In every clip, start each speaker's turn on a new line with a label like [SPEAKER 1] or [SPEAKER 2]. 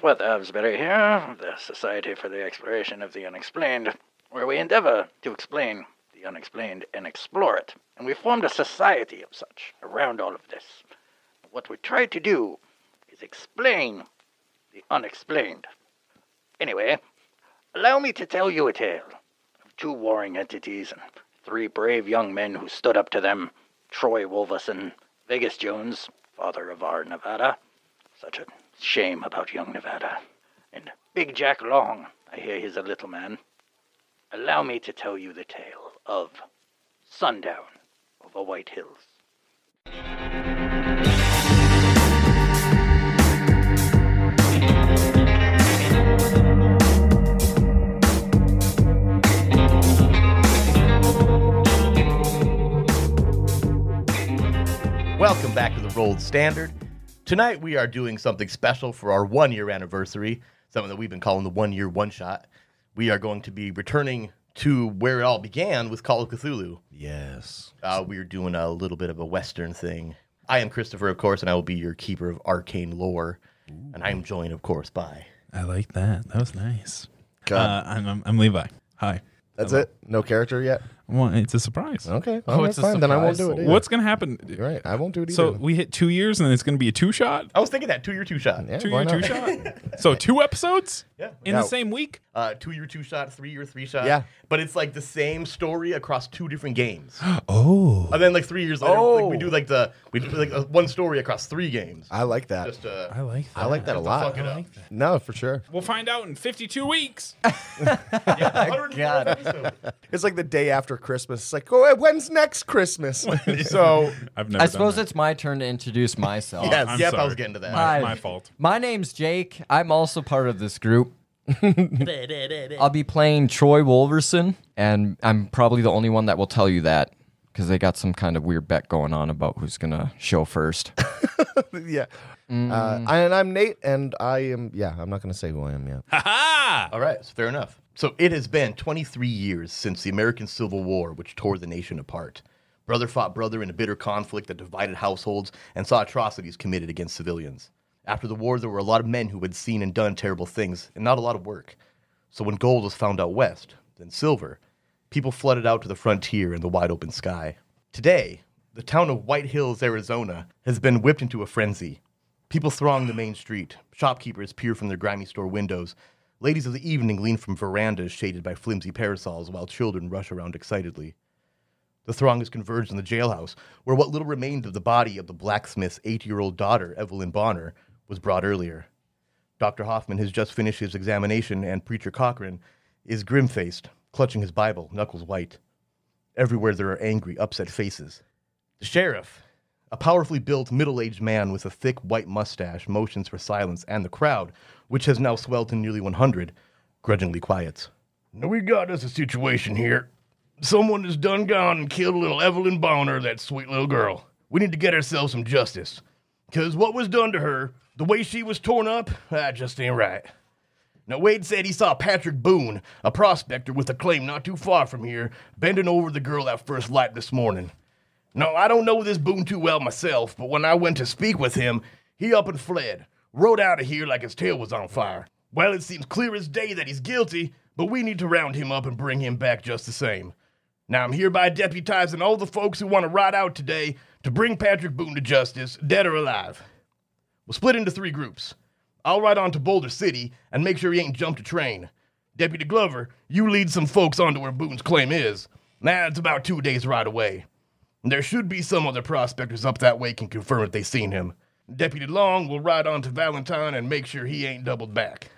[SPEAKER 1] what Avsbury here, the Society for the Exploration of the Unexplained, where we endeavor to explain the unexplained and explore it. And we formed a society of such around all of this. What we try to do is explain the unexplained. Anyway, allow me to tell you a tale of two warring entities and three brave young men who stood up to them Troy Wolverson, Vegas Jones, father of our Nevada. Such a shame about young Nevada. And Big Jack Long, I hear he's a little man. Allow me to tell you the tale of Sundown over White Hills.
[SPEAKER 2] Welcome back to the Rolled Standard. Tonight we are doing something special for our one year anniversary, something that we've been calling the one year one shot. We are going to be returning to where it all began with Call of Cthulhu.
[SPEAKER 3] Yes.
[SPEAKER 2] Uh, we are doing a little bit of a Western thing. I am Christopher, of course, and I will be your keeper of arcane lore. And I am joined, of course, by.
[SPEAKER 4] I like that. That was nice.
[SPEAKER 3] God.
[SPEAKER 4] Uh, I'm, I'm, I'm Levi. Hi.
[SPEAKER 3] That's it? No character yet?
[SPEAKER 4] Well, it's a surprise.
[SPEAKER 3] Okay. All right, Oh, fine. Then I won't do it. either.
[SPEAKER 4] What's gonna happen?
[SPEAKER 3] You're right. I won't do it either.
[SPEAKER 4] So we hit two years, and then it's gonna be a two shot.
[SPEAKER 2] I was thinking that two year two shot.
[SPEAKER 3] yeah,
[SPEAKER 4] Two
[SPEAKER 3] why
[SPEAKER 4] year two
[SPEAKER 3] not?
[SPEAKER 4] shot. So two episodes
[SPEAKER 2] Yeah.
[SPEAKER 4] in
[SPEAKER 3] Yeah.
[SPEAKER 4] the same week.
[SPEAKER 2] Uh, two year two shot, three year three shot.
[SPEAKER 3] Yeah.
[SPEAKER 2] But it's like the same story across two different games.
[SPEAKER 4] Oh,
[SPEAKER 2] and then like three years later, like, we
[SPEAKER 3] Oh.
[SPEAKER 2] do like the we do like uh, one story across three games.
[SPEAKER 3] I like that.
[SPEAKER 2] Just uh,
[SPEAKER 4] I like that.
[SPEAKER 3] I like that a lot.
[SPEAKER 2] fuck it up.
[SPEAKER 3] No, for sure.
[SPEAKER 4] We'll find out in 52 weeks.
[SPEAKER 2] Yeah, 104th episode.
[SPEAKER 3] It's like the day after Christmas. It's like, oh, when's next Christmas?
[SPEAKER 2] Oh,
[SPEAKER 3] so
[SPEAKER 4] I've never.
[SPEAKER 5] I suppose it's my turn to introduce myself.
[SPEAKER 2] Yes,
[SPEAKER 4] I'm
[SPEAKER 2] yep, I
[SPEAKER 4] sorry.
[SPEAKER 2] was getting to that.
[SPEAKER 4] my,
[SPEAKER 5] Hi.
[SPEAKER 4] my fault.
[SPEAKER 5] My name's Jake. I'm also part of this group. I'll be playing Troy Wolverson, and I'm probably the only one that will tell you that because they got some kind of weird bet going on about who's going to show first.
[SPEAKER 3] yeah. Uh, I, and I'm Nate, and I am. Yeah, I'm not going to say who I am yet.
[SPEAKER 2] All right, so fair enough. So it has been 23 years since the American Civil War, which tore the nation apart. Brother fought brother in a bitter conflict that divided households and saw atrocities committed against civilians. After the war, there were a lot of men who had seen and done terrible things, and not a lot of work. So when gold was found out west, then silver, people flooded out to the frontier in the wide open sky. Today, the town of White Hills, Arizona, has been whipped into a frenzy. People throng the main street. Shopkeepers peer from their grimy store windows. Ladies of the evening lean from verandas shaded by flimsy parasols while children rush around excitedly. The throng has converged in the jailhouse, where what little remained of the body of the blacksmith's eight year old daughter, Evelyn Bonner, was brought earlier. Dr. Hoffman has just finished his examination, and Preacher Cochran is grim faced, clutching his Bible, knuckles white. Everywhere there are angry, upset faces. The sheriff, a powerfully built, middle aged man with a thick white mustache, motions for silence, and the crowd, which has now swelled to nearly 100, grudgingly quiets. Now we got us a situation here. Someone has done gone and killed little Evelyn Bonner, that sweet little girl. We need to get ourselves some justice. Because what was done to her, the way she was torn up, that just ain't right. Now, Wade said he saw Patrick Boone, a prospector with a claim not too far from here, bending over the girl at first light this morning. No, I don't know this Boone too well myself, but when I went to speak with him, he up and fled, rode out of here like his tail was on fire. Well, it seems clear as day that he's guilty, but we need to round him up and bring him back just the same. Now, I'm hereby deputizing all the folks who want to ride out today to bring Patrick Boone to justice, dead or alive. We'll split into three groups. I'll ride on to Boulder City and make sure he ain't jumped a train. Deputy Glover, you lead some folks onto where Boone's claim is. Now it's about two days' ride away. There should be some other prospectors up that way can confirm if they seen him. Deputy Long will ride on to Valentine and make sure he ain't doubled back.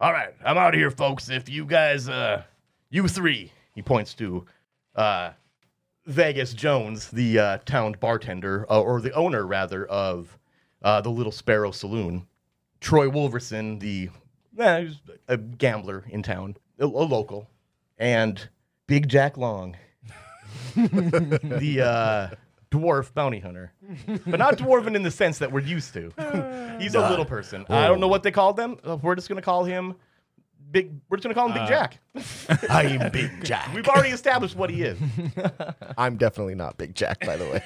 [SPEAKER 2] All right, I'm out of here, folks. If you guys, uh, you three, he points to, uh, Vegas Jones, the uh, town bartender, uh, or the owner rather, of uh, the Little Sparrow Saloon. Troy Wolverson, the eh, he was a gambler in town, a, a local, and Big Jack Long, the uh, dwarf bounty hunter, but not dwarven in the sense that we're used to. He's a little person. I don't know what they called them. Uh, We're just gonna call him Big. We're just gonna call him Big Jack.
[SPEAKER 3] Uh, I am Big Jack.
[SPEAKER 2] We've already established what he is.
[SPEAKER 3] I'm definitely not Big Jack, by the way.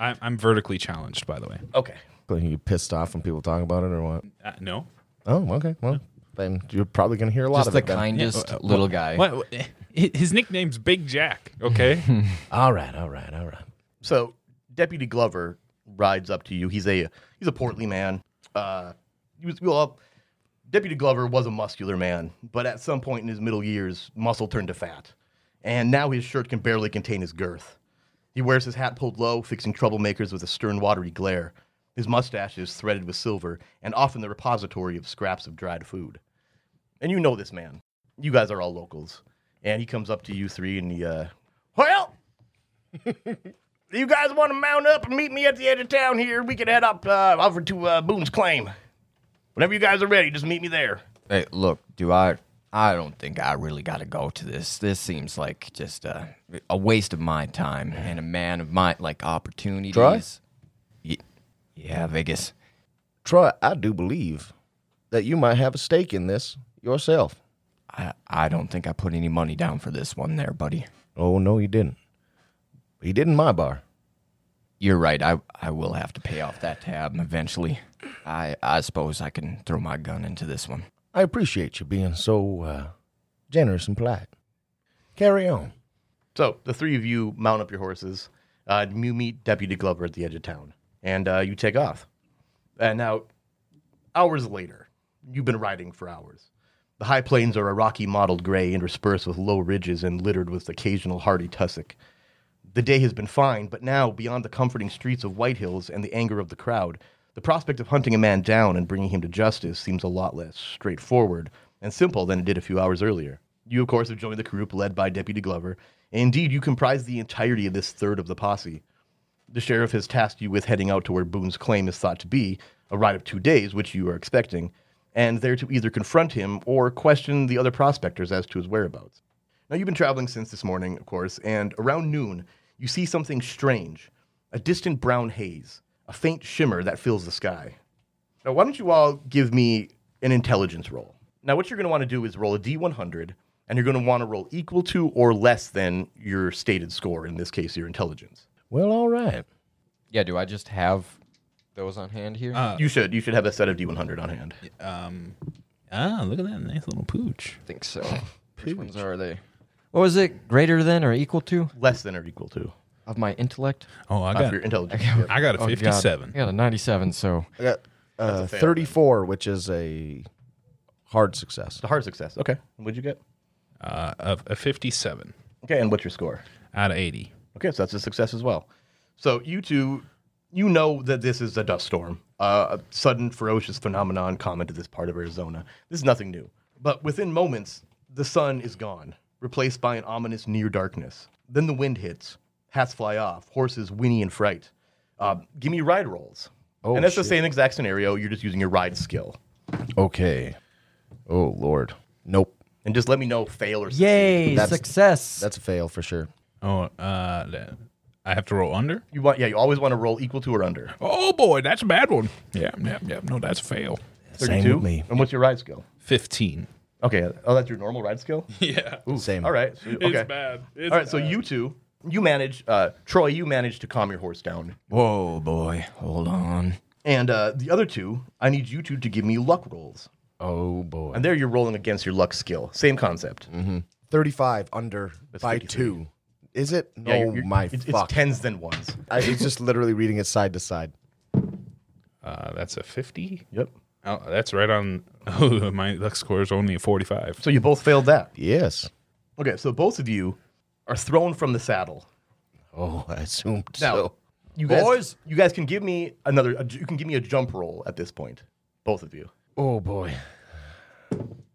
[SPEAKER 4] I'm, I'm vertically challenged, by the way.
[SPEAKER 2] Okay.
[SPEAKER 3] Are you pissed off when people talk about it or what?
[SPEAKER 4] Uh, no,
[SPEAKER 3] Oh, okay. Well, then you're probably going to hear a lot
[SPEAKER 5] Just
[SPEAKER 3] of
[SPEAKER 5] the
[SPEAKER 3] it. then.
[SPEAKER 5] kindest little guy.
[SPEAKER 4] What, what- his nickname's Big Jack. Okay.
[SPEAKER 3] All right, all right, all right.
[SPEAKER 2] So Deputy Glover rides up to you. He's a he's a portly man. Uh, he was well. Deputy Glover was a muscular man, but at some point in his middle years, muscle turned to fat, and now his shirt can barely contain his girth. He wears his hat pulled low, fixing troublemakers with a stern, watery glare. His mustache is threaded with silver, and often the repository of scraps of dried food. And you know this man. You guys are all locals, and he comes up to you three, and he, uh, well, do you guys want to mount up and meet me at the edge of town here? We can head up uh, over to uh, Boone's Claim. Whenever you guys are ready, just meet me there.
[SPEAKER 5] Hey, look, do I? I don't think I really got to go to this. This seems like just a, a waste of my time and a man of my like opportunities. Ye- yeah, Vegas.
[SPEAKER 3] Troy, I do believe that you might have a stake in this yourself.
[SPEAKER 5] I I don't think I put any money down for this one, there, buddy.
[SPEAKER 3] Oh, no, you didn't. He did in my bar.
[SPEAKER 5] You're right. I I will have to pay off that tab eventually. I I suppose I can throw my gun into this one.
[SPEAKER 3] I appreciate you being so uh, generous and polite. Carry on.
[SPEAKER 2] So the three of you mount up your horses. Uh, you meet Deputy Glover at the edge of town, and uh, you take off. And now, hours later, you've been riding for hours. The high plains are a rocky mottled gray interspersed with low ridges and littered with occasional hardy tussock. The day has been fine, but now, beyond the comforting streets of White Hills and the anger of the crowd, the prospect of hunting a man down and bringing him to justice seems a lot less straightforward and simple than it did a few hours earlier. You, of course, have joined the group led by Deputy Glover. and Indeed, you comprise the entirety of this third of the posse. The sheriff has tasked you with heading out to where Boone's claim is thought to be, a ride of two days, which you are expecting, and there to either confront him or question the other prospectors as to his whereabouts. Now, you've been traveling since this morning, of course, and around noon, you see something strange a distant brown haze, a faint shimmer that fills the sky. Now, why don't you all give me an intelligence roll? Now, what you're going to want to do is roll a D100, and you're going to want to roll equal to or less than your stated score, in this case, your intelligence.
[SPEAKER 3] Well, all right.
[SPEAKER 5] Yeah. Do I just have those on hand here?
[SPEAKER 2] You should. You should have a set of D100 on hand.
[SPEAKER 4] Um, ah, look at that nice little pooch.
[SPEAKER 5] I think so. Which ones are they? What was it? Greater than or equal to
[SPEAKER 2] Less than or equal to.
[SPEAKER 5] of my intellect?
[SPEAKER 4] Oh, I
[SPEAKER 2] Not
[SPEAKER 4] got,
[SPEAKER 2] for your intelligence.
[SPEAKER 4] I got a
[SPEAKER 5] Oh, God.
[SPEAKER 4] 57.
[SPEAKER 5] I got a 97. So
[SPEAKER 3] I got uh, 34, which is a hard success.
[SPEAKER 2] It's a hard success. Okay. What'd you get?
[SPEAKER 4] Uh, a, a 57
[SPEAKER 2] Okay, and what's your score?
[SPEAKER 4] out of 80.
[SPEAKER 2] Okay, so that's a success as well. So you two, you know that this is a dust storm, uh, a sudden ferocious phenomenon common to this part of Arizona. This is nothing new. But within moments, the sun is gone, replaced by an ominous near darkness. Then the wind hits, hats fly off, horses whinny in fright. Uh, give me ride rolls.
[SPEAKER 3] Oh,
[SPEAKER 2] and that's the
[SPEAKER 3] shit.
[SPEAKER 2] same exact scenario. You're just using your ride skill.
[SPEAKER 3] Okay. Oh, Lord. Nope.
[SPEAKER 2] And just let me know fail or succeed.
[SPEAKER 5] yay,
[SPEAKER 3] That's-
[SPEAKER 5] success.
[SPEAKER 3] That's a fail for sure.
[SPEAKER 4] Oh, uh, that- I have to roll under?
[SPEAKER 2] You want, yeah, you always want to roll equal to or under.
[SPEAKER 4] Oh, boy, that's a bad one. Yeah, yeah, yeah. No, that's a fail.
[SPEAKER 3] Same with me.
[SPEAKER 2] And what's your ride skill?
[SPEAKER 4] 15.
[SPEAKER 2] Okay. Oh, that's your normal ride skill?
[SPEAKER 4] Yeah.
[SPEAKER 3] Same.
[SPEAKER 2] All right. so- okay.
[SPEAKER 4] It's bad. It's
[SPEAKER 2] All right, so you two, you manage, uh, Troy, you manage to calm your horse down.
[SPEAKER 5] Whoa, boy, hold on.
[SPEAKER 2] And uh, the other two, I need you two to give me luck rolls.
[SPEAKER 3] Oh, boy.
[SPEAKER 2] And there you're rolling against your luck skill. Same concept.
[SPEAKER 3] Mm-hmm. 35 under by
[SPEAKER 2] 53.
[SPEAKER 3] two. Is it? No,
[SPEAKER 2] Yeah, you're- you're-
[SPEAKER 3] Oh my
[SPEAKER 2] it's,
[SPEAKER 3] fuck.
[SPEAKER 2] It's tens then ones.
[SPEAKER 3] I was just literally reading it side to side.
[SPEAKER 4] Uh, that's a 50.
[SPEAKER 2] Yep.
[SPEAKER 4] Oh, that's right on. Oh, my luck score is only a 45.
[SPEAKER 2] So you both failed that.
[SPEAKER 3] Yes.
[SPEAKER 2] Okay, so both of you are thrown from the saddle.
[SPEAKER 3] Oh, I assumed
[SPEAKER 2] Now,
[SPEAKER 3] so.
[SPEAKER 2] you guys,
[SPEAKER 5] Boys.
[SPEAKER 2] you guys can give me another. a- you can give me a jump roll at this point, both of you.
[SPEAKER 3] Oh, boy.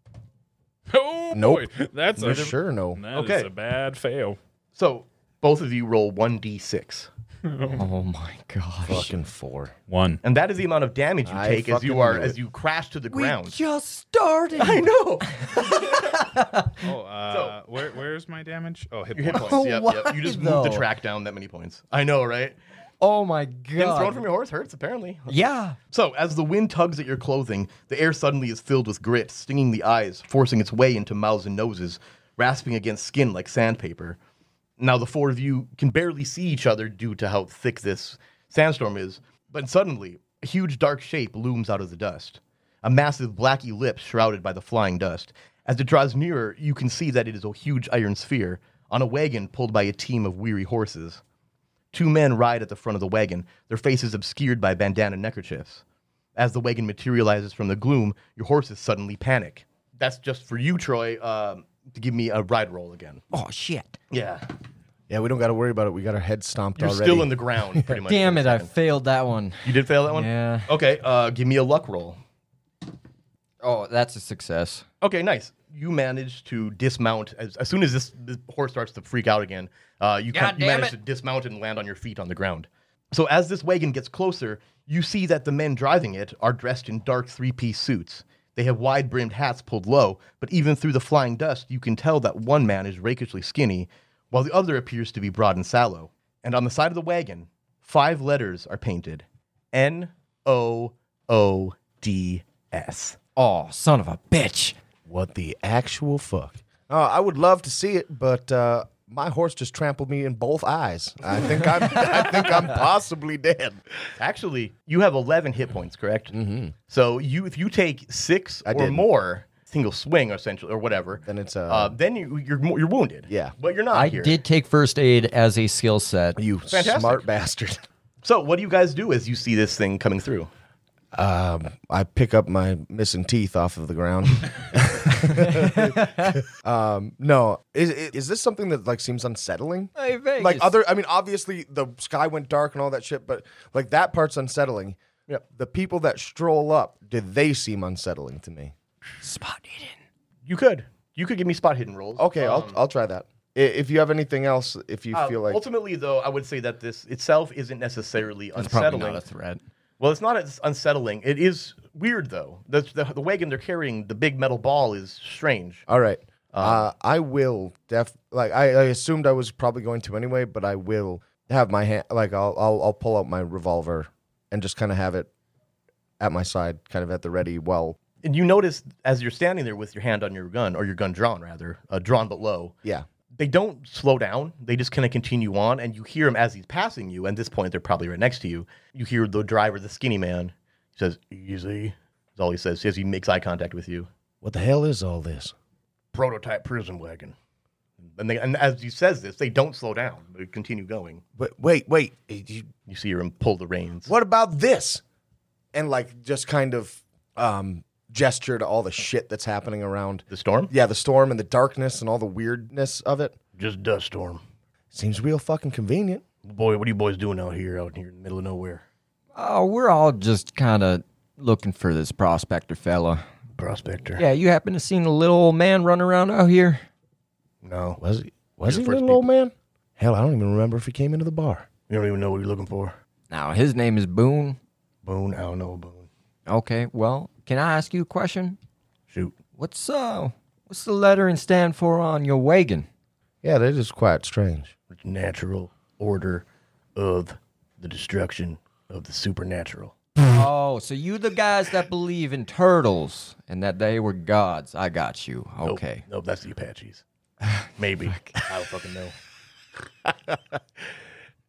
[SPEAKER 4] Oh,
[SPEAKER 3] Nope.
[SPEAKER 4] boy. That's
[SPEAKER 3] For
[SPEAKER 4] a,
[SPEAKER 3] sure, no.
[SPEAKER 4] that is
[SPEAKER 2] Okay.
[SPEAKER 4] a bad fail.
[SPEAKER 2] So both of you roll one d six,
[SPEAKER 5] Oh my gosh.
[SPEAKER 3] Fucking four.
[SPEAKER 4] One.
[SPEAKER 2] and that is the amount of damage you
[SPEAKER 3] I
[SPEAKER 2] take as you
[SPEAKER 3] fucking
[SPEAKER 2] are
[SPEAKER 3] knew
[SPEAKER 2] as
[SPEAKER 3] it.
[SPEAKER 2] you crash to the ground.
[SPEAKER 5] just started.
[SPEAKER 2] I know.
[SPEAKER 4] Oh, uh, where, where's my damage? Oh, hit
[SPEAKER 2] Your hit
[SPEAKER 4] points.
[SPEAKER 2] points. yep, yep. You just
[SPEAKER 5] Why,
[SPEAKER 2] moved the
[SPEAKER 5] though?
[SPEAKER 2] track down that many points. I know, right?
[SPEAKER 5] Oh my
[SPEAKER 2] Getting thrown from
[SPEAKER 5] god.
[SPEAKER 2] your horse hurts, apparently.
[SPEAKER 5] Yeah.
[SPEAKER 2] So, as the wind tugs at your clothing, the air suddenly is filled with grit, stinging the eyes, forcing its way into mouths and noses, rasping against skin like sandpaper. Now, the four of you can barely see each other due to how thick this sandstorm is, but suddenly, a huge dark shape looms out of the dust. a massive black ellipse shrouded by the flying dust. As it draws nearer, you can see that it is a huge iron sphere on a wagon pulled by a team of weary horses. Two men ride at the front of the wagon, their faces obscured by bandana neckerchiefs. As the wagon materializes from the gloom, your horses suddenly panic. That's just for you, Troy, um, to give me a ride roll again.
[SPEAKER 5] Oh shit!
[SPEAKER 2] Yeah.
[SPEAKER 3] Yeah, we don't got to worry about it. We got our head stomped
[SPEAKER 2] You're
[SPEAKER 3] already.
[SPEAKER 2] still in the ground, pretty much.
[SPEAKER 5] Damn
[SPEAKER 2] for
[SPEAKER 5] it!
[SPEAKER 2] this
[SPEAKER 5] I
[SPEAKER 2] time.
[SPEAKER 5] failed that one.
[SPEAKER 2] You did fail that one?
[SPEAKER 5] Yeah.
[SPEAKER 2] Okay, uh, give me a luck roll.
[SPEAKER 5] Oh, that's a success.
[SPEAKER 2] Okay, nice. You manage to dismount as, as soon as this, this horse starts to freak out again. Uh, you come, you
[SPEAKER 5] damn
[SPEAKER 2] manage
[SPEAKER 5] it.
[SPEAKER 2] to dismount and land on your feet on the ground. So as this wagon gets closer, you see that the men driving it are dressed in dark three-piece suits. They have wide-brimmed hats pulled low, but even through the flying dust, you can tell that one man is rakishly skinny, while the other appears to be broad and sallow. And on the side of the wagon, five letters are painted: N O O D S.
[SPEAKER 5] Oh, son of a bitch!
[SPEAKER 3] What the actual fuck? Uh, I would love to see it, but uh, my horse just trampled me in both eyes. I think I'm, I think I'm possibly dead.
[SPEAKER 2] Actually, you have 11 hit points, correct? Mm-hmm. So you, if you take six or
[SPEAKER 3] didn't.
[SPEAKER 2] more single swing, essentially, or whatever,
[SPEAKER 3] Then it's, uh,
[SPEAKER 2] uh, then you, you're mo- you're wounded.
[SPEAKER 3] Yeah.
[SPEAKER 2] but you're not
[SPEAKER 5] I
[SPEAKER 2] here.
[SPEAKER 5] did take first aid as a skill set.
[SPEAKER 3] You
[SPEAKER 2] Fantastic.
[SPEAKER 3] smart bastard.
[SPEAKER 2] So what do you guys do as you see this thing coming through?
[SPEAKER 3] Um, I pick up my missing teeth off of the ground. um, no, is, is this something that like seems unsettling?
[SPEAKER 5] Hey, Vegas.
[SPEAKER 3] Like other, I mean, obviously the sky went dark and all that shit, but like that part's unsettling. Yep. The people that stroll up, did they seem unsettling to me?
[SPEAKER 5] spot hidden.
[SPEAKER 2] You could you could give me spot hidden rolls. Um,
[SPEAKER 3] Okay, I'll I'll try that. I- If you have anything else, if you
[SPEAKER 2] Uh,
[SPEAKER 3] feel like
[SPEAKER 2] ultimately, though, I would say that this itself isn't necessarily
[SPEAKER 5] That's probably
[SPEAKER 2] unsettling.
[SPEAKER 5] not a threat.
[SPEAKER 2] Well, it's not as unsettling. It is weird though. The, the, the wagon they're carrying, the big metal ball, is strange.
[SPEAKER 3] All right. uh, I will def like I, I assumed I was probably going to anyway, but I will have my hand like I'll I'll, I'll pull out my revolver and just kind of have it at my side, kind of at the ready. Well,
[SPEAKER 2] And you notice as you're standing there with your hand on your gun, or your gun drawn rather, uh, drawn but low.
[SPEAKER 3] yeah.
[SPEAKER 2] they don't slow down. They just kind of continue on, and you hear him as he's passing you. And this point, they're probably right next to you. You hear the driver, the skinny man, he says, "Easy." That's all he says as he makes eye contact with you.
[SPEAKER 3] What the hell is all this?
[SPEAKER 2] Prototype prison wagon. And, they, and as he says this, they don't slow down. They continue going.
[SPEAKER 3] But wait, wait. eh, you-
[SPEAKER 2] You see him pull the reins.
[SPEAKER 3] What about this? And like just kind of um, gesture to all the shit that's happening around.
[SPEAKER 2] The storm?
[SPEAKER 3] Yeah, the storm and the darkness and all the weirdness of it
[SPEAKER 2] Just dust storm.
[SPEAKER 3] seems real fucking convenient.
[SPEAKER 2] Boy, what are you boys doing out here, out here in the middle of nowhere?
[SPEAKER 5] Oh, we're all just kind of looking for this prospector fella.
[SPEAKER 2] Prospector.
[SPEAKER 5] Yeah, you happen to seen a little old man run around out here?
[SPEAKER 2] No.
[SPEAKER 3] Was he? Was
[SPEAKER 2] You're
[SPEAKER 3] he
[SPEAKER 2] the first
[SPEAKER 3] little old man? Hell, I don't even remember if he came into the bar.
[SPEAKER 2] You don't even know what you're looking for.
[SPEAKER 5] Now his name is Boone.
[SPEAKER 2] Boone, I don't know Boone.
[SPEAKER 5] Okay, well, can I ask you a question?
[SPEAKER 2] Shoot.
[SPEAKER 5] What's uh, what's the lettering stand for on your wagon?
[SPEAKER 3] Yeah, that is quite strange.
[SPEAKER 2] natural order of the destruction of the supernatural.
[SPEAKER 5] oh, so you the guys that believe in turtles and that they were gods? I got you. Okay.
[SPEAKER 2] No, that's the Apaches. Maybe. I don't fucking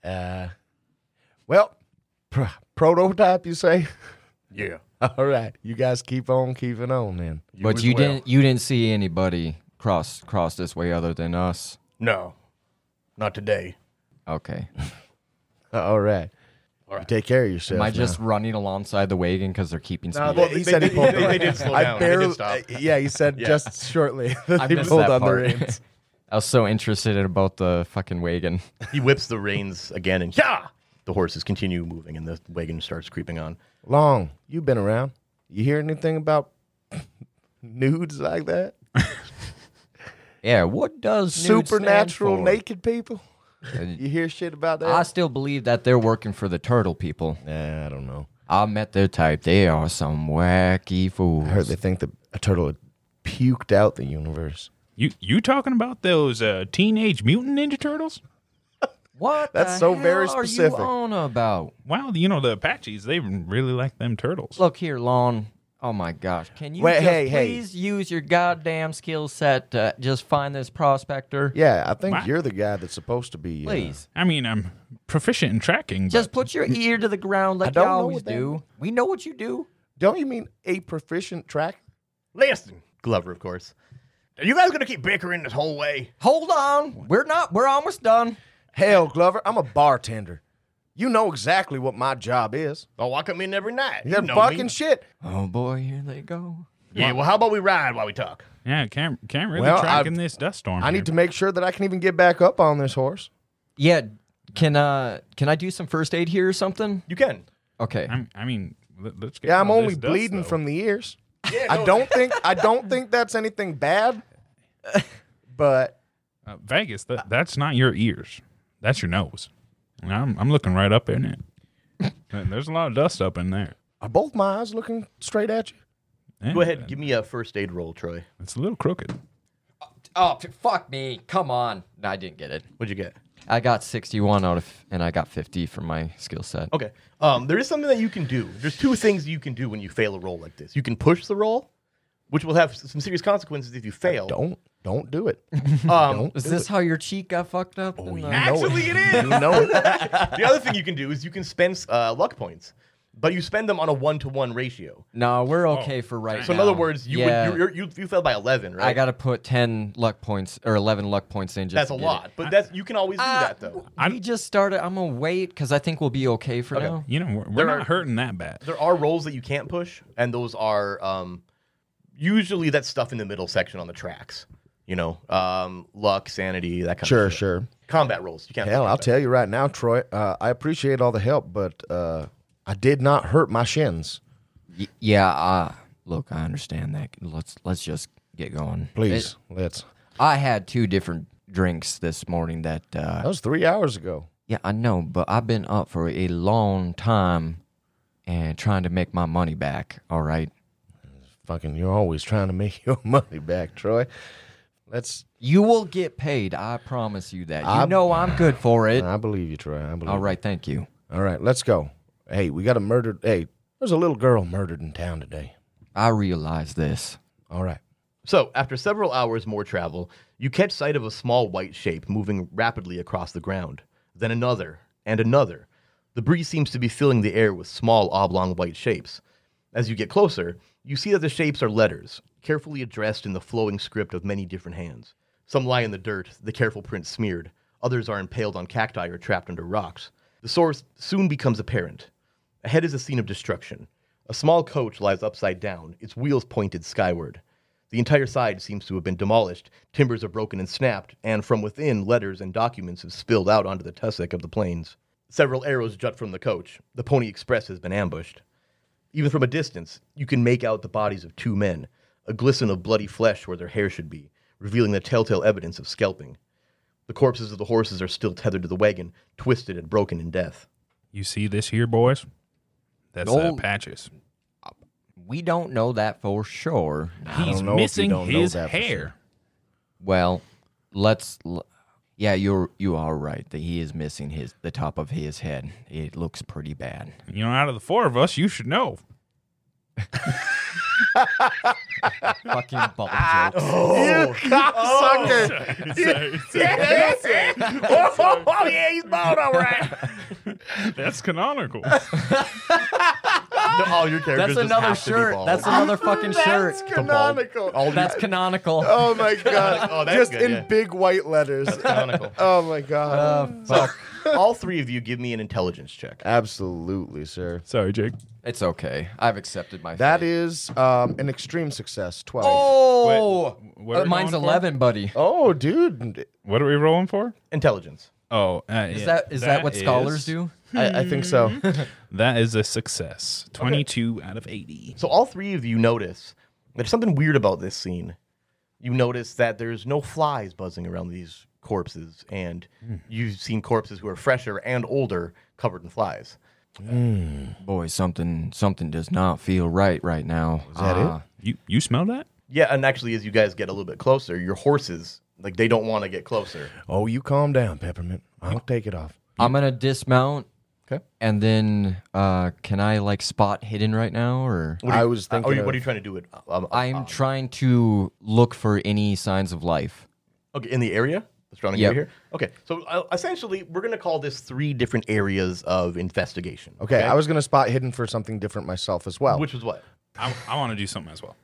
[SPEAKER 2] know.
[SPEAKER 3] Well, pr- prototype, you say?
[SPEAKER 2] Yeah.
[SPEAKER 3] All right, you guys keep on keeping on then.
[SPEAKER 5] but
[SPEAKER 2] as
[SPEAKER 5] you
[SPEAKER 2] well.
[SPEAKER 5] didn't you didn't see anybody cross cross this way other than us.
[SPEAKER 2] No. Not today.
[SPEAKER 5] Okay.
[SPEAKER 3] All right.
[SPEAKER 2] All right.
[SPEAKER 3] You take care of yourself.
[SPEAKER 5] Am I
[SPEAKER 3] now.
[SPEAKER 5] just running alongside the wagon because they're keeping speed?
[SPEAKER 3] Well, he said he pulled the-
[SPEAKER 2] did slow
[SPEAKER 3] I
[SPEAKER 2] down. They did
[SPEAKER 3] barely.
[SPEAKER 2] stop.
[SPEAKER 3] uh, yeah, he said
[SPEAKER 2] Yeah.
[SPEAKER 3] just shortly.
[SPEAKER 5] I
[SPEAKER 3] he
[SPEAKER 5] missed
[SPEAKER 3] pulled
[SPEAKER 5] that
[SPEAKER 3] on
[SPEAKER 5] part.
[SPEAKER 3] the reins.
[SPEAKER 5] I was so interested in about the fucking wagon.
[SPEAKER 2] He whips the reins again and yeah! The horses continue moving and the wagon starts creeping on.
[SPEAKER 3] Long, you've been around. You hear anything about nudes like that?
[SPEAKER 5] Yeah, what does nude stand
[SPEAKER 3] Supernatural
[SPEAKER 5] for?
[SPEAKER 3] naked people? You hear shit about that?
[SPEAKER 5] I still believe that they're working for the turtle people.
[SPEAKER 3] Nah, I don't know.
[SPEAKER 5] I met their type. They are some wacky fools.
[SPEAKER 3] I heard they think that a turtle had puked out the universe.
[SPEAKER 4] You you talking about those uh, teenage mutant ninja turtles?
[SPEAKER 5] What?
[SPEAKER 3] That's
[SPEAKER 5] the
[SPEAKER 3] so
[SPEAKER 5] hell
[SPEAKER 3] very
[SPEAKER 5] Are
[SPEAKER 3] specific.
[SPEAKER 5] you on about?
[SPEAKER 4] Wow, you know the Apaches. They really like them turtles.
[SPEAKER 5] Look here, Lon. Oh my gosh! Can you
[SPEAKER 3] Wait,
[SPEAKER 5] just
[SPEAKER 3] hey, hey.
[SPEAKER 5] please use your goddamn skill set to just find this prospector?
[SPEAKER 3] Yeah, I think
[SPEAKER 4] Wow.
[SPEAKER 3] you're the guy that's supposed to be. uh,
[SPEAKER 5] Please,
[SPEAKER 4] I mean, I'm proficient in tracking. but-
[SPEAKER 5] just put your ear to the ground like
[SPEAKER 3] don't
[SPEAKER 5] you
[SPEAKER 3] know
[SPEAKER 5] always
[SPEAKER 3] what that
[SPEAKER 5] do.
[SPEAKER 3] means.
[SPEAKER 5] We know what you do.
[SPEAKER 3] Don't you mean a proficient track?
[SPEAKER 2] Listen, Glover, of course. Are you guys gonna keep bickering this whole way?
[SPEAKER 5] Hold on. We're not. We're almost done.
[SPEAKER 3] Hell, Glover, I'm a bartender. You know exactly what my job is.
[SPEAKER 2] Oh, I come in every night. You
[SPEAKER 3] That
[SPEAKER 2] know
[SPEAKER 3] fucking
[SPEAKER 2] me.
[SPEAKER 3] shit.
[SPEAKER 5] Oh boy, here they go.
[SPEAKER 2] Yeah. Well, how about we ride while we talk?
[SPEAKER 4] Yeah, can't can't really
[SPEAKER 3] Well,
[SPEAKER 4] track
[SPEAKER 3] I-
[SPEAKER 4] in this dust storm.
[SPEAKER 3] I
[SPEAKER 4] here.
[SPEAKER 3] need to make sure that I can even get back up on this horse.
[SPEAKER 5] Yeah. Can uh can I do some first aid here or something?
[SPEAKER 2] You can.
[SPEAKER 5] Okay.
[SPEAKER 4] I'm, I mean, let, us get.
[SPEAKER 3] Yeah, I'm
[SPEAKER 4] out of
[SPEAKER 3] only
[SPEAKER 4] this dust,
[SPEAKER 3] bleeding
[SPEAKER 4] though.
[SPEAKER 3] from the ears. I don't think I don't think that's anything bad. But
[SPEAKER 4] uh, Vegas. That, that's not your ears. That's your nose. And I'm I'm looking right up in it. And There's a lot of dust up in there.
[SPEAKER 3] are both my eyes looking straight at you?
[SPEAKER 4] Yeah,
[SPEAKER 2] Go ahead. Give me a first aid roll, Troy.
[SPEAKER 4] It's a little crooked.
[SPEAKER 5] Oh p- fuck me. Come on. No, I didn't get it.
[SPEAKER 2] What'd you get?
[SPEAKER 5] I got 61 out of and I got 50 from my skill set.
[SPEAKER 2] Okay. Um, there is something that you can do. There's two things you can do when you fail a roll like this. You can push the roll, which will have s- some serious consequences if you fail.
[SPEAKER 3] Don't don't do it.
[SPEAKER 2] Um,
[SPEAKER 5] Is this how your cheek got fucked up? Oh, yeah.
[SPEAKER 2] actually, it is.
[SPEAKER 3] You know it.
[SPEAKER 2] the other thing you can do is you can spend uh, luck points, but you spend them on a one to one ratio.
[SPEAKER 5] No, we're okay for right
[SPEAKER 2] Oh, So in
[SPEAKER 5] now.
[SPEAKER 2] other words, you
[SPEAKER 5] Yeah.
[SPEAKER 2] would, you're, you you failed by eleven, right?
[SPEAKER 5] I got to put 10 luck points or 11 luck points in just
[SPEAKER 2] that's
[SPEAKER 5] to
[SPEAKER 2] a
[SPEAKER 5] get it.
[SPEAKER 2] lot, but that's you can always do
[SPEAKER 5] Uh,
[SPEAKER 2] that though.
[SPEAKER 5] we just started. I'm gonna wait because I think we'll be okay for now.
[SPEAKER 4] You know, we're, we're not
[SPEAKER 2] are-
[SPEAKER 4] hurting that bad.
[SPEAKER 2] There are roles that you can't push, and those are um, usually that stuff in the middle section on the tracks. You know, um, luck, sanity, that kind
[SPEAKER 3] Sure,
[SPEAKER 2] of shit.
[SPEAKER 3] sure.
[SPEAKER 2] Combat roles. You can't.
[SPEAKER 3] Hell, I'll
[SPEAKER 2] combat.
[SPEAKER 3] tell you right now, Troy. Uh, I appreciate all the help, but uh, I did not hurt my shins.
[SPEAKER 5] Y- yeah. Uh, look, I understand that. Let's let's just get going.
[SPEAKER 3] Please,
[SPEAKER 5] It-
[SPEAKER 3] let's.
[SPEAKER 5] I had two different drinks this morning. That
[SPEAKER 3] That
[SPEAKER 5] uh,
[SPEAKER 3] was three hours ago.
[SPEAKER 5] yeah, I know, but I've been up for a long time and trying to make my money back. All right.
[SPEAKER 3] Fucking, you're always trying to make your money back, Troy. Let's.
[SPEAKER 5] You will get paid. I promise you that. You know I'm good for it.
[SPEAKER 3] I believe you, Troy. I believe.
[SPEAKER 5] All right. Thank you.
[SPEAKER 3] All right, let's go. Hey, we got a murdered. Hey, there's a little girl murdered in town today.
[SPEAKER 5] I realize this.
[SPEAKER 3] All right.
[SPEAKER 2] So, after several hours more travel, you catch sight of a small white shape moving rapidly across the ground, then another, and another. The breeze seems to be filling the air with small oblong white shapes. As you get closer, you see that the shapes are letters, carefully addressed in the flowing script of many different hands. Some lie in the dirt, the careful print smeared. Others are impaled on cacti or trapped under rocks. The source soon becomes apparent. Ahead is a scene of destruction. A small coach lies upside down, its wheels pointed skyward. The entire side seems to have been demolished. Timbers are broken and snapped, and from within, letters and documents have spilled out onto the tussock of the plains. Several arrows jut from the coach. The Pony Express has been ambushed. Even from a distance, you can make out the bodies of two men, a glisten of bloody flesh where their hair should be, revealing the telltale evidence of scalping. The corpses of the horses are still tethered to the wagon, twisted and broken in death.
[SPEAKER 4] You see this here, boys? That's
[SPEAKER 5] No.
[SPEAKER 4] uh, patches.
[SPEAKER 5] We don't know that for sure.
[SPEAKER 4] He's
[SPEAKER 3] don't know if you
[SPEAKER 4] missing
[SPEAKER 3] don't know
[SPEAKER 4] his
[SPEAKER 3] that for
[SPEAKER 4] hair.
[SPEAKER 3] sure.
[SPEAKER 5] Well, let's. l- Yeah, you're you are right that he is missing his the top of his head. It looks pretty bad.
[SPEAKER 4] You know, out of the four of us, you should know.
[SPEAKER 5] Fucking bubble jokes.
[SPEAKER 3] You cocksucker!
[SPEAKER 2] oh, oh, oh, yeah, he's bald, all right.
[SPEAKER 4] That's canonical.
[SPEAKER 2] No, all your characters
[SPEAKER 5] That's
[SPEAKER 2] just
[SPEAKER 5] another
[SPEAKER 2] have to be
[SPEAKER 5] shirt.
[SPEAKER 2] bald.
[SPEAKER 5] That's another fucking shirt.
[SPEAKER 3] canonical.
[SPEAKER 5] That's canonical.
[SPEAKER 3] Oh my god!
[SPEAKER 2] Oh, that's
[SPEAKER 3] Just
[SPEAKER 2] good,
[SPEAKER 3] in
[SPEAKER 2] yeah.
[SPEAKER 3] big white letters.
[SPEAKER 2] canonical. Uh,
[SPEAKER 3] oh my god!
[SPEAKER 2] all three of you give me an intelligence check.
[SPEAKER 3] Absolutely, sir.
[SPEAKER 4] Sorry, Jake.
[SPEAKER 5] It's okay. I've accepted my.
[SPEAKER 3] That
[SPEAKER 5] fate.
[SPEAKER 3] is um, an extreme success. Twelve.
[SPEAKER 5] Oh,
[SPEAKER 4] Wait, what are
[SPEAKER 5] Uh,
[SPEAKER 4] we
[SPEAKER 5] mine's
[SPEAKER 4] going for?
[SPEAKER 5] eleven, buddy.
[SPEAKER 3] Oh, dude.
[SPEAKER 4] What are we rolling for?
[SPEAKER 2] Intelligence.
[SPEAKER 4] Oh, uh,
[SPEAKER 5] Is that is that, what scholars do?
[SPEAKER 3] I, I think so.
[SPEAKER 2] Hmm.
[SPEAKER 4] That is a success. Twenty-two out of eighty.
[SPEAKER 2] So all three of you notice there's something weird about this scene. You notice that there's no flies buzzing around these corpses, and
[SPEAKER 3] Hmm.
[SPEAKER 2] you've seen corpses who are fresher and older covered in flies.
[SPEAKER 5] Boy, something something does not feel right right now. Ah. Is
[SPEAKER 3] that it?
[SPEAKER 4] You you smell that?
[SPEAKER 2] Yeah, and actually, as you guys get a little bit closer, your horses like they don't want to get closer.
[SPEAKER 3] Oh, you calm down, Peppermint. I'll take it off.
[SPEAKER 5] I'm gonna dismount.
[SPEAKER 2] Okay.
[SPEAKER 5] And then, uh, can I like spot hidden right now, or
[SPEAKER 3] I was thinking.
[SPEAKER 2] Are you, what are
[SPEAKER 3] of-
[SPEAKER 2] you trying to do? It. Um,
[SPEAKER 5] I'm trying to look for any signs of life?
[SPEAKER 2] okay in the area. That's surrounding
[SPEAKER 5] Yep.
[SPEAKER 2] area here. Okay, so uh, essentially, we're gonna call this three different areas of investigation.
[SPEAKER 3] Okay, I was gonna spot hidden for something different myself as well. Uh,
[SPEAKER 2] which was what?
[SPEAKER 4] I, I want to do something as well.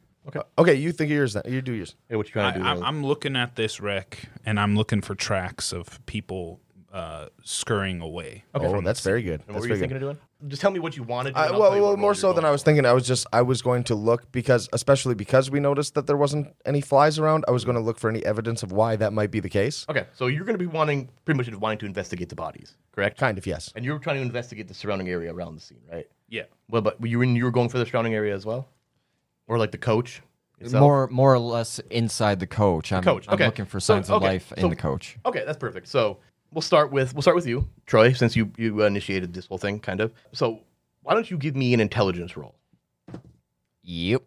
[SPEAKER 3] okay, you think of yours then. You do yours.
[SPEAKER 2] Yeah, what you
[SPEAKER 4] I,
[SPEAKER 2] trying to do?
[SPEAKER 4] I'm,
[SPEAKER 2] Lily?
[SPEAKER 4] I'm looking at this wreck and I'm looking for tracks of people uh, scurrying away.
[SPEAKER 3] Okay, oh, that's very
[SPEAKER 2] And
[SPEAKER 3] good. That's
[SPEAKER 2] what were you
[SPEAKER 3] very good.
[SPEAKER 2] thinking of doing? Just tell me what you wanted.
[SPEAKER 3] I, well, well, more so than I was thinking. I was just I was going to look because, especially because we noticed that there wasn't any flies around. I was going to look for any evidence of why that might be the case.
[SPEAKER 2] Okay, so you're gonna be wanting pretty much wanting to investigate the bodies, correct?
[SPEAKER 3] Kind of, yes.
[SPEAKER 2] And you were trying to investigate the surrounding area around the scene, right?
[SPEAKER 4] Yeah.
[SPEAKER 2] Well, but you were in, you were going for the surrounding area as well, or like the coach. itself?
[SPEAKER 5] More, more or less inside the coach. I'm,
[SPEAKER 2] coach.
[SPEAKER 5] I'm
[SPEAKER 2] okay.
[SPEAKER 5] looking for
[SPEAKER 2] So,
[SPEAKER 5] signs of
[SPEAKER 2] okay,
[SPEAKER 5] life
[SPEAKER 2] so-
[SPEAKER 5] in the coach.
[SPEAKER 2] Okay, that's perfect. So we'll start with we'll start with you, Troy, since you you initiated this whole thing, kind of. So why don't you give me an intelligence roll?
[SPEAKER 5] Yep.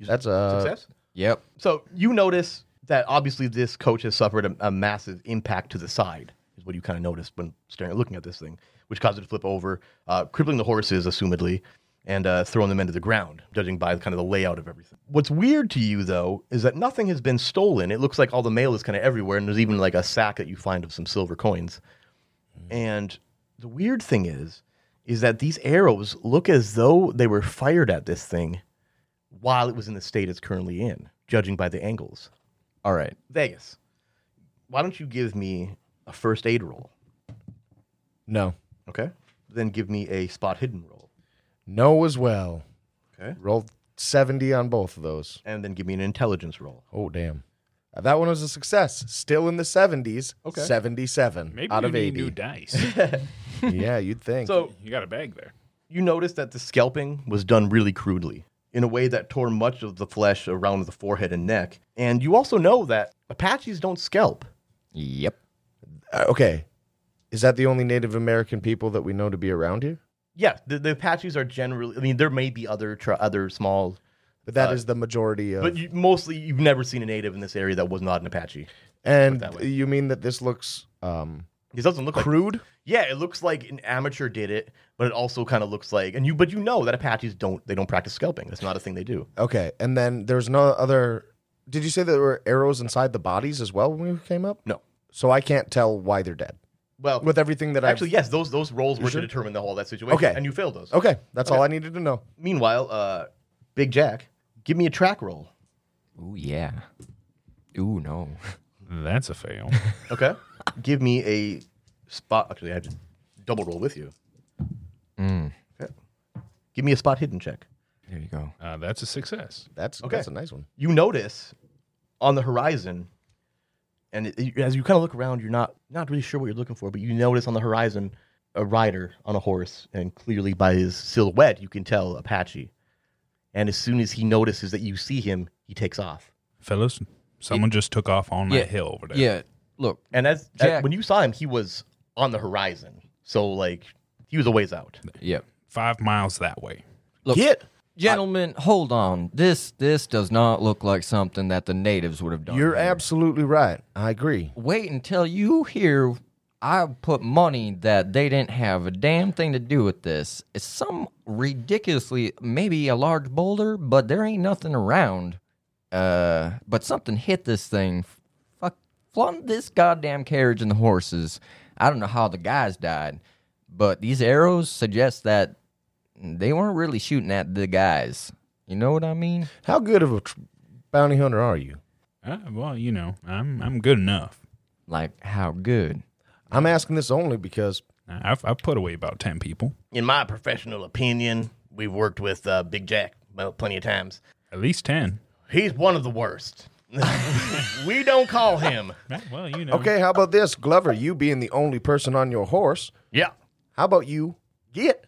[SPEAKER 3] That's uh, a
[SPEAKER 2] Success.
[SPEAKER 5] Yep.
[SPEAKER 2] So you notice that obviously this coach has suffered a, a massive impact to the side. Is what you kind of noticed when staring looking at this thing, which caused it to flip over, uh, crippling the horses, assumedly, and uh, throwing them into the ground, judging by kind of the layout of everything. What's weird to you though is that nothing has been stolen. It looks like all the mail is kind of everywhere, and there's even like a sack that you find of some silver coins. And the weird thing is, is that these arrows look as though they were fired at this thing while it was in the state it's currently in, judging by the angles.
[SPEAKER 5] All right.
[SPEAKER 2] Vegas, why don't you give me a first aid roll?
[SPEAKER 3] no,
[SPEAKER 2] Okay. Then give me a spot hidden roll.
[SPEAKER 3] no as well.
[SPEAKER 2] Okay.
[SPEAKER 3] Rolled seventy on both of those.
[SPEAKER 2] And then give me an intelligence roll.
[SPEAKER 3] Oh damn, Uh, that one was a success. Still in the seventies.
[SPEAKER 2] Okay.
[SPEAKER 3] seventy-seven
[SPEAKER 4] Maybe
[SPEAKER 3] out
[SPEAKER 4] you
[SPEAKER 3] of
[SPEAKER 4] need
[SPEAKER 3] eighty.
[SPEAKER 4] new dice.
[SPEAKER 3] yeah, you'd think.
[SPEAKER 2] So
[SPEAKER 4] you got a bag there.
[SPEAKER 2] you notice that the scalping was done really crudely in a way that tore much of the flesh around the forehead and neck. And you also know that Apaches don't scalp.
[SPEAKER 5] Yep.
[SPEAKER 3] Uh, okay, is that the only Native American people that we know to be around here?
[SPEAKER 2] Yeah, the, the Apaches are generally. I mean, there may be other tri- other small,
[SPEAKER 3] But that is
[SPEAKER 2] Uh,
[SPEAKER 3] the majority of.
[SPEAKER 2] but you, mostly you've never seen a native in this area that was not an Apache.
[SPEAKER 3] and
[SPEAKER 2] that way.
[SPEAKER 3] you mean that this looks um,
[SPEAKER 2] It doesn't look like
[SPEAKER 3] crude?
[SPEAKER 2] Yeah, it looks like an amateur did it, but it also kind of looks like and you but you know that Apaches don't they don't practice scalping. That's not a thing they do.
[SPEAKER 3] Okay, and then there's no other. Did you say there were arrows inside the bodies as well when we came up?
[SPEAKER 2] No.
[SPEAKER 3] So I can't tell why they're dead
[SPEAKER 2] Well,
[SPEAKER 3] with everything that I
[SPEAKER 2] actually yes, those those roles were
[SPEAKER 3] sure?
[SPEAKER 2] to determine the whole that situation
[SPEAKER 3] Okay.
[SPEAKER 2] and you failed those.
[SPEAKER 3] Okay, that's all I needed to know.
[SPEAKER 2] Meanwhile, uh Big Jack, give me a track roll.
[SPEAKER 5] Ooh yeah. Ooh no.
[SPEAKER 4] That's a fail.
[SPEAKER 2] Okay? give me a spot actually I have to double roll with you.
[SPEAKER 3] Mm.
[SPEAKER 2] Okay. Give me a spot hidden check.
[SPEAKER 5] There you go.
[SPEAKER 4] Uh, that's a success.
[SPEAKER 3] That's
[SPEAKER 2] Okay.
[SPEAKER 3] that's a nice one.
[SPEAKER 2] you notice on the horizon, and it- it- as you kind of look around, you're not not really sure what you're looking for, but you notice on the horizon a rider on a horse, and clearly by his silhouette, you can tell Apache. And as soon as he notices that you see him, he takes off.
[SPEAKER 4] Fellas, someone just took off on
[SPEAKER 5] Yeah.
[SPEAKER 4] that hill over there.
[SPEAKER 5] Yeah. Look.
[SPEAKER 2] And as, as-
[SPEAKER 5] Jack.
[SPEAKER 2] when you saw him, he was on the horizon, so like he was a ways out.
[SPEAKER 5] Yep.
[SPEAKER 4] Five miles that way.
[SPEAKER 5] Look.
[SPEAKER 2] Get
[SPEAKER 5] Gentlemen, hold on. This this does not look like something that the natives would have done.
[SPEAKER 3] You're
[SPEAKER 5] here.
[SPEAKER 3] absolutely right. I agree.
[SPEAKER 5] Wait until you hear. I put money that they didn't have a damn thing to do with this. It's some ridiculously, maybe a large boulder, but there ain't nothing around. Uh, but something hit this thing. Fuck, flung this goddamn carriage and the horses. I don't know how the guys died, but these arrows suggest that they weren't really shooting at the guys. You know what I mean?
[SPEAKER 3] How good of a tr- bounty hunter are you?
[SPEAKER 4] Uh, well, you know, I'm I'm good enough.
[SPEAKER 5] Like how good?
[SPEAKER 3] I'm asking this only because
[SPEAKER 4] I've I've put away about ten people,
[SPEAKER 2] in my professional opinion, we've worked with uh, Big Jack well, plenty of times.
[SPEAKER 4] at least ten.
[SPEAKER 2] He's one of the worst. we don't call him.
[SPEAKER 4] Uh, Well, you know.
[SPEAKER 3] okay, how about this, Glover? You being the only person on your horse,
[SPEAKER 2] Yeah.
[SPEAKER 3] how about you get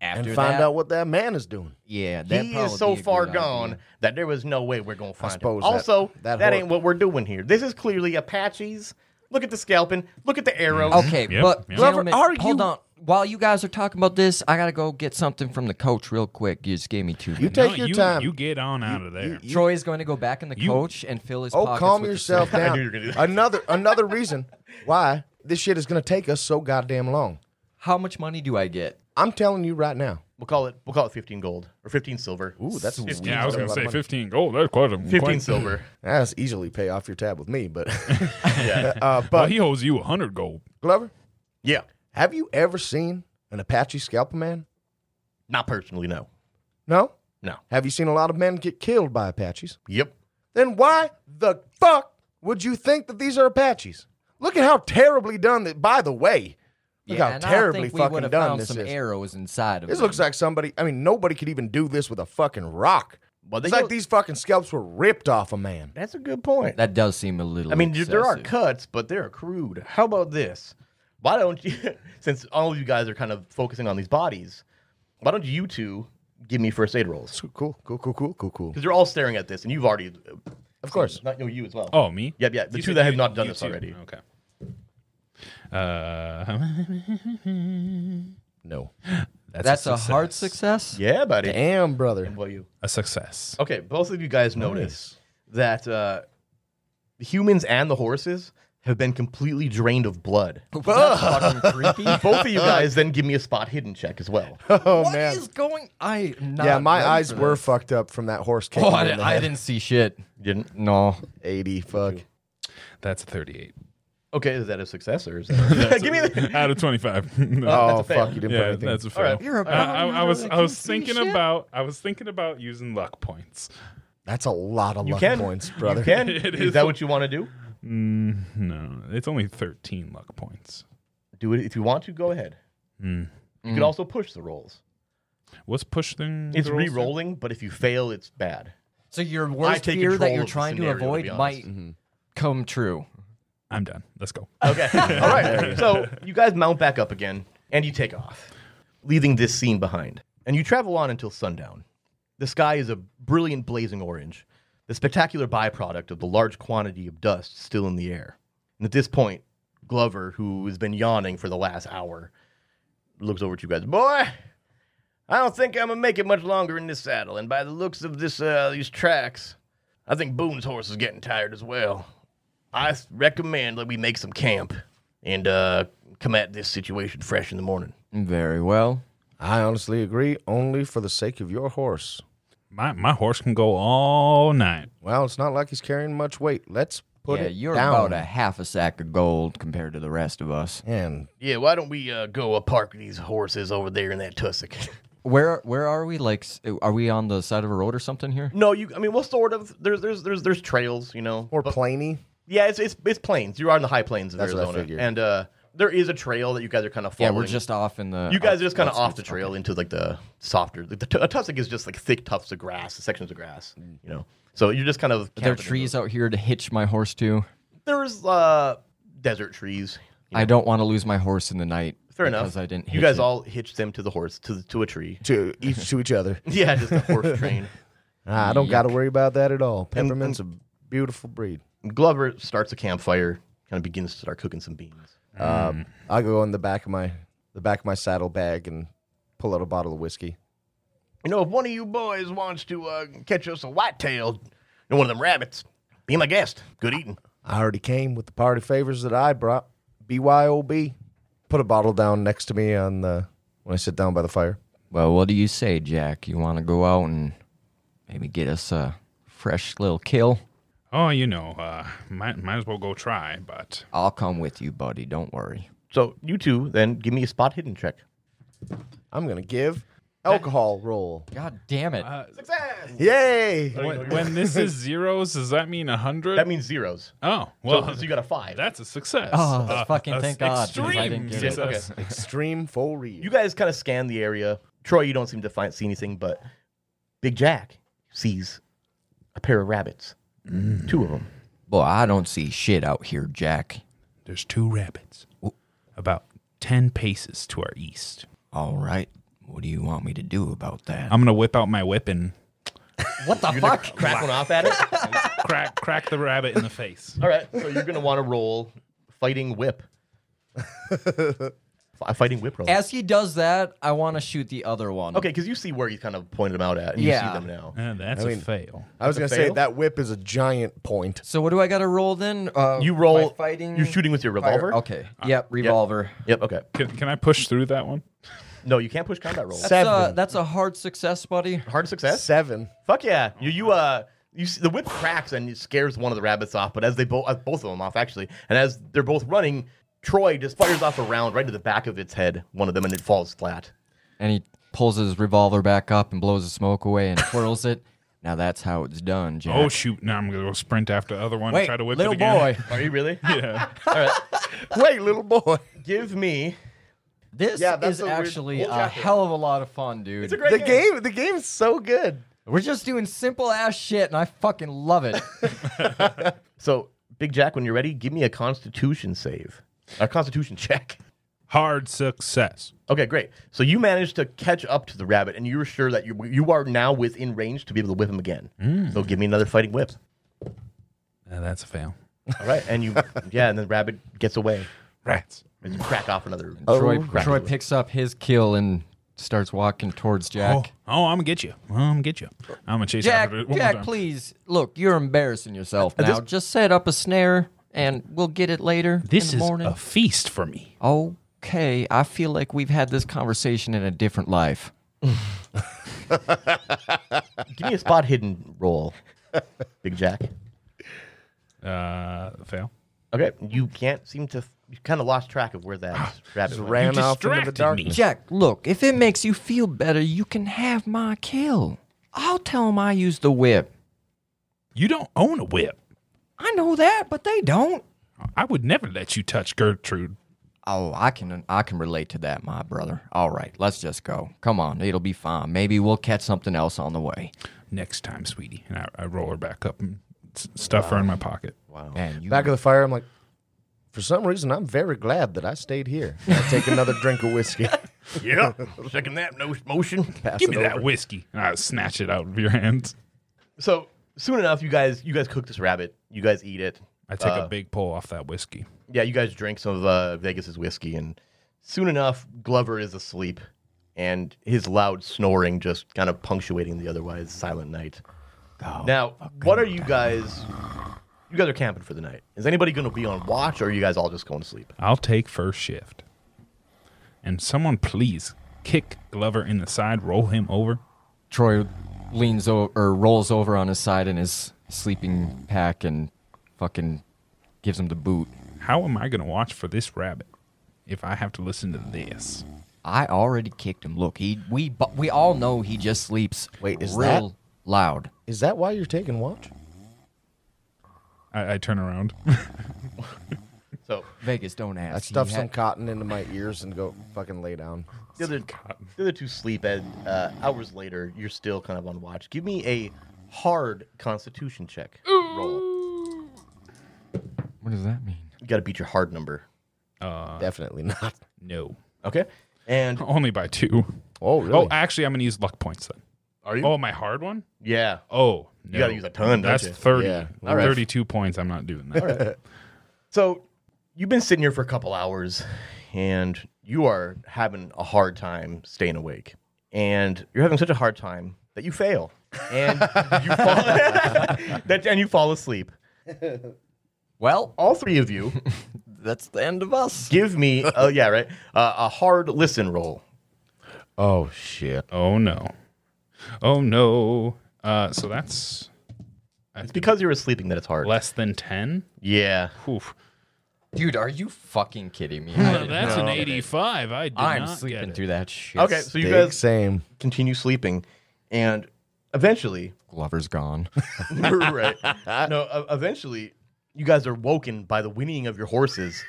[SPEAKER 3] and
[SPEAKER 5] After
[SPEAKER 3] find
[SPEAKER 5] that,
[SPEAKER 3] out what that man is doing?
[SPEAKER 5] yeah, that
[SPEAKER 2] he is so far gone that there was no way we're gonna find
[SPEAKER 3] suppose
[SPEAKER 2] him.
[SPEAKER 3] that-
[SPEAKER 2] Also, that,
[SPEAKER 3] that whole-
[SPEAKER 2] ain't what we're doing here. This is clearly Apaches. Look at the scalping. Look at the arrows.
[SPEAKER 3] Mm-hmm.
[SPEAKER 5] Okay,
[SPEAKER 4] Yep,
[SPEAKER 5] but
[SPEAKER 4] yep.
[SPEAKER 5] gentlemen,
[SPEAKER 3] Lover, are
[SPEAKER 5] hold
[SPEAKER 3] you-
[SPEAKER 5] on. While you guys are talking about this, I gotta go get something from the coach real quick. You just gave me two.
[SPEAKER 3] You
[SPEAKER 5] minutes.
[SPEAKER 4] No,
[SPEAKER 3] take your
[SPEAKER 4] you,
[SPEAKER 3] time.
[SPEAKER 4] You get on out of there.
[SPEAKER 5] Troy is going to go back in the coach and fill his.
[SPEAKER 3] Oh,
[SPEAKER 5] pockets
[SPEAKER 3] calm
[SPEAKER 5] with the
[SPEAKER 3] yourself
[SPEAKER 2] I
[SPEAKER 3] down.
[SPEAKER 2] knew you were gonna do that.
[SPEAKER 3] Another another reason why this shit is gonna take us so goddamn long.
[SPEAKER 5] How much money do I get?
[SPEAKER 3] I'm telling you right now.
[SPEAKER 2] We'll call it we'll call it 15 gold or 15 silver.
[SPEAKER 3] Ooh, that's
[SPEAKER 2] 15
[SPEAKER 4] Yeah, I
[SPEAKER 3] That's
[SPEAKER 4] was
[SPEAKER 3] a
[SPEAKER 4] gonna
[SPEAKER 3] lot of
[SPEAKER 4] say
[SPEAKER 3] money.
[SPEAKER 4] fifteen gold. That's quite a
[SPEAKER 2] 15
[SPEAKER 4] quite-
[SPEAKER 2] silver.
[SPEAKER 3] That's easily pay off your tab with me, but
[SPEAKER 2] yeah.
[SPEAKER 3] uh,
[SPEAKER 4] Well,
[SPEAKER 3] but
[SPEAKER 4] he owes you hundred gold.
[SPEAKER 3] Glover,
[SPEAKER 2] Yeah.
[SPEAKER 3] have you ever seen an Apache scalper man?
[SPEAKER 2] Not personally, no.
[SPEAKER 3] No.
[SPEAKER 2] No.
[SPEAKER 3] Have you seen a lot of men get killed by Apaches?
[SPEAKER 2] Yep.
[SPEAKER 3] Then why the fuck would you think that these are Apaches? Look at how terribly done that. By the way, look how
[SPEAKER 5] and I
[SPEAKER 3] terribly
[SPEAKER 5] think we
[SPEAKER 3] fucking
[SPEAKER 5] would've
[SPEAKER 3] done
[SPEAKER 5] found
[SPEAKER 3] this
[SPEAKER 5] some
[SPEAKER 3] is.
[SPEAKER 5] arrows inside of
[SPEAKER 3] This
[SPEAKER 5] them.
[SPEAKER 3] looks like somebody. I mean, nobody could even do this with a fucking rock.
[SPEAKER 2] Well, they
[SPEAKER 3] It's like
[SPEAKER 2] go-
[SPEAKER 3] these fucking scalps were ripped off a man.
[SPEAKER 2] That's a good point.
[SPEAKER 5] that does seem a little.
[SPEAKER 2] I mean, you- there are
[SPEAKER 5] excessive.
[SPEAKER 2] cuts, but they're crude. How about this? Why don't you, since all of you guys are kind of focusing on these bodies, why don't you two give me first aid rolls?
[SPEAKER 3] Cool, cool, cool, cool, cool, cool.
[SPEAKER 2] Because you're all staring at this, and you've already,
[SPEAKER 3] Of course.
[SPEAKER 2] not no, you as well.
[SPEAKER 4] Oh, me?
[SPEAKER 2] Yep, yeah, the
[SPEAKER 4] You
[SPEAKER 2] two
[SPEAKER 4] said
[SPEAKER 2] that have
[SPEAKER 4] you-
[SPEAKER 2] not done
[SPEAKER 4] you
[SPEAKER 2] this
[SPEAKER 4] two.
[SPEAKER 2] already.
[SPEAKER 4] Okay. Uh,
[SPEAKER 3] No.
[SPEAKER 5] That's a,
[SPEAKER 4] success.
[SPEAKER 5] hard success.
[SPEAKER 2] Yeah, buddy.
[SPEAKER 3] Damn, brother.
[SPEAKER 2] What are you?
[SPEAKER 4] A success.
[SPEAKER 2] Okay, both of you guys notice that uh, the humans and the horses have been completely drained of blood.
[SPEAKER 5] That's fucking creepy.
[SPEAKER 2] Both of you guys then give me a spot hidden check as well.
[SPEAKER 3] Oh
[SPEAKER 5] What
[SPEAKER 3] man.
[SPEAKER 5] is going? I am not
[SPEAKER 3] yeah, my
[SPEAKER 5] ready
[SPEAKER 3] eyes
[SPEAKER 5] for
[SPEAKER 3] were
[SPEAKER 5] this.
[SPEAKER 3] fucked up from that horse kick.
[SPEAKER 5] Oh, I, di- I didn't see shit.
[SPEAKER 2] Didn't.
[SPEAKER 5] No,
[SPEAKER 3] Eighty. Fuck.
[SPEAKER 4] That's a thirty-eight
[SPEAKER 2] Okay, is that a success or is that? give me the.
[SPEAKER 4] out of twenty-five.
[SPEAKER 3] Oh
[SPEAKER 2] a fail.
[SPEAKER 3] fuck! You didn't put
[SPEAKER 4] yeah,
[SPEAKER 3] anything.
[SPEAKER 4] that's a fail.
[SPEAKER 2] right.
[SPEAKER 5] you're a.
[SPEAKER 4] I, I, I was I was thinking about I was thinking about using luck points.
[SPEAKER 3] That's a lot of
[SPEAKER 2] You
[SPEAKER 3] luck
[SPEAKER 2] can.
[SPEAKER 3] points, brother.
[SPEAKER 2] You can.
[SPEAKER 4] It
[SPEAKER 2] is
[SPEAKER 4] is.
[SPEAKER 2] that what you want to do?
[SPEAKER 4] Mm, no, it's only thirteen luck points.
[SPEAKER 2] Do it if you want to. Go ahead.
[SPEAKER 4] Mm.
[SPEAKER 2] You can also push the rolls.
[SPEAKER 4] What's push thing?
[SPEAKER 2] It's
[SPEAKER 4] the rolls do?
[SPEAKER 2] re-rolling, but if you fail, it's bad.
[SPEAKER 5] So your
[SPEAKER 2] I
[SPEAKER 5] worst
[SPEAKER 2] take
[SPEAKER 5] fear
[SPEAKER 2] control
[SPEAKER 5] that you're
[SPEAKER 2] of the
[SPEAKER 5] trying to
[SPEAKER 2] scenario, to
[SPEAKER 5] avoid
[SPEAKER 2] be honest.
[SPEAKER 5] might come true.
[SPEAKER 4] I'm done. Let's go.
[SPEAKER 2] Okay. All right. So you guys mount back up again, and you take off, leaving this scene behind. And you travel on until sundown. The sky is a brilliant blazing orange, the spectacular byproduct of the large quantity of dust still in the air. And at this point, Glover, who has been yawning for the last hour, looks over at you guys. Boy, I don't think I'm gonna make it much longer in this saddle. And by the looks of this, uh, these tracks, I think Boone's horse is getting tired as well. I s- recommend that we make some camp and uh, come at this situation fresh in the morning.
[SPEAKER 5] Very well.
[SPEAKER 3] I honestly agree, only for the sake of your horse.
[SPEAKER 4] My my horse can go all night.
[SPEAKER 3] Well, it's not like he's carrying much weight. Let's put
[SPEAKER 5] yeah,
[SPEAKER 3] it
[SPEAKER 5] you're
[SPEAKER 3] down.
[SPEAKER 5] about a half a sack of gold compared to the rest of us.
[SPEAKER 3] and
[SPEAKER 2] Yeah, why don't we uh, go uh, park these horses over there in that tussock?
[SPEAKER 5] Where where are we? Like, s- are we on the side of a road or something here?
[SPEAKER 2] no, you. I mean, well, sort of. There's there's there's there's trails, you know.
[SPEAKER 3] or
[SPEAKER 2] but-
[SPEAKER 3] plainy.
[SPEAKER 2] yeah, it's it's it's plains. You are in the high plains of
[SPEAKER 3] That's what I
[SPEAKER 2] Arizona,
[SPEAKER 3] figured.
[SPEAKER 2] and uh, there is a trail that you guys are kind of
[SPEAKER 5] Yeah,
[SPEAKER 2] following.
[SPEAKER 5] we're just off in the.
[SPEAKER 2] You guys are just kind of
[SPEAKER 5] outskirts.
[SPEAKER 2] off the trail into like the softer. Like the t- a tussock is just like thick tufts of grass, sections of grass, you know. So you're just kind of.
[SPEAKER 5] Are there
[SPEAKER 2] camping in
[SPEAKER 5] trees out here to hitch my horse to?
[SPEAKER 2] the- There's uh, desert trees.
[SPEAKER 5] I don't want to lose my horse in the night.
[SPEAKER 2] Fair
[SPEAKER 5] because
[SPEAKER 2] enough.
[SPEAKER 5] I didn't.
[SPEAKER 2] you
[SPEAKER 5] hitch
[SPEAKER 2] guys
[SPEAKER 5] it.
[SPEAKER 2] all hitched them to the horse to the, to a tree.
[SPEAKER 3] To each to each other.
[SPEAKER 2] Yeah, just a horse train.
[SPEAKER 3] I don't got to worry about that at all. Peppermint's a beautiful breed.
[SPEAKER 2] Glover starts a campfire, kind of begins to start cooking some beans.
[SPEAKER 3] Uh,
[SPEAKER 5] Mm.
[SPEAKER 3] I go in the back of my the back of my saddle bag and pull out a bottle of whiskey.
[SPEAKER 2] You know, if one of you boys wants to uh, catch us a whitetail, and one of them rabbits, be my guest. Good eating.
[SPEAKER 3] I already came with the party favors that I brought. BYOB. Put a bottle down next to me on the when I sit down by the fire.
[SPEAKER 5] Well, what do you say, Jack? You want to go out and maybe get us a fresh little kill?
[SPEAKER 4] Oh, you know, uh, might might as well go try. But
[SPEAKER 5] I'll come with you, buddy. Don't worry.
[SPEAKER 2] So you two then give me a spot hidden check.
[SPEAKER 3] I'm gonna give alcohol roll.
[SPEAKER 5] God damn it!
[SPEAKER 2] Uh,
[SPEAKER 3] Yay!
[SPEAKER 4] when, when this is zeros, does that mean a hundred?
[SPEAKER 2] That means zeros.
[SPEAKER 4] oh
[SPEAKER 2] So,
[SPEAKER 4] well,
[SPEAKER 2] so you got a five.
[SPEAKER 4] that's a success.
[SPEAKER 5] Oh,
[SPEAKER 4] Uh,
[SPEAKER 5] fucking
[SPEAKER 4] a
[SPEAKER 5] thank
[SPEAKER 4] s-
[SPEAKER 5] God, because I
[SPEAKER 4] Extreme
[SPEAKER 5] didn't get it.
[SPEAKER 4] success.
[SPEAKER 3] Extreme foliage.
[SPEAKER 2] you guys kind of scan the area. Troy, you don't seem to find see anything, but Big Jack sees a pair of rabbits,
[SPEAKER 5] Mm.
[SPEAKER 2] two of them.
[SPEAKER 5] Boy, I don't see shit out here, Jack.
[SPEAKER 4] There's two rabbits, about ten paces to our east.
[SPEAKER 5] All right. What do you want me to do about that?
[SPEAKER 4] I'm gonna whip out my whip and
[SPEAKER 5] what the fuck?
[SPEAKER 2] Crackling off at it.
[SPEAKER 4] crack crack the rabbit in the face.
[SPEAKER 2] All right, so you're gonna want to roll fighting whip. F- fighting whip roll.
[SPEAKER 5] As he does that, I want to shoot the other one.
[SPEAKER 2] okay, because you see where you kind of pointed them out at, and you
[SPEAKER 5] Yeah.
[SPEAKER 2] see them now.
[SPEAKER 4] Uh, that's
[SPEAKER 3] mean-
[SPEAKER 4] a fail.
[SPEAKER 3] I was gonna
[SPEAKER 2] That's a
[SPEAKER 3] say
[SPEAKER 2] fail?
[SPEAKER 3] that whip is a giant point.
[SPEAKER 5] So what do I got to roll then? Uh,
[SPEAKER 2] You roll.
[SPEAKER 5] my fighting.
[SPEAKER 2] You're shooting with your
[SPEAKER 5] fire-
[SPEAKER 2] revolver.
[SPEAKER 5] Okay. Yep. Revolver.
[SPEAKER 2] Yep. Okay.
[SPEAKER 4] Can, can I push through that one?
[SPEAKER 2] No, you can't push combat rolls.
[SPEAKER 5] That's a,
[SPEAKER 3] Seven.
[SPEAKER 5] that's a hard success, buddy.
[SPEAKER 2] Hard success.
[SPEAKER 3] Seven.
[SPEAKER 2] Fuck yeah! You you uh you see, the whip cracks and it scares one of the rabbits off, but as they both uh, both of them off actually, and as they're both running, Troy just fires off a round right to the back of its head, one of them, and it falls flat.
[SPEAKER 5] And he pulls his revolver back up and blows the smoke away and twirls it. Now that's how it's done, Jack.
[SPEAKER 4] Oh shoot! Now I'm gonna go sprint after the other one. and
[SPEAKER 5] Wait,
[SPEAKER 4] try to whip
[SPEAKER 5] little
[SPEAKER 4] it again.
[SPEAKER 5] boy.
[SPEAKER 2] Are you really?
[SPEAKER 4] Yeah.
[SPEAKER 2] All right,
[SPEAKER 3] Wait, little boy.
[SPEAKER 2] give me.
[SPEAKER 5] This
[SPEAKER 2] Yeah, that's
[SPEAKER 5] is
[SPEAKER 2] a weird-
[SPEAKER 5] actually
[SPEAKER 2] we'll
[SPEAKER 5] a
[SPEAKER 2] check it.
[SPEAKER 5] hell of a lot of fun, dude.
[SPEAKER 2] It's a great
[SPEAKER 3] The game, the game's so good.
[SPEAKER 5] We're just doing simple ass shit, and I fucking love it.
[SPEAKER 2] So Big Jack, when you're ready, give me a Constitution save, a Constitution check.
[SPEAKER 4] Hard success.
[SPEAKER 2] Okay, great. So you managed to catch up to the rabbit, and you're sure that you you are now within range to be able to whip him again. So give me another fighting whip.
[SPEAKER 4] Uh, that's a fail.
[SPEAKER 2] All right, and you yeah, and the rabbit gets away.
[SPEAKER 4] Rats.
[SPEAKER 2] And you crack off another.
[SPEAKER 5] Troy,
[SPEAKER 2] crap.
[SPEAKER 5] Oh, Troy picks up his kill and starts walking towards
[SPEAKER 4] Oh,
[SPEAKER 5] Jack.
[SPEAKER 4] oh, I'm gonna get you. I'm gonna get you. I'm gonna chase
[SPEAKER 5] Jack,
[SPEAKER 4] after it. one more
[SPEAKER 5] Jack,
[SPEAKER 4] time. Uh,
[SPEAKER 5] please. Look, you're embarrassing yourself now.
[SPEAKER 2] this-
[SPEAKER 5] just set up a snare, and we'll get it later
[SPEAKER 4] This
[SPEAKER 5] in
[SPEAKER 4] is
[SPEAKER 5] the morning.
[SPEAKER 4] a feast for me.
[SPEAKER 5] okay, I feel like we've had this conversation in a different life.
[SPEAKER 2] Give me a spot hidden roll, Big Jack.
[SPEAKER 4] Uh, fail.
[SPEAKER 2] Okay, you can't seem to. You kind of lost track of where that rabbit went.
[SPEAKER 3] Ran off into the
[SPEAKER 4] distracted me.
[SPEAKER 3] darkness.
[SPEAKER 5] Jack, look, if it makes you feel better, you can have my kill. I'll tell him I used the whip.
[SPEAKER 4] You don't own a whip.
[SPEAKER 5] I know that, but they don't.
[SPEAKER 4] I would never let you touch Gertrude.
[SPEAKER 5] Oh, I can I can relate to that, my brother. All right, let's just go. Come on, it'll be fine. Maybe we'll catch something else on the way.
[SPEAKER 4] Next time, sweetie. And I, I roll her back up and s- stuff her in my pocket.
[SPEAKER 5] Man, you
[SPEAKER 3] Back of the fire, I'm like, for some reason, I'm very glad that I stayed here. And I take another drink of whiskey.
[SPEAKER 2] Yeah, second that no motion.
[SPEAKER 4] Give me that whiskey. And I snatch it out of your hands.
[SPEAKER 2] So soon enough, you guys, you guys cook this rabbit. You guys eat it.
[SPEAKER 4] I take
[SPEAKER 2] Uh,
[SPEAKER 4] a big pull off that whiskey.
[SPEAKER 2] Yeah, you guys drink some of uh, Vegas's whiskey, and soon enough, Glover is asleep, and his loud snoring just kind of punctuating the otherwise silent night. now, what are you guys? You guys are camping for the night. Is anybody going to be on watch, or are you guys all just going to sleep?
[SPEAKER 4] I'll take first shift. And someone, please kick Glover in the side, roll him over.
[SPEAKER 5] Troy leans over or rolls over on his side in his sleeping pack and fucking gives him the boot.
[SPEAKER 4] How am I going to watch for this rabbit if I have to listen to this?
[SPEAKER 5] I already kicked him. Look, he we bu- we all know he just sleeps
[SPEAKER 3] Wait, is
[SPEAKER 5] real loud.
[SPEAKER 3] Is that why you're taking watch?
[SPEAKER 4] I, I turn around.
[SPEAKER 2] So
[SPEAKER 5] Vegas, don't ask.
[SPEAKER 3] I
[SPEAKER 5] He
[SPEAKER 3] stuff
[SPEAKER 5] ha-
[SPEAKER 3] some cotton into my ears and go fucking lay down.
[SPEAKER 2] the other, the other two sleep, and uh, hours later, you're still kind of on watch. Give me a hard Constitution check roll.
[SPEAKER 5] What does that mean?
[SPEAKER 2] You got to beat your hard number.
[SPEAKER 3] Definitely not.
[SPEAKER 4] No.
[SPEAKER 2] Okay, and
[SPEAKER 4] Only by two.
[SPEAKER 3] Oh, really?
[SPEAKER 4] Oh, actually, I'm going to use luck points then.
[SPEAKER 2] are you?
[SPEAKER 4] Oh, my hard one?
[SPEAKER 2] yeah.
[SPEAKER 4] Oh, no.
[SPEAKER 2] gotta use a ton, don't
[SPEAKER 4] That's
[SPEAKER 2] you?
[SPEAKER 4] 30.
[SPEAKER 3] Yeah.
[SPEAKER 2] All right.
[SPEAKER 4] 32 points. I'm not doing that.
[SPEAKER 2] So you've been sitting here for a couple hours and you are having a hard time staying awake. And you're having such a hard time that you fail. And you fall that, and you fall asleep.
[SPEAKER 5] Well,
[SPEAKER 2] All three of you
[SPEAKER 5] that's the end of us.
[SPEAKER 2] give me oh yeah, right. Uh, a hard listen roll.
[SPEAKER 3] Oh, shit.
[SPEAKER 4] Oh, no. Oh, no. Uh, so that's
[SPEAKER 2] It's because you were sleeping that it's hard.
[SPEAKER 4] less than 10.
[SPEAKER 2] Yeah.
[SPEAKER 4] Oof.
[SPEAKER 5] Dude, are you fucking kidding me?
[SPEAKER 4] Well, that's an 85. I did
[SPEAKER 5] I'm
[SPEAKER 4] not get
[SPEAKER 5] sleeping
[SPEAKER 4] it.
[SPEAKER 5] through that shit.
[SPEAKER 2] Okay, so you
[SPEAKER 3] Big
[SPEAKER 2] guys
[SPEAKER 3] same.
[SPEAKER 2] continue sleeping and eventually
[SPEAKER 5] Glover's gone.
[SPEAKER 2] right. No, e- eventually, you guys are woken by the whinnying of your horses,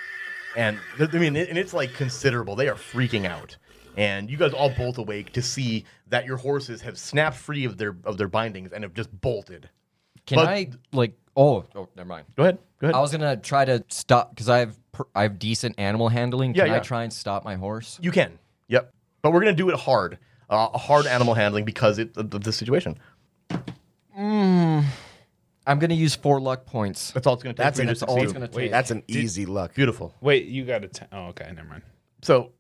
[SPEAKER 2] and th- I mean, it- and it's like considerable. They are freaking out, and you guys all bolt awake to see that your horses have snapped free of their of their bindings and have just bolted.
[SPEAKER 5] Can
[SPEAKER 2] But-
[SPEAKER 5] I like? Oh, oh, never mind.
[SPEAKER 2] Go ahead, go ahead.
[SPEAKER 5] I was gonna try to stop because I have per- I have decent animal handling.
[SPEAKER 2] Yeah,
[SPEAKER 5] Can
[SPEAKER 2] yeah.
[SPEAKER 5] I try and stop my horse?
[SPEAKER 2] you can. Yep. But we're gonna do it hard, uh, a hard animal handling because it, of of the situation.
[SPEAKER 5] I'm gonna use four luck points.
[SPEAKER 2] That's all it's gonna take.
[SPEAKER 3] That's
[SPEAKER 2] for you
[SPEAKER 3] an,
[SPEAKER 2] to
[SPEAKER 5] that's all it's
[SPEAKER 2] succeed.
[SPEAKER 5] gonna take.
[SPEAKER 3] that's an easy luck.
[SPEAKER 2] Beautiful.
[SPEAKER 4] Wait, you got a 10. Oh, okay. Never mind.
[SPEAKER 2] So,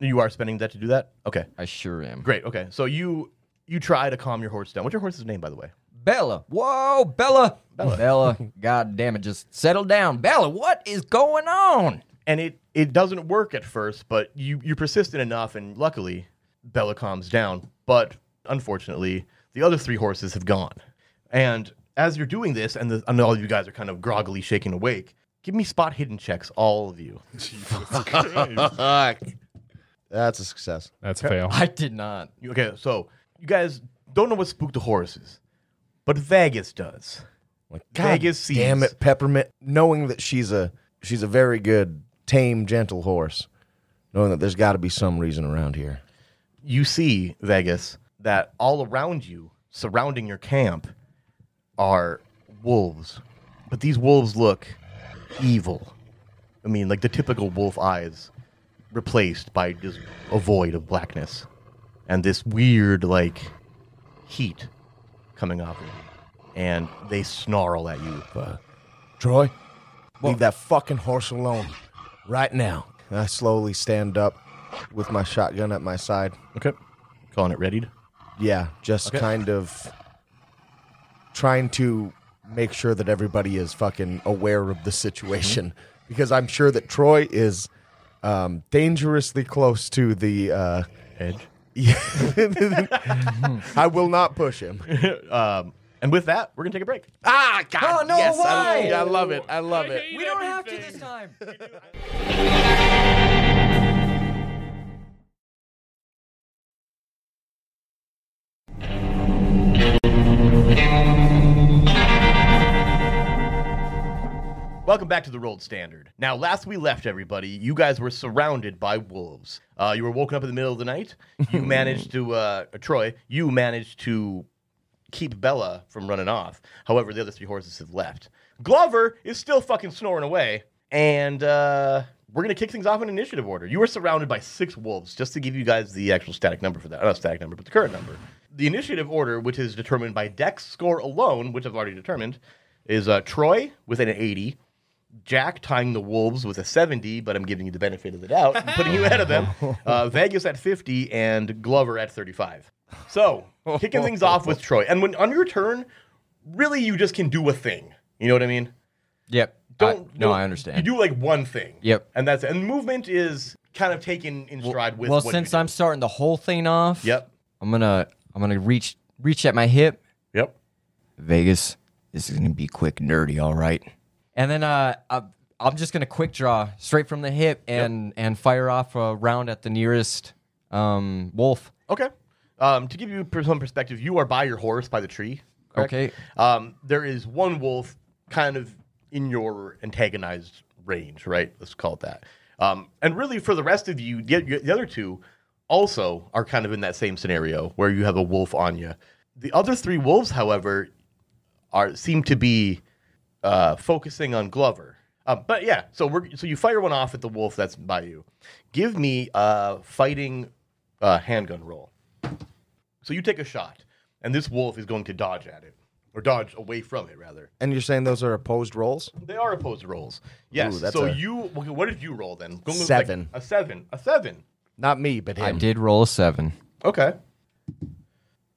[SPEAKER 2] you are spending that to do that. Okay.
[SPEAKER 5] I sure am.
[SPEAKER 2] Great. Okay. So you you try to calm your horse down. What's your horse's name, by the way?
[SPEAKER 5] Bella, whoa, Bella, Bella, Bella. God damn it, just settle down, Bella. What is going on?
[SPEAKER 2] and it it doesn't work at first, but you you persistent enough, and luckily Bella calms down. But unfortunately, the other three horses have gone. And as you're doing this, and, the, and all of you guys are kind of groggily shaking awake, give me spot hidden checks, all of you.
[SPEAKER 3] That's a success.
[SPEAKER 4] That's a fail.
[SPEAKER 5] I did not.
[SPEAKER 2] You- Okay, so you guys don't know what spooked the horses, but Vegas does.
[SPEAKER 3] Like,
[SPEAKER 2] Vegas
[SPEAKER 3] damn
[SPEAKER 2] sees.
[SPEAKER 3] it, Peppermint. Knowing that she's a she's a very good, tame, gentle horse. Knowing that there's got to be some reason around here.
[SPEAKER 2] you see Vegas that all around you, surrounding your camp, are wolves. But these wolves look evil. I mean, like the typical wolf eyes, replaced by just a void of blackness, and this weird like heat coming off of them. And they snarl at you.
[SPEAKER 3] Troy, leave that fucking horse alone right now. And I slowly stand up with my shotgun at my side.
[SPEAKER 2] Okay. Calling it readied.
[SPEAKER 3] Yeah, just kind of trying to make sure that everybody is fucking aware of the situation because I'm sure that Troy is um, dangerously close to the. Uh,
[SPEAKER 2] Edge.
[SPEAKER 3] I will not push him.
[SPEAKER 2] Um, and with that, we're gonna take a break.
[SPEAKER 3] ah, God,
[SPEAKER 5] Oh, no
[SPEAKER 3] yes, I,
[SPEAKER 5] way!
[SPEAKER 3] I love it. I love it.
[SPEAKER 5] We don't have to this time.
[SPEAKER 2] Welcome back to the Rolled Standard. Now, last we left everybody, you guys were surrounded by wolves. Uh, you were woken up in the middle of the night. You managed to, uh, Troy, you managed to keep Bella from running off. However, the other three horses have left. Glover is still fucking snoring away. And uh, we're going to kick things off in initiative order. You are surrounded by six wolves, just to give you guys the actual static number for that. Not static number, but the current number. The initiative order, which is determined by dex score alone, which I've already determined, is uh, Troy with an 80. Jack tying the Wolves with a 70, but I'm giving you the benefit of the doubt, and putting you ahead of them. Uh, Vegas at 50 and Glover at 35. So, kicking things off with Troy. And when on your turn, really you just can do a thing. You know what I mean?
[SPEAKER 5] Yep. I-
[SPEAKER 2] Don't
[SPEAKER 5] no,
[SPEAKER 2] don't-
[SPEAKER 5] I understand.
[SPEAKER 2] You do like one thing.
[SPEAKER 5] Yep.
[SPEAKER 2] And that's it. And movement is kind of taken in stride with
[SPEAKER 5] well,
[SPEAKER 2] what you
[SPEAKER 5] since
[SPEAKER 2] do.
[SPEAKER 5] I'm starting the whole thing off,
[SPEAKER 2] Yep.
[SPEAKER 5] I'm gonna I'm gonna reach reach at my hip.
[SPEAKER 2] Yep.
[SPEAKER 5] Vegas, this is gonna be quick, nerdy, all right. And then uh, I, I'm just gonna quick draw straight from the hip and and fire off a round at the nearest um, wolf.
[SPEAKER 2] Okay. Um, to give you per- some perspective, you are by your horse by the tree. correct?
[SPEAKER 5] Okay.
[SPEAKER 2] Um, there is one wolf kind of in your antagonized range, right? Let's call it that. Um, and really, for the rest of you, the, the other two also are kind of in that same scenario where you have a wolf on you. The other three wolves, however, are seem to be uh, focusing on Glover. Uh, but yeah, so we're so you fire one off at the wolf that's by you. Give me a fighting uh, handgun roll. So you take a shot, and this wolf is going to dodge at it, or dodge away from it rather.
[SPEAKER 3] And you're saying those are opposed rolls?
[SPEAKER 2] They are opposed rolls. Yes.
[SPEAKER 3] Ooh, that's
[SPEAKER 2] so
[SPEAKER 3] a-
[SPEAKER 2] you okay, what did you roll then? Go look like
[SPEAKER 3] Seven.
[SPEAKER 2] a seven. A seven.
[SPEAKER 3] Not me, but him.
[SPEAKER 5] I did roll a seven.
[SPEAKER 2] Okay.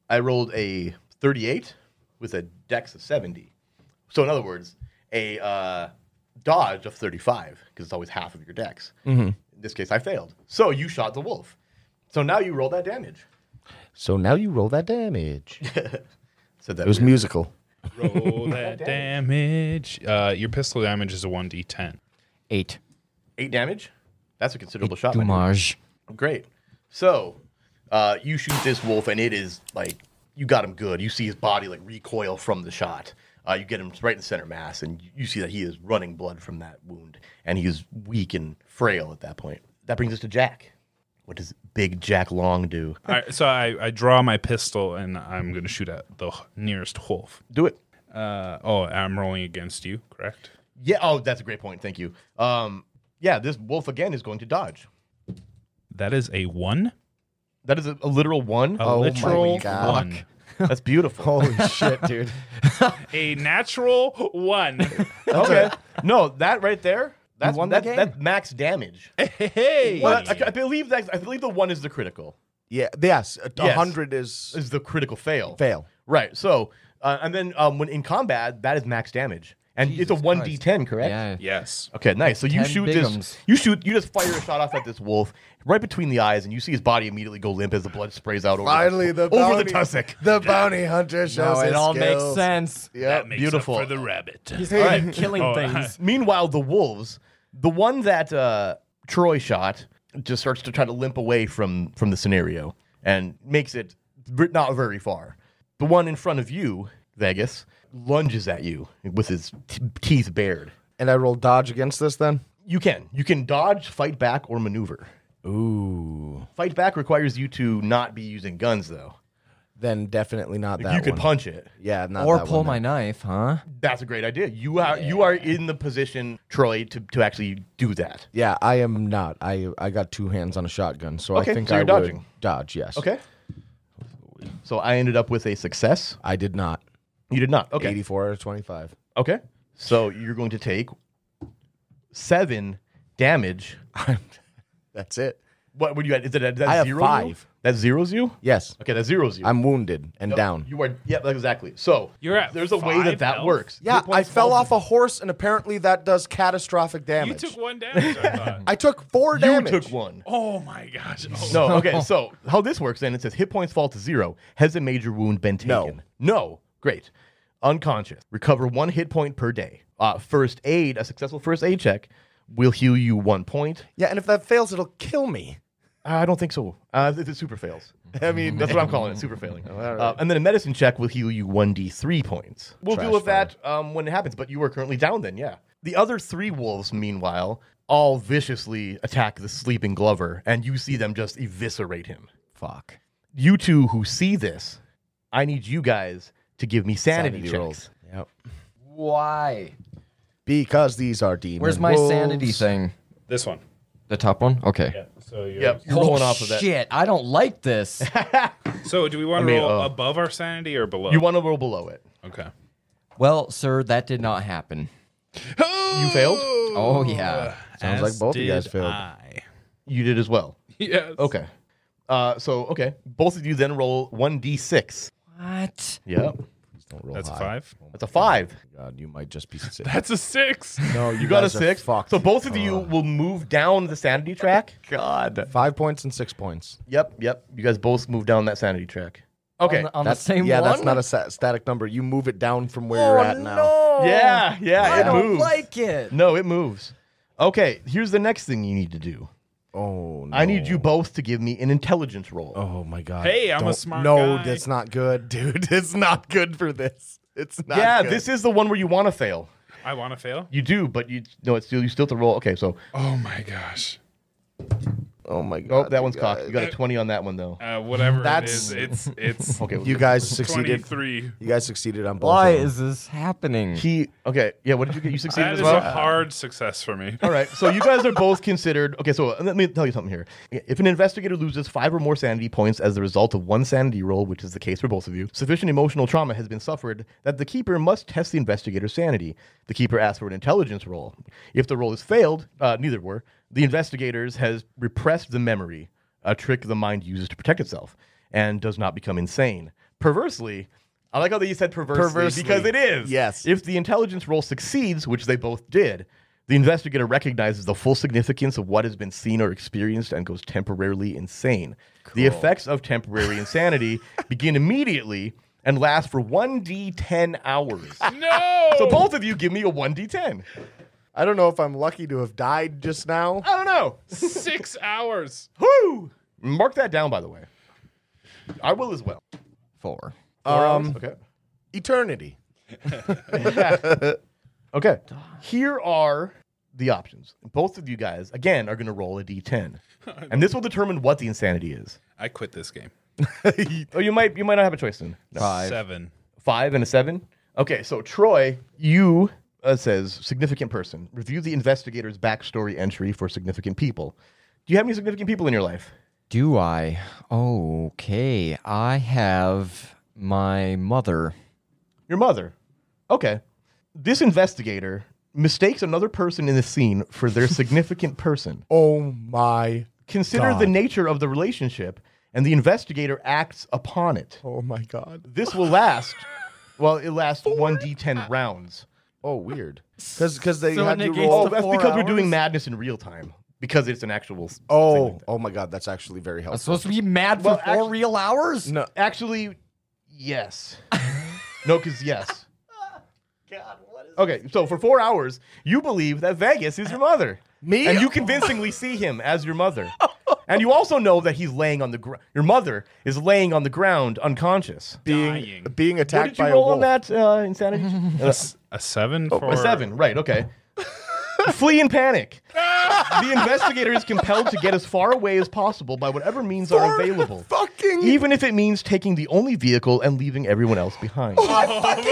[SPEAKER 2] I rolled a 38 with a dex of 70. So, in other words, a uh, dodge of 35, because it's always half of your dex.
[SPEAKER 3] Mm-hmm.
[SPEAKER 2] In this case, I failed. So, you shot the wolf. So, now you roll that damage.
[SPEAKER 3] So now you roll that damage. it
[SPEAKER 2] Said that
[SPEAKER 3] was
[SPEAKER 2] weird.
[SPEAKER 3] musical.
[SPEAKER 4] Roll that damage. Uh, your pistol damage is a 1d10.
[SPEAKER 5] Eight.
[SPEAKER 2] eight damage. That's a considerable shot. my dude.
[SPEAKER 5] Dumage.
[SPEAKER 2] Great. So, uh, you shoot this wolf, and it is like you got him good. You see his body like recoil from the shot. Uh, you get him right in center mass, and you see that he is running blood from that wound, and he is weak and frail at that point. That brings us to Jack. What does Big Jack Long do?
[SPEAKER 4] All right, so I, I draw my pistol and I'm going to shoot at the h- nearest wolf.
[SPEAKER 2] Do it.
[SPEAKER 4] Uh, oh, I'm rolling against you, correct?
[SPEAKER 2] Yeah. Oh, that's a great point. Thank you. Um, yeah, this wolf again is going to dodge.
[SPEAKER 4] That is a one.
[SPEAKER 2] That is a, a literal one.
[SPEAKER 4] A
[SPEAKER 2] Oh,
[SPEAKER 4] literal
[SPEAKER 3] God.
[SPEAKER 4] one.
[SPEAKER 2] that's beautiful.
[SPEAKER 3] Holy shit, dude.
[SPEAKER 4] A natural one.
[SPEAKER 2] okay. no, that right there. That's
[SPEAKER 3] won the
[SPEAKER 2] that's,
[SPEAKER 3] game.
[SPEAKER 2] that's max damage.
[SPEAKER 4] hey.
[SPEAKER 2] Well, I, I believe that I believe the one is the critical
[SPEAKER 3] Yeah, yes, a
[SPEAKER 2] Yes.
[SPEAKER 3] 100 is
[SPEAKER 2] is the critical fail.
[SPEAKER 3] fail.
[SPEAKER 2] Right. So uh, and then um, when in combat, that is max damage. And it's a
[SPEAKER 5] Jesus
[SPEAKER 2] one d ten, correct?
[SPEAKER 5] Yeah.
[SPEAKER 4] Yes.
[SPEAKER 2] Okay, nice. So you
[SPEAKER 5] 10
[SPEAKER 2] shoot
[SPEAKER 5] bigums.
[SPEAKER 2] this. You shoot. You just fire a shot off at this wolf right between the eyes, and you see his body immediately go limp as the blood sprays out over
[SPEAKER 3] Finally,
[SPEAKER 2] the,
[SPEAKER 3] the
[SPEAKER 2] over the
[SPEAKER 3] bounty-
[SPEAKER 2] tussock.
[SPEAKER 3] The bounty hunter shows
[SPEAKER 5] Now it
[SPEAKER 3] his
[SPEAKER 5] all makes
[SPEAKER 3] skills.
[SPEAKER 5] sense.
[SPEAKER 2] Yeah, beautiful.
[SPEAKER 4] rabbit.
[SPEAKER 6] He's good at killing
[SPEAKER 4] Oh,
[SPEAKER 6] things.
[SPEAKER 2] Meanwhile, the wolves, the one that uh, Troy shot, just starts to try to limp away from from the scenario and makes it v- not very far. The one in front of you, Vegas, lunges at you with his t- teeth bared.
[SPEAKER 3] And I roll dodge against this then?
[SPEAKER 2] You can you can dodge, fight back, or maneuver. Ooh. Fight back requires you to not be using guns, though.
[SPEAKER 3] Then definitely not that
[SPEAKER 2] you could
[SPEAKER 3] one.
[SPEAKER 2] punch it.
[SPEAKER 3] yeah, not
[SPEAKER 5] Or
[SPEAKER 3] that
[SPEAKER 5] pull
[SPEAKER 3] one,
[SPEAKER 5] my
[SPEAKER 3] then.
[SPEAKER 5] knife, huh?
[SPEAKER 2] That's a great idea. You are you are in the position, Troy, to, to actually do that.
[SPEAKER 3] Yeah, I am not. I I got two hands on a shotgun, so
[SPEAKER 2] Okay,
[SPEAKER 3] I think
[SPEAKER 2] so you're
[SPEAKER 3] I
[SPEAKER 2] dodging.
[SPEAKER 3] would dodge. Yes.
[SPEAKER 2] Okay. So I ended up with a success.
[SPEAKER 3] I did not.
[SPEAKER 2] You did not. Okay.
[SPEAKER 3] Eighty-four out of twenty-five.
[SPEAKER 2] Okay. So you're going to take seven damage.
[SPEAKER 3] That's it.
[SPEAKER 2] What would you add? Is it a, that
[SPEAKER 3] I have
[SPEAKER 2] zero?
[SPEAKER 3] five.
[SPEAKER 2] That zeros you?
[SPEAKER 3] Yes,
[SPEAKER 2] Okay, that zeros you.
[SPEAKER 3] I'm wounded and
[SPEAKER 2] Yep,
[SPEAKER 3] down.
[SPEAKER 2] You are. Yep, exactly. So
[SPEAKER 4] You're at
[SPEAKER 2] There's a way
[SPEAKER 4] five
[SPEAKER 2] that that
[SPEAKER 4] health?
[SPEAKER 2] works.
[SPEAKER 3] Yeah,
[SPEAKER 2] Hit
[SPEAKER 3] I
[SPEAKER 2] points
[SPEAKER 3] fell
[SPEAKER 2] fall
[SPEAKER 3] off
[SPEAKER 2] to-
[SPEAKER 3] a horse, and apparently that does catastrophic
[SPEAKER 4] You
[SPEAKER 3] damage.
[SPEAKER 4] took one damage. I thought.
[SPEAKER 3] I took four
[SPEAKER 2] You
[SPEAKER 3] damage.
[SPEAKER 2] took one.
[SPEAKER 4] oh my gosh. Oh.
[SPEAKER 2] No. Okay. So how this works then? It says hit points fall to zero. Has a major wound been
[SPEAKER 3] No.
[SPEAKER 2] taken? No. Great. Unconscious. Recover one hit point per day. Uh, first aid. A successful first aid check will heal you one point.
[SPEAKER 3] Yeah, and if that fails, it'll kill me.
[SPEAKER 2] I don't think so. Uh, it, it super fails.
[SPEAKER 3] I mean,
[SPEAKER 2] That's what I'm calling it. Super failing. uh, and then a medicine check will heal you 1d3 points. We'll deal
[SPEAKER 3] Trash
[SPEAKER 2] with that um, when it happens, but you are currently down then, yeah. The other three wolves, meanwhile, all viciously attack the sleeping Glover, and you see them just eviscerate him.
[SPEAKER 5] Fuck.
[SPEAKER 2] You two who see this, I need you guys to give me sanity,
[SPEAKER 3] Sanity
[SPEAKER 2] checks.
[SPEAKER 3] rolls. Yep.
[SPEAKER 5] Why?
[SPEAKER 3] Because these are demons.
[SPEAKER 5] Where's my sanity thing?
[SPEAKER 4] This one.
[SPEAKER 5] The top one? Okay.
[SPEAKER 4] Yeah. So you're,
[SPEAKER 2] Yep, you're rolling
[SPEAKER 5] oh,
[SPEAKER 2] off of that.
[SPEAKER 5] Shit, I don't like this.
[SPEAKER 4] So do we want to
[SPEAKER 2] mean,
[SPEAKER 4] roll
[SPEAKER 2] uh,
[SPEAKER 4] above our sanity or below?
[SPEAKER 2] You want to roll below it.
[SPEAKER 4] okay.
[SPEAKER 5] well, sir, that did not happen.
[SPEAKER 2] You failed?
[SPEAKER 5] Oh, yeah.
[SPEAKER 3] Sounds like both of you guys failed.
[SPEAKER 2] You did as well.
[SPEAKER 4] Yes.
[SPEAKER 2] Okay. Uh, so, okay. Both of you then roll 1d6.
[SPEAKER 5] What?
[SPEAKER 2] Yep.
[SPEAKER 3] Don't roll
[SPEAKER 4] That's a
[SPEAKER 3] high.
[SPEAKER 4] five.
[SPEAKER 2] That's a five.
[SPEAKER 3] God, you might just be sick.
[SPEAKER 4] That's a six.
[SPEAKER 3] no, you,
[SPEAKER 2] You got a
[SPEAKER 3] guys are
[SPEAKER 2] six.
[SPEAKER 3] Fucked.
[SPEAKER 2] So both of you will move down the sanity track. God.
[SPEAKER 3] Five points and six points.
[SPEAKER 2] Yep, yep. You guys both move down that sanity track. Okay.
[SPEAKER 5] On, the, on
[SPEAKER 3] That's
[SPEAKER 5] the same
[SPEAKER 3] yeah.
[SPEAKER 5] one?
[SPEAKER 3] That's not a sa- static number. You move it down from where
[SPEAKER 5] Oh,
[SPEAKER 3] you're at now.
[SPEAKER 5] no.
[SPEAKER 2] yeah, yeah.
[SPEAKER 5] I
[SPEAKER 2] it
[SPEAKER 5] don't
[SPEAKER 2] moves.
[SPEAKER 5] like it.
[SPEAKER 2] No, it moves. Okay, here's the next thing you need to do.
[SPEAKER 3] Oh no.
[SPEAKER 2] I need you both to give me an intelligence roll.
[SPEAKER 3] Oh my god.
[SPEAKER 4] Hey, I'm a
[SPEAKER 3] Don't-
[SPEAKER 4] smart
[SPEAKER 3] No,
[SPEAKER 4] guy.
[SPEAKER 3] that's not good, dude. It's not good for this. It's not.
[SPEAKER 2] yeah,
[SPEAKER 3] good.
[SPEAKER 2] this is the one where you want to fail.
[SPEAKER 4] I want to fail.
[SPEAKER 2] You do, but you no, it's still you still have to roll. Okay, so
[SPEAKER 4] Oh my gosh.
[SPEAKER 3] Oh my
[SPEAKER 2] oh,
[SPEAKER 3] god.
[SPEAKER 2] that one's cocked. You got a twenty on that one though.
[SPEAKER 4] Uh, whatever
[SPEAKER 3] That's-
[SPEAKER 4] it is, it's it's
[SPEAKER 2] Okay,
[SPEAKER 3] You guys succeeded.
[SPEAKER 4] 23.
[SPEAKER 3] You guys succeeded on both.
[SPEAKER 5] Why
[SPEAKER 3] of them.
[SPEAKER 5] is this happening?
[SPEAKER 2] he okay. Yeah, what did you get? You succeeded
[SPEAKER 4] That
[SPEAKER 2] as
[SPEAKER 4] is
[SPEAKER 2] well.
[SPEAKER 4] a hard success for me.
[SPEAKER 2] All right, so you guys are both considered. Okay, so let me tell you something here. If an investigator loses five or more sanity points as the result of one sanity roll, which is the case for both of you, sufficient emotional trauma has been suffered that the keeper must test the investigator's sanity. The keeper asks for an intelligence roll. If the roll is failed, uh, neither were, the investigators has repressed the memory, a trick the mind uses to protect itself, and does not become insane. Perversely, I like how that you said perversely,
[SPEAKER 3] Perversely.
[SPEAKER 2] because it is.
[SPEAKER 3] Yes.
[SPEAKER 2] If the intelligence roll succeeds, which they both did, the investigator recognizes the full significance of what has been seen or experienced and goes temporarily insane. The effects of temporary insanity begin immediately and last for 1d10 hours.
[SPEAKER 4] No.
[SPEAKER 2] so both of you give me a 1d10.
[SPEAKER 3] I don't know if I'm lucky to have died just now.
[SPEAKER 2] I don't know.
[SPEAKER 4] Six hours.
[SPEAKER 2] Whoo! Mark that down, by the way. I will as well.
[SPEAKER 5] Four.
[SPEAKER 3] Um,
[SPEAKER 2] Okay.
[SPEAKER 3] eternity.
[SPEAKER 2] Okay. Here are the options. Both of you guys, again, are going to roll a d10. And this will determine what the insanity is.
[SPEAKER 4] I quit this game.
[SPEAKER 2] Oh, you might you might not have a choice then.
[SPEAKER 5] Five.
[SPEAKER 4] Seven.
[SPEAKER 2] Five and a seven. Okay, so Troy, you uh, says significant person. Review the investigator's backstory entry for significant people. Do you have any significant people in your life?
[SPEAKER 5] Do I? Okay. I have my mother.
[SPEAKER 2] Your mother. Okay. This investigator mistakes another person in the scene for their significant person.
[SPEAKER 3] Oh my.
[SPEAKER 2] Consider the nature of the relationship, and the investigator acts upon it.
[SPEAKER 3] Oh my god.
[SPEAKER 2] This will last. Well, it lasts one d10 rounds.
[SPEAKER 3] Oh, weird. Because they
[SPEAKER 5] So it
[SPEAKER 3] had to
[SPEAKER 5] negates
[SPEAKER 3] roll.
[SPEAKER 2] Oh,
[SPEAKER 5] the
[SPEAKER 2] That's
[SPEAKER 5] Four
[SPEAKER 2] because we're doing
[SPEAKER 5] hours?
[SPEAKER 2] madness in real time because it's an actual. s-
[SPEAKER 3] oh,
[SPEAKER 2] thing like that.
[SPEAKER 3] oh my God, that's actually very
[SPEAKER 5] I'm
[SPEAKER 3] helpful.
[SPEAKER 5] supposed to be mad for
[SPEAKER 2] Well,
[SPEAKER 5] four
[SPEAKER 2] actu-
[SPEAKER 5] real hours?
[SPEAKER 3] No,
[SPEAKER 2] actually, yes. no, because yes. God, what is okay, so for four hours, you believe that Vegas is your mother.
[SPEAKER 3] Me?
[SPEAKER 2] And you convincingly see him as your mother. and you also know that he's laying on the ground. Your mother is laying on the ground unconscious.
[SPEAKER 3] being
[SPEAKER 4] Dying.
[SPEAKER 3] being
[SPEAKER 2] What
[SPEAKER 3] attacked
[SPEAKER 2] did you
[SPEAKER 3] by a
[SPEAKER 2] roll on
[SPEAKER 3] wolf.
[SPEAKER 2] that uh, insanity? Uh,
[SPEAKER 4] A seven
[SPEAKER 3] Oh,
[SPEAKER 4] for
[SPEAKER 2] a seven, right? Okay. Flee in panic. the investigator is compelled to get as far away as possible by whatever means are available,
[SPEAKER 3] Fucking
[SPEAKER 2] even if it means taking the only vehicle and leaving everyone else behind.
[SPEAKER 3] Oh,
[SPEAKER 4] Oh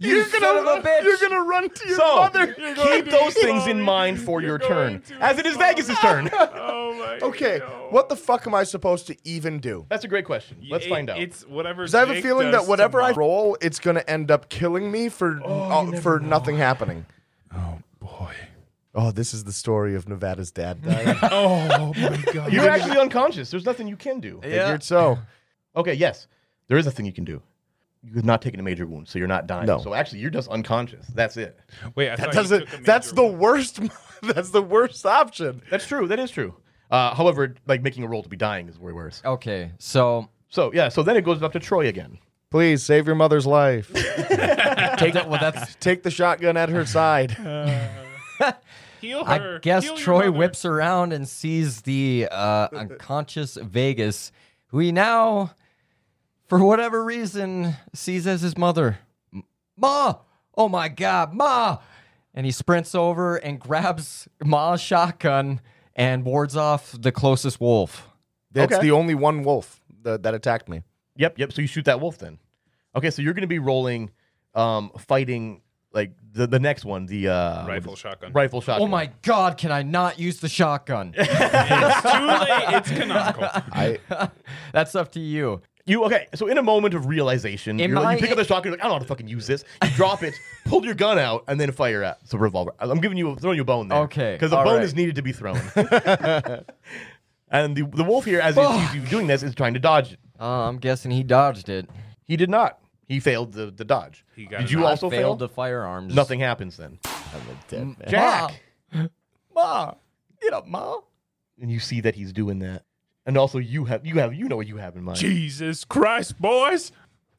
[SPEAKER 5] you son of a bitch.
[SPEAKER 3] gonna run to your
[SPEAKER 2] so
[SPEAKER 4] You're going
[SPEAKER 2] keep
[SPEAKER 4] to
[SPEAKER 2] those
[SPEAKER 4] be
[SPEAKER 2] things in
[SPEAKER 4] sorry.
[SPEAKER 2] mind for
[SPEAKER 4] You're
[SPEAKER 2] your
[SPEAKER 4] going
[SPEAKER 2] turn,
[SPEAKER 4] to
[SPEAKER 2] as it is Vegas' turn.
[SPEAKER 4] Oh my
[SPEAKER 3] Okay,
[SPEAKER 4] God.
[SPEAKER 3] what the fuck am I supposed to even do?
[SPEAKER 2] That's a great question. Let's
[SPEAKER 4] It-
[SPEAKER 2] find out.
[SPEAKER 4] It's whatever.
[SPEAKER 3] Because I have a
[SPEAKER 4] Jake
[SPEAKER 3] feeling
[SPEAKER 4] does
[SPEAKER 3] that whatever I
[SPEAKER 4] tomorrow.
[SPEAKER 3] roll, it's gonna end up killing me for uh, for nothing happening.
[SPEAKER 4] Boy.
[SPEAKER 3] Oh, this is the story of Nevada's dad dying.
[SPEAKER 4] Oh my god.
[SPEAKER 2] You're actually unconscious. There's nothing you can do.
[SPEAKER 3] Figured so.
[SPEAKER 2] Okay, yes, there is a thing you can do. You've not taken a major wound, so you're not dying.
[SPEAKER 3] No.
[SPEAKER 2] So actually, you're just unconscious. That's it.
[SPEAKER 4] Wait, I thought you
[SPEAKER 3] Doesn't-
[SPEAKER 4] took a
[SPEAKER 3] that's
[SPEAKER 4] major
[SPEAKER 3] the
[SPEAKER 4] one.
[SPEAKER 3] worst. That's the worst option.
[SPEAKER 2] That's true. That is true. Uh, however, like making a roll to be dying is way worse.
[SPEAKER 5] Okay, so
[SPEAKER 2] So yeah, so then it goes up to Troy again.
[SPEAKER 3] Please save your mother's life.
[SPEAKER 5] take that. Well, that's.
[SPEAKER 3] Take the shotgun at her side.
[SPEAKER 4] Heal her.
[SPEAKER 5] I guess
[SPEAKER 4] Heal your
[SPEAKER 5] Troy
[SPEAKER 4] mother.
[SPEAKER 5] whips around and sees the uh, unconscious Vegas, who he now, for whatever reason, sees as his mother. M- Ma! Oh my God, Ma! And he sprints over and grabs Ma's shotgun and wards off the closest wolf.
[SPEAKER 3] That's
[SPEAKER 2] Okay.
[SPEAKER 3] the only one wolf that, that attacked me.
[SPEAKER 2] Yep, yep. So you shoot that wolf then. Okay, so you're going to be rolling, um, fighting like the, the next one, the uh,
[SPEAKER 4] Rifle shotgun.
[SPEAKER 2] rifle shotgun.
[SPEAKER 5] Oh my God, can I not use the shotgun?
[SPEAKER 4] It's too late. It's canonical.
[SPEAKER 3] I
[SPEAKER 5] That's up to you.
[SPEAKER 2] You okay? So in a moment of realization,
[SPEAKER 5] In
[SPEAKER 2] you're like-
[SPEAKER 5] my-
[SPEAKER 2] you pick up the shotgun. You're like, I don't know how to fucking use this. You drop it, pull your gun out, and then fire at the revolver. I'm giving you throwing you a bone there.
[SPEAKER 5] Okay,
[SPEAKER 2] because a
[SPEAKER 5] all
[SPEAKER 2] bone
[SPEAKER 5] right.
[SPEAKER 2] is needed to be thrown. and the the wolf here, as he sees you doing this, is trying to dodge it.
[SPEAKER 5] Uh, I'm guessing he dodged it.
[SPEAKER 2] He did not. He failed the, the dodge.
[SPEAKER 4] He got
[SPEAKER 2] did
[SPEAKER 4] it.
[SPEAKER 2] you
[SPEAKER 4] I
[SPEAKER 2] also fail?
[SPEAKER 5] failed the firearms.
[SPEAKER 2] Nothing happens then.
[SPEAKER 5] Jack! Ma! Get up, Ma!
[SPEAKER 2] And you see that he's doing that. And also you have you have you know what you have in mind.
[SPEAKER 4] Jesus Christ, boys!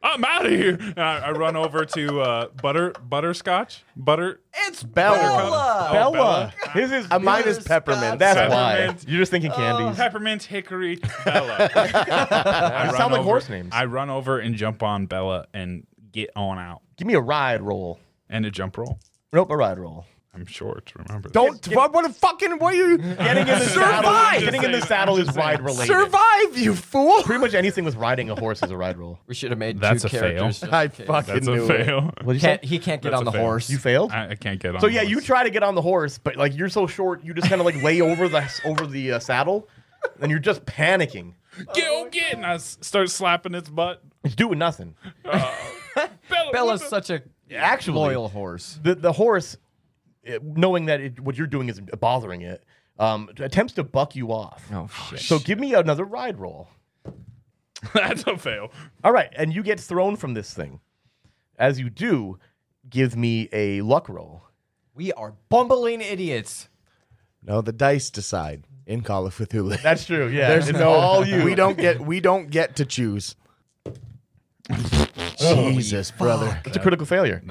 [SPEAKER 4] I'm out of here. And I, I run over to uh, butter butterscotch butter.
[SPEAKER 5] It's Bella!
[SPEAKER 4] Oh,
[SPEAKER 2] Bella. His is
[SPEAKER 3] uh, mine is
[SPEAKER 5] Scott.
[SPEAKER 3] peppermint.
[SPEAKER 2] that's
[SPEAKER 4] Peppermint.
[SPEAKER 2] why. You're just thinking candies.
[SPEAKER 4] Peppermint Hickory Bella. I
[SPEAKER 2] You
[SPEAKER 4] run
[SPEAKER 2] sound like
[SPEAKER 4] over-
[SPEAKER 2] horse names.
[SPEAKER 4] I run over and jump on Bella and get on out
[SPEAKER 2] Give me a ride roll.
[SPEAKER 4] and a jump roll.
[SPEAKER 2] Nope, a ride roll.
[SPEAKER 4] I'm sure to remember. This.
[SPEAKER 3] don't. What, what a fucking. What are you
[SPEAKER 2] Getting in the saddle.
[SPEAKER 4] Survive!
[SPEAKER 2] Getting in the saddle is ride related.
[SPEAKER 3] survive, you fool?
[SPEAKER 2] Pretty much anything with riding a horse is a ride roll.
[SPEAKER 5] We should have made
[SPEAKER 4] That's
[SPEAKER 5] two
[SPEAKER 4] a fail.
[SPEAKER 5] characters. just
[SPEAKER 3] I
[SPEAKER 5] in case.
[SPEAKER 3] fucking
[SPEAKER 4] That's
[SPEAKER 3] knew
[SPEAKER 4] a
[SPEAKER 3] it.
[SPEAKER 4] fail.
[SPEAKER 2] What you
[SPEAKER 5] Can't, he can't get
[SPEAKER 4] That's
[SPEAKER 5] on
[SPEAKER 4] a
[SPEAKER 5] the
[SPEAKER 4] fail.
[SPEAKER 5] horse.
[SPEAKER 2] You failed?
[SPEAKER 4] I, I can't get on.
[SPEAKER 2] so
[SPEAKER 4] the
[SPEAKER 2] yeah, you
[SPEAKER 4] horse.
[SPEAKER 2] try to get on the horse, but like you're so short, you just kind of like lay over the over the uh, saddle, and you're just panicking.
[SPEAKER 4] get on get, and I s- start slapping its butt.
[SPEAKER 2] It's doing nothing.
[SPEAKER 4] Bella, what
[SPEAKER 5] Bella's
[SPEAKER 4] the-
[SPEAKER 5] such a
[SPEAKER 2] Actually,
[SPEAKER 5] loyal horse.
[SPEAKER 2] the the horse, eh, knowing that it, what you're doing is bothering it, um, attempts to buck you off.
[SPEAKER 5] Oh shit!
[SPEAKER 2] So give me another ride roll.
[SPEAKER 4] that's a fail.
[SPEAKER 2] All right, and you get thrown from this thing. As you do, give me a luck roll.
[SPEAKER 5] We are bumbling idiots.
[SPEAKER 3] No, the dice decide in Call of Cthulhu.
[SPEAKER 2] That's true. Yeah,
[SPEAKER 3] There's
[SPEAKER 2] It's
[SPEAKER 3] no
[SPEAKER 2] all you.
[SPEAKER 3] We don't get we don't get to choose. Jesus, brother.
[SPEAKER 2] It's a critical failure.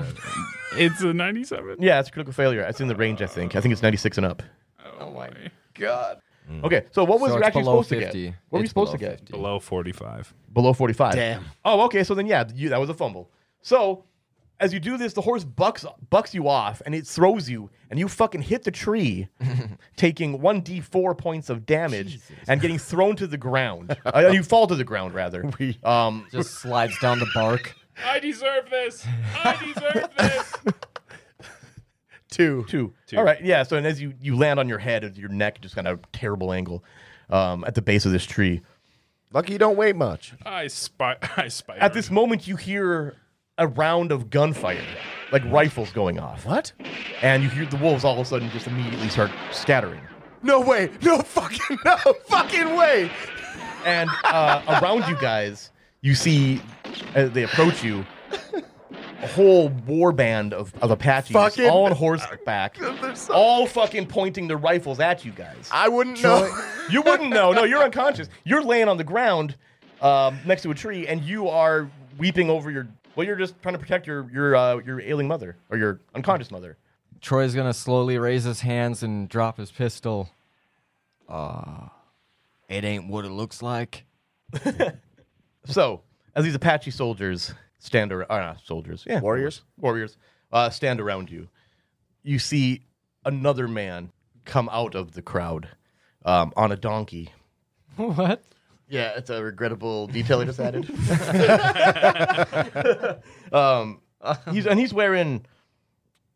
[SPEAKER 4] It's a 97.
[SPEAKER 2] Yeah, it's a critical failure. It's in the range, I think. I think it's 96 and up. Mm.
[SPEAKER 5] Oh my!
[SPEAKER 2] Okay, so what was
[SPEAKER 5] So
[SPEAKER 2] you
[SPEAKER 5] it's
[SPEAKER 2] actually
[SPEAKER 5] below
[SPEAKER 2] supposed to
[SPEAKER 5] 50.
[SPEAKER 2] get? What were you
[SPEAKER 5] It's
[SPEAKER 2] supposed to
[SPEAKER 5] below
[SPEAKER 2] get?
[SPEAKER 5] 50.
[SPEAKER 4] Below 45.
[SPEAKER 2] Below 45.
[SPEAKER 3] Damn.
[SPEAKER 2] Oh, okay. So then, yeah, you, that was a fumble. So as you do this, the horse bucks bucks you off and it throws you, and you fucking hit the tree, taking 1d4 points of damage and getting thrown to the ground. uh, you fall to the ground, rather. Um,
[SPEAKER 5] Just slides down the bark.
[SPEAKER 4] I deserve this. I deserve this.
[SPEAKER 3] Two.
[SPEAKER 2] Two. All right. Yeah. So, and as you, you land on your head, your neck just kind of terrible angle um, at the base of this tree.
[SPEAKER 3] Lucky you don't weigh much.
[SPEAKER 4] I spy. I spy.
[SPEAKER 2] At this moment, you hear a round of gunfire, like rifles going off.
[SPEAKER 3] What?
[SPEAKER 2] And you hear the wolves all of a sudden just immediately start scattering.
[SPEAKER 3] No way. No fucking no fucking way.
[SPEAKER 2] And uh, around you guys, you see as they approach you, whole war band of, of Apaches
[SPEAKER 3] Fucking-
[SPEAKER 2] all on horseback,
[SPEAKER 3] so-
[SPEAKER 2] all fucking pointing their rifles at you guys.
[SPEAKER 3] I wouldn't know.
[SPEAKER 2] you wouldn't know. No, you're unconscious. You're laying on the ground um, next to a tree, and you are weeping over your. Well, you're just trying to protect your your uh, your ailing mother or your unconscious mother.
[SPEAKER 5] Troy's gonna slowly raise his hands and drop his pistol. Uh, it ain't what it looks like.
[SPEAKER 2] So, as these Apache soldiers stand around, or not soldiers, yeah,
[SPEAKER 3] Warriors?
[SPEAKER 2] warriors, uh, stand around you, you see another man come out of the crowd um, on a donkey.
[SPEAKER 5] what?
[SPEAKER 2] Yeah, it's a regrettable detail I just added. um, he's and he's wearing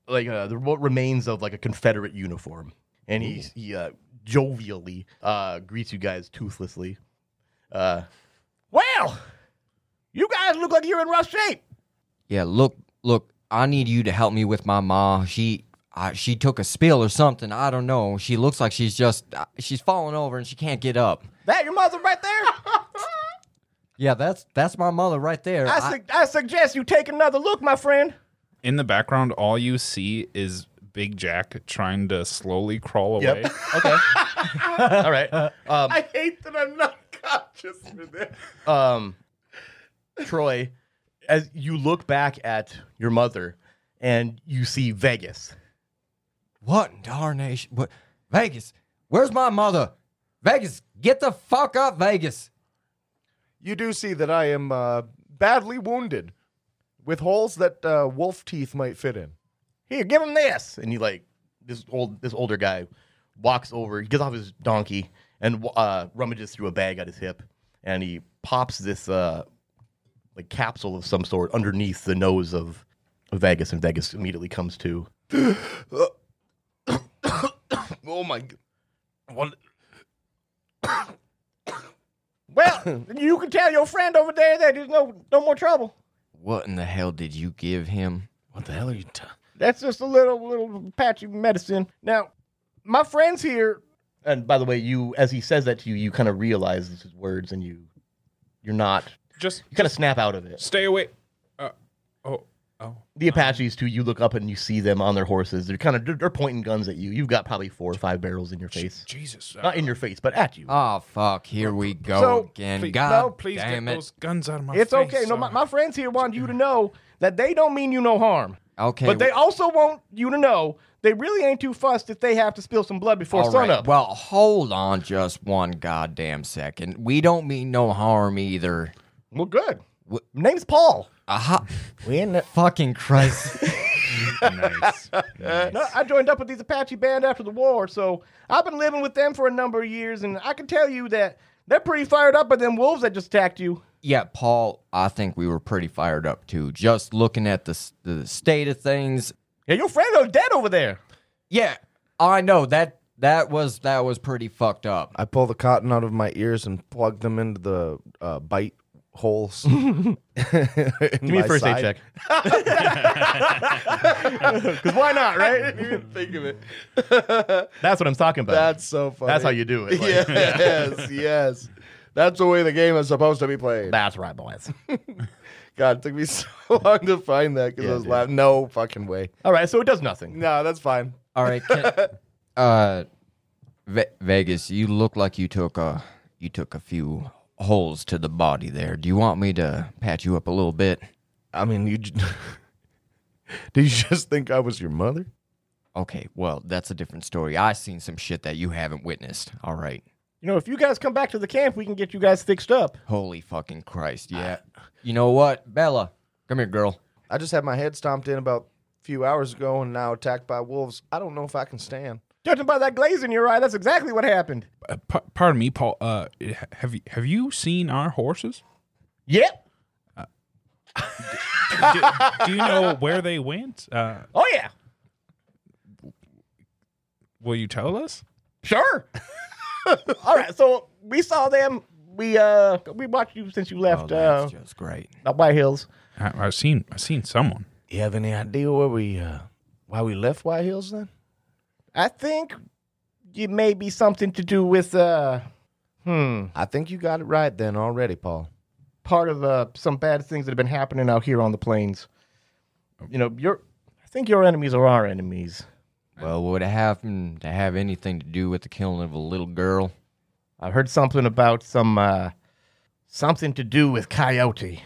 [SPEAKER 2] like uh, the what remains of like a Confederate uniform, and he's, he uh, jovially uh, greets you guys toothlessly. Uh, well, you guys look like you're in rough shape.
[SPEAKER 5] Yeah, look, look. I need you to help me with my ma. She, I, she took a spill or something. I don't know. She looks like she's just uh, she's falling over and she can't get up.
[SPEAKER 2] That your mother right there.
[SPEAKER 5] Yeah, that's that's my mother right there.
[SPEAKER 2] I,
[SPEAKER 5] I-
[SPEAKER 2] su- I suggest you take another look, my friend.
[SPEAKER 4] In the background, all you see is Big Jack trying to slowly crawl away.
[SPEAKER 2] Yep. okay. All right. Um,
[SPEAKER 6] I hate that I'm not conscious for this.
[SPEAKER 2] um, Troy, as you look back at your mother and you see Vegas,
[SPEAKER 5] what in darnation? What? Vegas, where's my mother? Vegas, get the fuck up, Vegas.
[SPEAKER 3] You do see that I am uh, badly wounded, with holes that uh, wolf teeth might fit in.
[SPEAKER 2] here, give him this, and he like this old this older guy walks over, he gets off his donkey and uh, rummages through a bag at his hip, and he pops this uh, like capsule of some sort underneath the nose of, of Vegas, and Vegas immediately comes to. oh my! g- What? well, you can tell your friend over there that there's no no more trouble.
[SPEAKER 5] What in the hell did you give him?
[SPEAKER 6] What the hell are you talking?
[SPEAKER 2] That's just a little little patchy medicine. Now, my friends here. And by the way, you as he says that to you, you kind of realize this is words, and you you're not
[SPEAKER 4] Just
[SPEAKER 2] you kind of snap out of it.
[SPEAKER 4] stay away. Uh, oh, oh.
[SPEAKER 2] The Apaches too. You look up and you see them on their horses. They're kind of they're, they're pointing guns at you. You've got probably four or five barrels in your face.
[SPEAKER 4] Jesus. uh,
[SPEAKER 2] Not in your face, but at you.
[SPEAKER 5] Oh fuck, here we go
[SPEAKER 2] So,
[SPEAKER 5] again.
[SPEAKER 4] please,
[SPEAKER 5] God
[SPEAKER 2] no,
[SPEAKER 4] Please
[SPEAKER 5] damn
[SPEAKER 4] get
[SPEAKER 5] it.
[SPEAKER 4] those guns out of my
[SPEAKER 2] it's
[SPEAKER 4] face. uh,
[SPEAKER 2] okay. No, my,
[SPEAKER 4] sir.
[SPEAKER 2] my friends here want you to know that they don't mean you no harm.
[SPEAKER 5] Okay,
[SPEAKER 2] But they
[SPEAKER 5] well-
[SPEAKER 2] also want you to know they really ain't too fussed if they have to spill some blood before
[SPEAKER 5] All right,
[SPEAKER 2] sunup.
[SPEAKER 5] Well, hold on just one goddamn second. We don't mean no harm either.
[SPEAKER 2] well, good. Name's Paul.
[SPEAKER 5] Aha.
[SPEAKER 2] We ain't
[SPEAKER 5] Fucking Christ.
[SPEAKER 4] nice. nice.
[SPEAKER 2] No, I joined up with these Apache band after the war, so I've been living with them for a number of years, and I can tell you that they're pretty fired up by them wolves that just attacked you.
[SPEAKER 5] yeah, Paul, I think we were pretty fired up too. Just looking at the, s- the state of things.
[SPEAKER 2] Yeah, your friend are dead over there.
[SPEAKER 5] Yeah, I know that that was that was pretty fucked up.
[SPEAKER 3] I pull the cotton out of my ears and plug them into the uh, bite holes. Give me
[SPEAKER 2] Because why not, right? I didn't even think of it. That's what I'm talking about.
[SPEAKER 6] That's so funny.
[SPEAKER 2] do
[SPEAKER 6] yes, yes. That's the way the game is supposed to be played.
[SPEAKER 2] That's right, boys.
[SPEAKER 6] God, it took me so long to find that because I was
[SPEAKER 2] dude.
[SPEAKER 6] laughing. No fucking way.
[SPEAKER 2] All right, so it does nothing.
[SPEAKER 6] No, that's fine.
[SPEAKER 5] All right, can, uh, Ve- Vegas, you look like you took a you took a few holes to the body there. Do you want me to pat you up a little bit?
[SPEAKER 3] I mean, you. j- Do you just think I was your mother?
[SPEAKER 5] Okay, well, that's a different story. i seen some shit that you haven't witnessed. All right.
[SPEAKER 2] You know, if you guys come back to the camp, we can get you guys fixed up.
[SPEAKER 5] Holy fucking Christ. Yeah. you know what? Bella, come here, girl.
[SPEAKER 3] I just had my head stomped in about a few hours ago and now attacked by wolves. I don't know if I can stand.
[SPEAKER 2] Judging by that glaze in your eye, that's exactly what happened.
[SPEAKER 4] Uh, pa- pardon me, Paul. Uh, h- have you have you seen our horses?
[SPEAKER 2] Yep.
[SPEAKER 4] do, do you know where they went? Uh,
[SPEAKER 2] Oh, yeah.
[SPEAKER 4] will you tell us?
[SPEAKER 2] Sure. All right, so we saw them. We uh we watched you since you
[SPEAKER 5] Oh,
[SPEAKER 2] left uh
[SPEAKER 5] that's just great.
[SPEAKER 2] out by hills.
[SPEAKER 4] I, I've seen I've seen someone.
[SPEAKER 3] You have any idea where we, uh, why we left White Hills then?
[SPEAKER 2] I think it may be something to do with uh hmm
[SPEAKER 3] I think you got it right then already, Paul.
[SPEAKER 2] part of uh some bad things that have been happening out here on the plains. You know, your I think your enemies are our enemies.
[SPEAKER 5] Well, would it happen to have anything to do with the killing of a little girl?
[SPEAKER 2] I heard something about some uh something to do with coyote.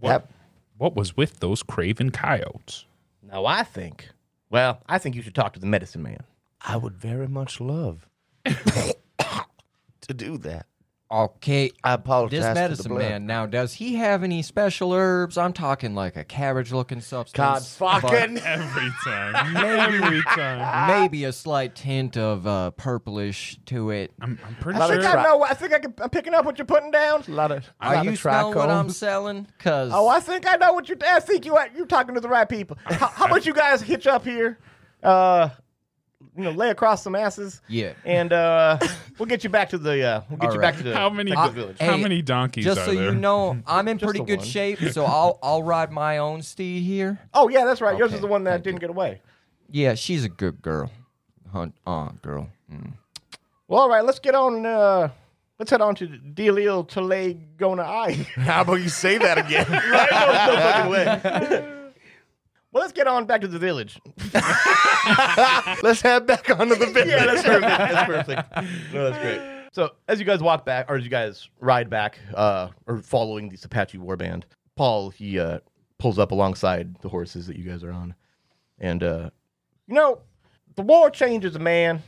[SPEAKER 4] What, what was with those craven coyotes?
[SPEAKER 2] Now I think well, I think you should talk to the medicine man. I would very much love
[SPEAKER 6] to do that.
[SPEAKER 5] Okay,
[SPEAKER 6] I apologize. Oh,
[SPEAKER 5] this
[SPEAKER 6] for the
[SPEAKER 5] medicine
[SPEAKER 6] blood.
[SPEAKER 5] man now does he have any special herbs? I'm talking like a cabbage-looking
[SPEAKER 6] God
[SPEAKER 5] substance,
[SPEAKER 6] fucking.
[SPEAKER 4] Every time. Every time.
[SPEAKER 5] maybe a slight tint of uh, purplish to it.
[SPEAKER 4] I'm, I'm pretty
[SPEAKER 6] I
[SPEAKER 4] sure.
[SPEAKER 6] think I know.
[SPEAKER 2] I think I can, I'm picking up what you're putting down.
[SPEAKER 6] A lot of. a
[SPEAKER 5] Are
[SPEAKER 6] lot
[SPEAKER 5] you
[SPEAKER 6] of trichome.
[SPEAKER 5] smelling what I'm selling? Cause
[SPEAKER 2] Oh, I think I know what you're. I think you are- you're talking to the right people. How, how about you guys hitch up here, uh, you know, lay across some asses.
[SPEAKER 5] Yeah.
[SPEAKER 2] and uh, we'll get you back to the. Uh, we'll get
[SPEAKER 5] All
[SPEAKER 2] you
[SPEAKER 5] right.
[SPEAKER 2] back to the.
[SPEAKER 4] How many,
[SPEAKER 2] back to
[SPEAKER 4] do-
[SPEAKER 2] the village?
[SPEAKER 4] how
[SPEAKER 5] Hey,
[SPEAKER 4] many donkeys
[SPEAKER 5] just
[SPEAKER 4] are
[SPEAKER 5] so
[SPEAKER 4] there?
[SPEAKER 5] you know, I'm in pretty
[SPEAKER 2] the
[SPEAKER 5] good
[SPEAKER 2] one.
[SPEAKER 5] shape, so I'll I'll ride my own steed here.
[SPEAKER 2] Oh yeah, that's right. Yours is
[SPEAKER 5] Okay,
[SPEAKER 2] the one that
[SPEAKER 5] thank you.
[SPEAKER 2] didn't get away.
[SPEAKER 5] Yeah, she's a good girl. Hunt, uh, girl. Mm.
[SPEAKER 2] Well, all right, let's get on. Uh, let's head on to Delil Talegona I.
[SPEAKER 6] How about you say that again?
[SPEAKER 2] well, let's get on back to the village.
[SPEAKER 6] Let's head back onto the video.
[SPEAKER 2] yeah, that's perfect. That's perfect. No, that's great. So as you guys walk back, or as you guys ride back, uh, or following this Apache warband, Paul he uh, pulls up alongside the horses that you guys are on, and uh, you know, the war changes a man.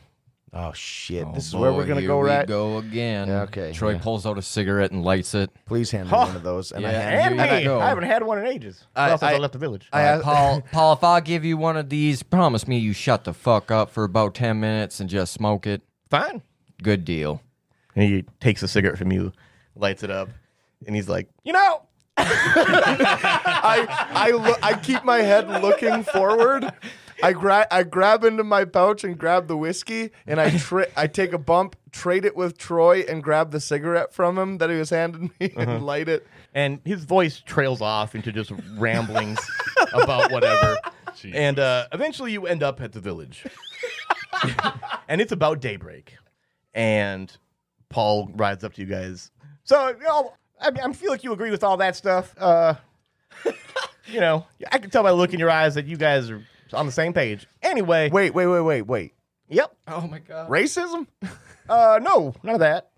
[SPEAKER 6] Oh shit!
[SPEAKER 5] Oh,
[SPEAKER 6] this is where
[SPEAKER 5] boy,
[SPEAKER 6] we're gonna
[SPEAKER 5] here
[SPEAKER 6] go,
[SPEAKER 5] we
[SPEAKER 6] right?
[SPEAKER 5] Go again.
[SPEAKER 3] Yeah, okay,
[SPEAKER 5] Troy
[SPEAKER 3] yeah.
[SPEAKER 5] pulls out a cigarette and lights it.
[SPEAKER 3] Please hand me one of those. And I
[SPEAKER 5] Yeah.
[SPEAKER 3] hand
[SPEAKER 2] And
[SPEAKER 5] Here you
[SPEAKER 2] me,
[SPEAKER 5] go.
[SPEAKER 2] I haven't had one in ages.
[SPEAKER 3] I-
[SPEAKER 2] Well, since I,
[SPEAKER 3] I-
[SPEAKER 2] left the village.
[SPEAKER 3] I
[SPEAKER 5] All
[SPEAKER 3] asked,
[SPEAKER 5] right, Paul, Paul, if I give you one of these, promise me you shut the fuck up for about ten minutes and just smoke it.
[SPEAKER 2] Fine.
[SPEAKER 5] Good deal.
[SPEAKER 2] And he takes a cigarette from you, lights it up, and he's like, you know,
[SPEAKER 6] I I, lo- I keep my head looking forward. I grab I grab into my pouch and grab the whiskey, and I tra- I take a bump, trade it with Troy, and grab the cigarette from him that he was handing me,
[SPEAKER 5] Uh-huh.
[SPEAKER 6] and light it.
[SPEAKER 2] and his voice trails off into just ramblings about whatever. And uh, eventually you end up at the village. and it's about daybreak. And Paul rides up to you guys. So, you know, I, mean, I feel like you agree with all that stuff. Uh, you know, I can tell by the look in your eyes that you guys are on the same page. Anyway,
[SPEAKER 6] Wait, wait, wait, wait, wait.
[SPEAKER 2] yep.
[SPEAKER 5] Oh my god.
[SPEAKER 6] Racism?
[SPEAKER 2] Uh, no, none of that.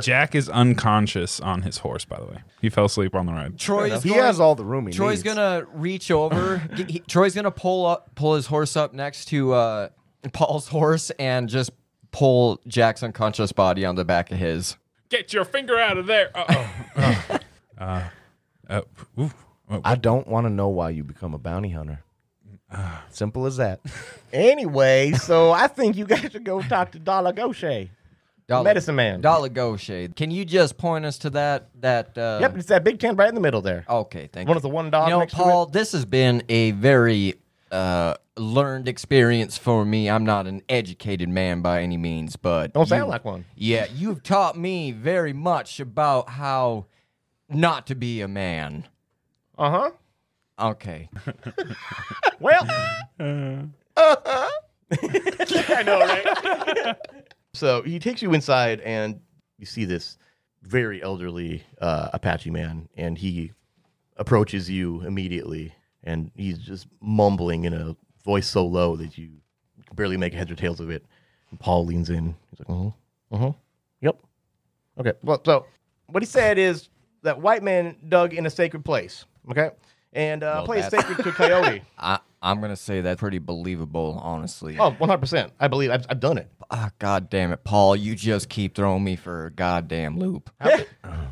[SPEAKER 4] Jack is unconscious on his horse, by the way. He fell asleep on the ride.
[SPEAKER 5] Troy's
[SPEAKER 6] He
[SPEAKER 5] going-
[SPEAKER 6] has all the room he
[SPEAKER 5] Troy's
[SPEAKER 6] needs.
[SPEAKER 5] gonna reach over. G- he- Troy's gonna pull up, pull his horse up next to uh, Paul's horse, and just pull Jack's unconscious body on the back of his.
[SPEAKER 4] Get your finger out of there. Uh-oh. uh, uh, ooh. Uh,
[SPEAKER 6] I don't want to know why you become a bounty hunter.
[SPEAKER 5] Ah.
[SPEAKER 6] Simple as that.
[SPEAKER 2] Anyway, so I think you guys should go talk to Dala Goshe,
[SPEAKER 5] Dollar,
[SPEAKER 2] medicine man.
[SPEAKER 5] Dollar Goshe. Can you just point us to that? That. Uh, Oh,
[SPEAKER 2] Yep, it's that big tent right in the middle there.
[SPEAKER 5] Okay. Thank
[SPEAKER 2] One
[SPEAKER 5] you.
[SPEAKER 2] of the one dog
[SPEAKER 5] You know,
[SPEAKER 2] next to
[SPEAKER 5] Paul, this has been a very uh, learned experience for me. I'm not an educated man by any means, but
[SPEAKER 2] Don't sound
[SPEAKER 5] you-
[SPEAKER 2] like one.
[SPEAKER 5] Yeah, you've taught me very much about how not to be a man.
[SPEAKER 2] Uh huh.
[SPEAKER 5] Okay.
[SPEAKER 2] Well.
[SPEAKER 5] Uh-huh.
[SPEAKER 2] I know, right? so he takes you inside, and you see this very elderly uh, Apache man, and he approaches you immediately, and he's just mumbling in a voice so low that you can barely make heads or tails of it. And Paul leans in. He's like, uh huh, uh huh, yep, Okay. Well, so what he said is that white man dug in a sacred place. Okay, and uh,
[SPEAKER 5] Well,
[SPEAKER 2] place
[SPEAKER 5] that's-
[SPEAKER 2] sacred to coyote.
[SPEAKER 5] I, I'm going to say that's pretty believable, honestly.
[SPEAKER 2] Oh, 100 percent. I believe I've, I've done it.
[SPEAKER 5] Ah, God damn it, Paul. You just keep throwing me for a goddamn loop.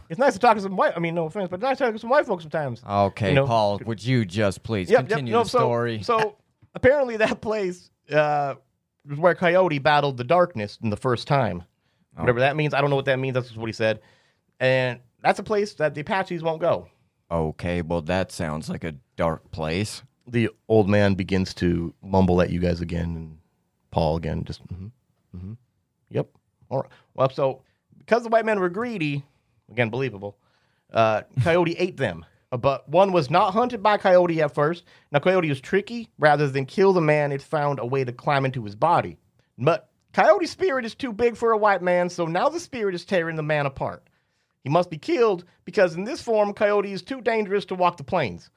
[SPEAKER 2] It's nice to talk to some white. I mean, no offense, but it's nice to talk to some white folks sometimes.
[SPEAKER 5] Okay,
[SPEAKER 2] You know-
[SPEAKER 5] Paul, would you just please
[SPEAKER 2] Yep, yep,
[SPEAKER 5] continue
[SPEAKER 2] no,
[SPEAKER 5] the
[SPEAKER 2] so-
[SPEAKER 5] story?
[SPEAKER 2] So, apparently that place uh, was where Coyote battled the darkness in the first time. Whatever that means, I don't know what that means. That's just what he said, and that's a place that the Apaches won't go.
[SPEAKER 5] okay, well, that sounds like a dark place.
[SPEAKER 2] the old man begins to mumble at you guys again, and Paul again, just, mm-hmm, mm-hmm, yep. All right. Well, so because the white men were greedy, again, believable, uh, Coyote ate them. Uh, But one was not hunted by Coyote at first. Now, Coyote was tricky. Rather than kill the man, it found a way to climb into his body. But Coyote's spirit is too big for a white man, so now the spirit is tearing the man apart. He must be killed because in this form, Coyote is too dangerous to walk the plains.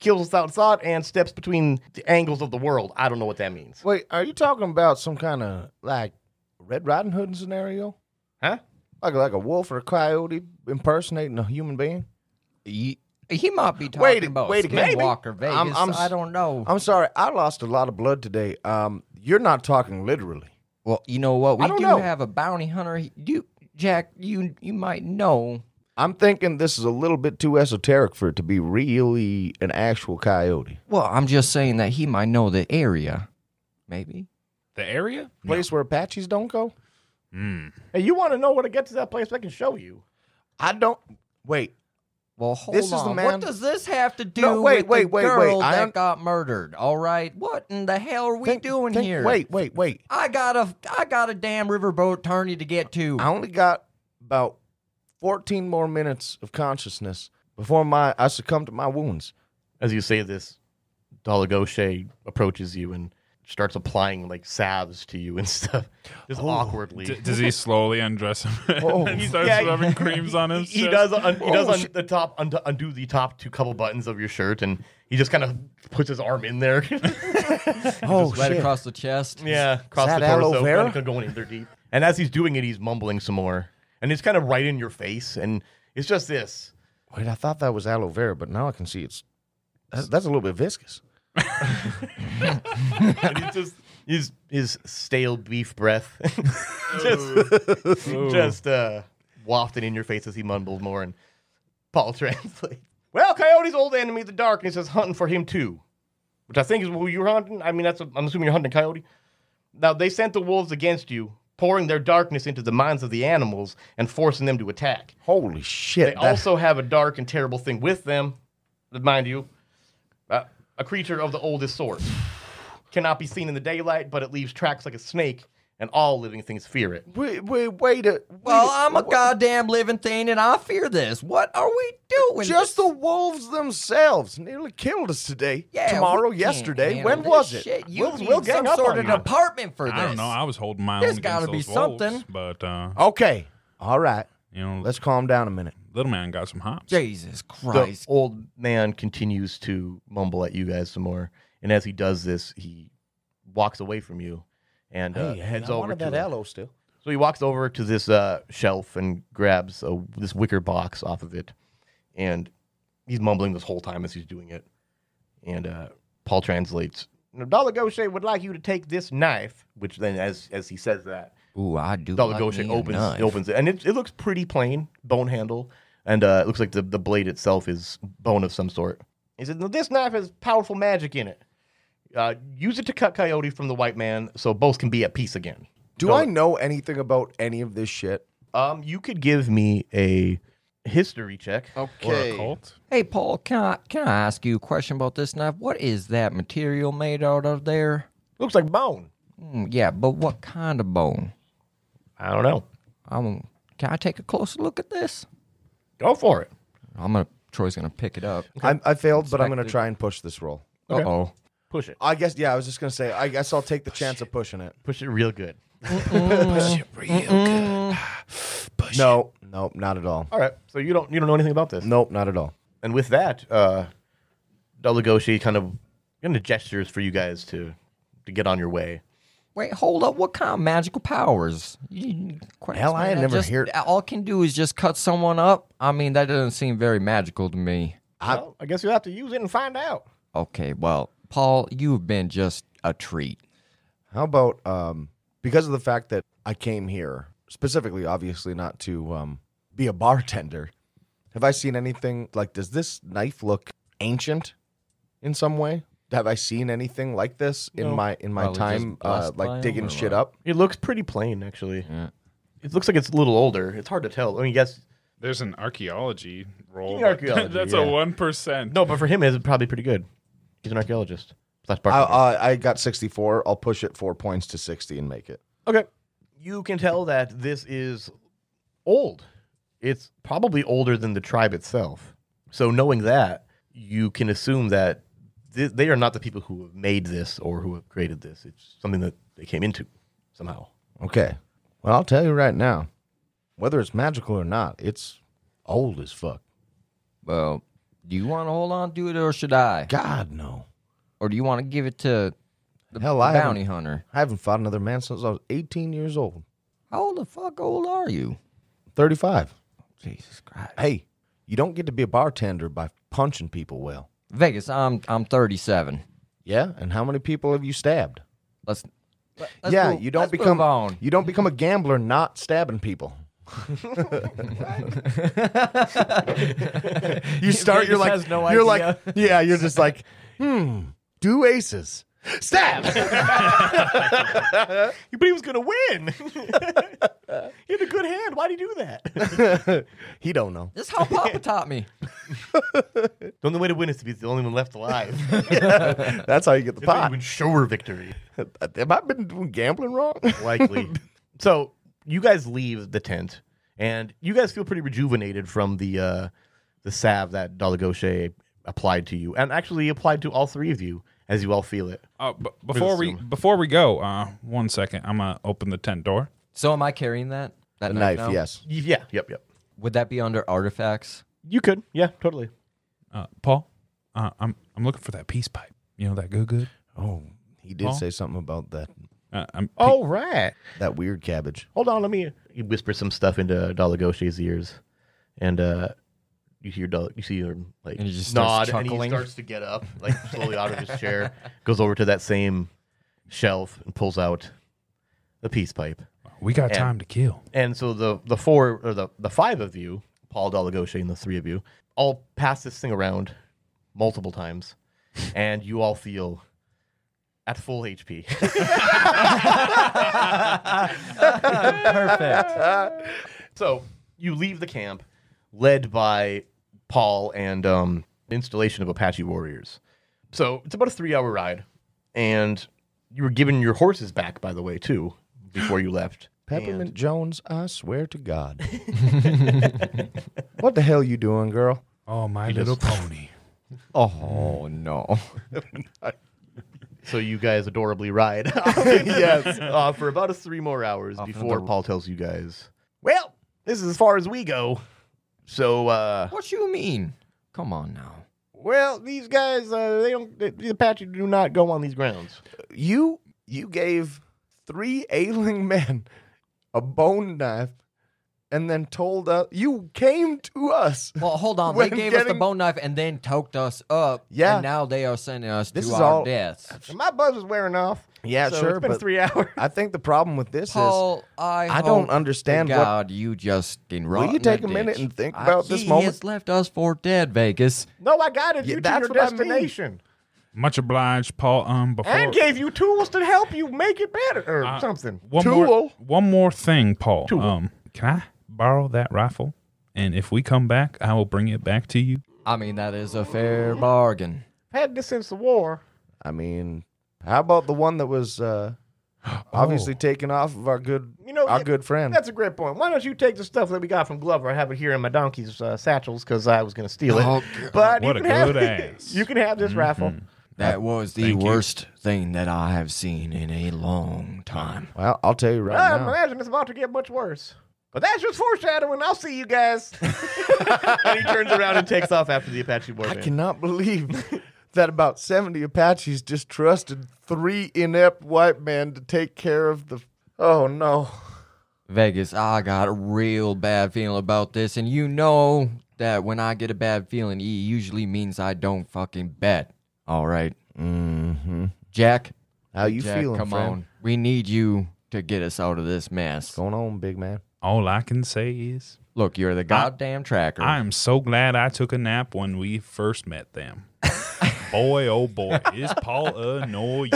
[SPEAKER 2] kills without thought, and steps between the angles of the world. I don't know what that means.
[SPEAKER 3] Wait, are you talking about some kind of like Red Riding Hood scenario?
[SPEAKER 2] Huh?
[SPEAKER 3] Like like a wolf or a coyote impersonating a human being?
[SPEAKER 5] He, he might be talking
[SPEAKER 3] Wait,
[SPEAKER 5] about
[SPEAKER 3] wait, maybe.
[SPEAKER 5] Skinwalker Vegas.
[SPEAKER 3] I'm-
[SPEAKER 5] I'm,
[SPEAKER 3] I'm
[SPEAKER 5] I'm,
[SPEAKER 3] s-
[SPEAKER 5] I do not know.
[SPEAKER 3] I'm sorry, I lost a lot of blood today. Um, you're not talking literally.
[SPEAKER 5] well, you know what? We
[SPEAKER 3] don't
[SPEAKER 5] do
[SPEAKER 3] know.
[SPEAKER 5] have a bounty hunter. He- You, Jack, you you might know.
[SPEAKER 3] I'm thinking this is a little bit too esoteric for it to be really an actual coyote.
[SPEAKER 5] Well, I'm just saying that he might know the area. Maybe.
[SPEAKER 4] The area?
[SPEAKER 3] Place where Apaches don't go?
[SPEAKER 4] Hmm.
[SPEAKER 2] Hey, you want to know where to get to that place? I can show you.
[SPEAKER 3] I don't. Wait,
[SPEAKER 5] Well, hold
[SPEAKER 3] This is
[SPEAKER 5] on.
[SPEAKER 3] the man-
[SPEAKER 5] What does this have to do
[SPEAKER 3] No, wait,
[SPEAKER 5] with
[SPEAKER 3] wait,
[SPEAKER 5] the
[SPEAKER 3] wait,
[SPEAKER 5] girl
[SPEAKER 3] wait. I
[SPEAKER 5] that
[SPEAKER 3] un-
[SPEAKER 5] got murdered? All right. What in the hell are we
[SPEAKER 3] think-
[SPEAKER 5] doing
[SPEAKER 3] think-
[SPEAKER 5] here?
[SPEAKER 3] Wait, wait, wait.
[SPEAKER 5] I got a I got a damn riverboat tourney to get to.
[SPEAKER 3] I only got about 14 more minutes of consciousness before my I succumbed to my wounds.
[SPEAKER 2] As you say this, Dalagoshe approaches you and starts applying like salves to you and stuff, just awkwardly.
[SPEAKER 4] D- does he slowly undress him? Oh, and he starts
[SPEAKER 2] Oh, Yeah,
[SPEAKER 4] rubbing creams on his
[SPEAKER 2] he
[SPEAKER 4] chest.
[SPEAKER 2] does un- he does un- the top undo, undo the top two couple buttons of your shirt and he just kind of puts his arm in there
[SPEAKER 3] Oh
[SPEAKER 5] right across the chest.
[SPEAKER 2] yeah across
[SPEAKER 3] that
[SPEAKER 2] the torso
[SPEAKER 3] aloe vera?
[SPEAKER 2] kinda going in there deep and as he's doing it he's mumbling some more and it's kind of right in your face and it's just this
[SPEAKER 3] Wait, I thought that was aloe vera, but now I can see it's that's, that's a little bit viscous.
[SPEAKER 2] and it's just his his stale beef breath just just uh wafting in your face as he mumbles more and Paul translates well coyote's old enemy the darkness is hunting for him too which I think is who you're hunting I mean that's i I'm assuming you're hunting coyote now they sent the wolves against you pouring their darkness into the minds of the animals and forcing them to attack
[SPEAKER 3] Holy shit!
[SPEAKER 2] they
[SPEAKER 3] that-
[SPEAKER 2] also have a dark and terrible thing with them, mind you, uh, a creature of the oldest sort. Cannot be seen in the daylight, but it leaves tracks like a snake, and all living things fear it.
[SPEAKER 3] wait, wait, wait a
[SPEAKER 5] Well,
[SPEAKER 3] wait a-
[SPEAKER 5] I'm a
[SPEAKER 3] wha-
[SPEAKER 5] goddamn living thing, and I fear this. What are we doing?
[SPEAKER 3] Just the wolves themselves nearly killed us today.
[SPEAKER 5] Yeah, we
[SPEAKER 3] tomorrow,
[SPEAKER 5] can't
[SPEAKER 3] yesterday.
[SPEAKER 5] handle
[SPEAKER 3] When
[SPEAKER 5] this
[SPEAKER 3] was it?
[SPEAKER 5] Shit. You
[SPEAKER 2] We'll-
[SPEAKER 5] need
[SPEAKER 2] we'll gang
[SPEAKER 5] some
[SPEAKER 2] up
[SPEAKER 5] sort
[SPEAKER 2] on
[SPEAKER 5] of
[SPEAKER 2] you.
[SPEAKER 5] department for this.
[SPEAKER 4] I don't know. I was holding my
[SPEAKER 5] There's
[SPEAKER 4] own.
[SPEAKER 5] gotta
[SPEAKER 4] got to
[SPEAKER 5] be something.
[SPEAKER 4] But uh,
[SPEAKER 3] Okay, all right.
[SPEAKER 4] you know,
[SPEAKER 3] Let's calm down a minute.
[SPEAKER 4] little man got some hops.
[SPEAKER 5] Jesus
[SPEAKER 2] The
[SPEAKER 5] Christ.
[SPEAKER 2] old man continues to mumble at you guys some more, and as he does this, he walks away from you and uh, heads over to a-
[SPEAKER 3] still.
[SPEAKER 2] So he walks over to this uh, shelf and grabs a, this wicker box off of it, and he's mumbling this whole time as he's doing it. And uh, Paul translates. Dalagoshe would like you to take this knife, which then, as as he says that,
[SPEAKER 5] Ooh, I do. like
[SPEAKER 2] Dalagoshe
[SPEAKER 5] me a
[SPEAKER 2] opens
[SPEAKER 5] knife.
[SPEAKER 2] opens it, and it, it looks pretty plain, bone handle, and uh, it looks like the, the blade itself is bone of some sort. He said, "No, "This knife has powerful magic in it. Uh, use it to cut Coyote from the white man, so both can be at peace again."
[SPEAKER 3] Do I know anything about any of this shit?
[SPEAKER 2] Um, you could give me a history check.
[SPEAKER 4] Or a
[SPEAKER 7] Okay.
[SPEAKER 4] cult.
[SPEAKER 5] Hey, Paul, can I can I ask you a question about this knife? What is that material made out of there?
[SPEAKER 2] Looks like bone.
[SPEAKER 5] Mm, yeah, but what kind of bone?
[SPEAKER 2] I don't know.
[SPEAKER 5] I'm. Can I take a closer look at this?
[SPEAKER 2] Go for it.
[SPEAKER 5] I'm gonna. Troy's gonna pick it up.
[SPEAKER 3] I, I failed, but I'm going to try and push this roll.
[SPEAKER 5] Uh oh.
[SPEAKER 2] Push it.
[SPEAKER 3] I guess, yeah, I was just going to say, I guess I'll take the chance of pushing it.
[SPEAKER 2] Push it real good.
[SPEAKER 3] No, nope, not at all.
[SPEAKER 2] All right. So you don't you don't know anything about this.
[SPEAKER 3] Nope, not at all.
[SPEAKER 2] And with that, uh, Delagoshi kind of kind of gestures for you guys to to get on your way.
[SPEAKER 5] Wait, hold up. What kind of magical powers? You didn't question
[SPEAKER 3] Hell, I
[SPEAKER 5] that.
[SPEAKER 3] never
[SPEAKER 5] just,
[SPEAKER 3] heard-
[SPEAKER 5] All I can do is just cut someone up. I mean, that doesn't seem very magical to me.
[SPEAKER 2] I, well, I guess you'll have to use it and find out.
[SPEAKER 5] Okay, well, Paul, you've been just a treat.
[SPEAKER 3] How about, um, because of the fact that I came here, specifically, obviously, not to um, be a bartender, have I seen anything like, does this knife look ancient in some way? Have I seen anything like this in my in my
[SPEAKER 5] Probably just
[SPEAKER 3] time, uh,
[SPEAKER 5] blessed by 'em
[SPEAKER 3] like digging
[SPEAKER 5] or
[SPEAKER 3] shit
[SPEAKER 5] what?
[SPEAKER 3] up?
[SPEAKER 2] It looks pretty plain, actually.
[SPEAKER 5] Yeah.
[SPEAKER 2] It looks like it's a little older. It's hard to tell. I mean, yes.
[SPEAKER 4] There's an archaeology roll.
[SPEAKER 2] An archaeology,
[SPEAKER 4] That's
[SPEAKER 2] yeah.
[SPEAKER 4] a one percent.
[SPEAKER 2] No, but for him, it's probably pretty good. He's an archaeologist. Slash
[SPEAKER 3] I,
[SPEAKER 2] bartender.
[SPEAKER 3] I, I got 64. I'll push it four points to 60 and make it.
[SPEAKER 2] Okay. You can tell that this is old. It's probably older than the tribe itself. So, knowing that, you can assume that th- they are not the people who have made this or who have created this. It's something that they came into somehow.
[SPEAKER 3] Okay. Well, I'll tell you right now, whether it's magical or not, it's old as fuck.
[SPEAKER 5] Well, Do you want to hold on to it or should I?
[SPEAKER 3] God no.
[SPEAKER 5] Or do you want to give it to the,
[SPEAKER 3] Hell,
[SPEAKER 5] the
[SPEAKER 3] I haven't-
[SPEAKER 5] bounty hunter?
[SPEAKER 3] I haven't fought another man since I was 18 years old.
[SPEAKER 5] How old the fuck old are you?
[SPEAKER 3] 35.
[SPEAKER 5] Jesus Christ.
[SPEAKER 3] Hey, you don't get to be a bartender by punching people well.
[SPEAKER 5] Vegas, I'm I'm 37.
[SPEAKER 3] Yeah, and how many people have you stabbed?
[SPEAKER 5] Let's, let's
[SPEAKER 3] yeah,
[SPEAKER 5] move-
[SPEAKER 3] you don't
[SPEAKER 5] let's move
[SPEAKER 3] become
[SPEAKER 5] on.
[SPEAKER 3] you don't become a gambler not stabbing people. you start, you're
[SPEAKER 5] Vegas
[SPEAKER 3] like,
[SPEAKER 5] has no
[SPEAKER 3] you're
[SPEAKER 5] idea.
[SPEAKER 3] like, yeah, you're just like, hmm, do aces, stab.
[SPEAKER 2] But he was gonna win. he had a good hand. Why'd he do that?
[SPEAKER 3] he don't know.
[SPEAKER 5] This is how Papa taught me.
[SPEAKER 2] the only way to win is to be the only one left alive.
[SPEAKER 3] That's how you get the
[SPEAKER 2] That's how you
[SPEAKER 3] pot.
[SPEAKER 2] ensure victory.
[SPEAKER 3] Have I been doing gambling wrong?
[SPEAKER 2] likely. so you guys leave the tent, and you guys feel pretty rejuvenated from the uh, the salve that Dalagoche applied to you, and actually applied to all three of you as you all feel it.
[SPEAKER 4] Uh, b- before we before we go, uh, one second, I'm gonna open the tent door.
[SPEAKER 5] So am I carrying that? That
[SPEAKER 3] A knife,
[SPEAKER 5] now?
[SPEAKER 3] yes.
[SPEAKER 2] Y- Yeah. Yep. Yep.
[SPEAKER 5] Would that be under artifacts?
[SPEAKER 2] You could. Yeah. Totally.
[SPEAKER 4] Uh, Paul, uh, I'm I'm looking for that peace pipe. You know that good good.
[SPEAKER 3] Oh, he did
[SPEAKER 4] Paul?
[SPEAKER 3] say something about that
[SPEAKER 4] Uh, I'm,
[SPEAKER 2] All right.
[SPEAKER 3] that weird cabbage.
[SPEAKER 2] Hold on. Let me. You whisper some stuff into Dalagoche's ears, and uh, you hear Dal- you see him like
[SPEAKER 5] And he just
[SPEAKER 2] nod,
[SPEAKER 5] starts
[SPEAKER 2] and he
[SPEAKER 5] chuckling.
[SPEAKER 2] starts to get up, like slowly out of his chair, goes over to that same shelf and pulls out the peace pipe.
[SPEAKER 4] we got
[SPEAKER 2] Yeah.
[SPEAKER 4] time to kill.
[SPEAKER 2] And so the the four or the the five of you, Paul Dalagoche and the three of you, all pass this thing around multiple times, and you all feel at full HP.
[SPEAKER 5] Perfect.
[SPEAKER 2] so you leave the camp, led by Paul and um, the installation of Apache warriors. So it's about a three-hour ride, and you were given your horses back, by the way, too, before you left.
[SPEAKER 3] Peppermint
[SPEAKER 2] And-
[SPEAKER 3] Jones, I swear to God. what the hell you doing, girl?
[SPEAKER 4] Oh, my little pony.
[SPEAKER 5] oh no.
[SPEAKER 2] So you guys adorably ride. yes. Uh, for about three more hours before Paul tells you guys, well, this is as far as we go. So, uh,
[SPEAKER 5] What you mean? Come on now.
[SPEAKER 2] well, these guys, uh, they don't, the, the Apache do not go on these grounds.
[SPEAKER 6] You you gave three ailing men a bone knife and then told us you came to us.
[SPEAKER 5] Well, hold on.
[SPEAKER 6] When
[SPEAKER 5] they gave us the
[SPEAKER 6] getting-
[SPEAKER 5] bone knife and then toked us up.
[SPEAKER 6] Yeah.
[SPEAKER 5] And now they are sending us
[SPEAKER 6] This
[SPEAKER 5] to
[SPEAKER 6] is
[SPEAKER 5] our
[SPEAKER 6] all-
[SPEAKER 5] deaths.
[SPEAKER 2] And my buzz is wearing off.
[SPEAKER 6] Yeah,
[SPEAKER 2] so
[SPEAKER 6] sure,
[SPEAKER 2] It's been
[SPEAKER 6] but-
[SPEAKER 2] three hours.
[SPEAKER 6] I think the problem with this
[SPEAKER 5] Paul, I,
[SPEAKER 6] I don't
[SPEAKER 5] hope to
[SPEAKER 6] understand what-
[SPEAKER 5] God, you just in
[SPEAKER 6] you take a minute and think about this
[SPEAKER 5] he
[SPEAKER 6] moment?
[SPEAKER 5] has left us for dead, Vegas.
[SPEAKER 2] No, I got it.
[SPEAKER 6] Yeah,
[SPEAKER 2] you to
[SPEAKER 6] that's
[SPEAKER 2] your
[SPEAKER 6] what I mean.
[SPEAKER 2] destination.
[SPEAKER 4] Much obliged, Paul. Um, before
[SPEAKER 2] And gave you tools to help you make it better or
[SPEAKER 4] Uh,
[SPEAKER 2] something.
[SPEAKER 4] one more
[SPEAKER 6] Tool.
[SPEAKER 4] one more thing, Paul.
[SPEAKER 2] Tool.
[SPEAKER 4] Um, can I borrow that rifle? And if we come back, I will bring it back to you.
[SPEAKER 5] I mean, that is a fair bargain.
[SPEAKER 2] I've had this since the war.
[SPEAKER 6] I mean, how about the one that was uh, obviously taken off of our good
[SPEAKER 2] You know,
[SPEAKER 6] our
[SPEAKER 2] it-
[SPEAKER 6] good friend?
[SPEAKER 2] That's a great point. Why don't you take the stuff that we got from Glover? I have it here in my donkey's uh, satchels because I was going to steal it.
[SPEAKER 6] Oh,
[SPEAKER 2] but
[SPEAKER 4] What
[SPEAKER 2] you
[SPEAKER 4] a
[SPEAKER 2] can have,
[SPEAKER 4] good ass.
[SPEAKER 2] You can have this
[SPEAKER 6] Mm-hmm.
[SPEAKER 2] rifle.
[SPEAKER 6] Uh,
[SPEAKER 5] That was the worst thing that I have seen in a long time.
[SPEAKER 6] well, I'll tell you right
[SPEAKER 2] I
[SPEAKER 6] now.
[SPEAKER 2] Uh, imagine it's about to get much worse. But that's just foreshadowing. I'll see you guys. and he turns around and takes off after the Apache war.
[SPEAKER 6] I cannot believe that about 70 Apaches just trusted three inept white men to take care of the. Oh, no.
[SPEAKER 5] Vegas, I got a real bad feeling about this, and you know that when I get a bad feeling, it usually means I don't fucking bet. All right. Mm-hmm. Jack,
[SPEAKER 3] How you
[SPEAKER 5] Jack,
[SPEAKER 3] feeling,
[SPEAKER 5] come
[SPEAKER 3] friend?
[SPEAKER 5] on. We need you to get us out of this mess.
[SPEAKER 3] Going on, big man.
[SPEAKER 4] All I can say is
[SPEAKER 5] Look, you're the goddamn tracker.
[SPEAKER 4] I am so glad I took a nap when we first met them. boy, oh boy, is Paul annoying.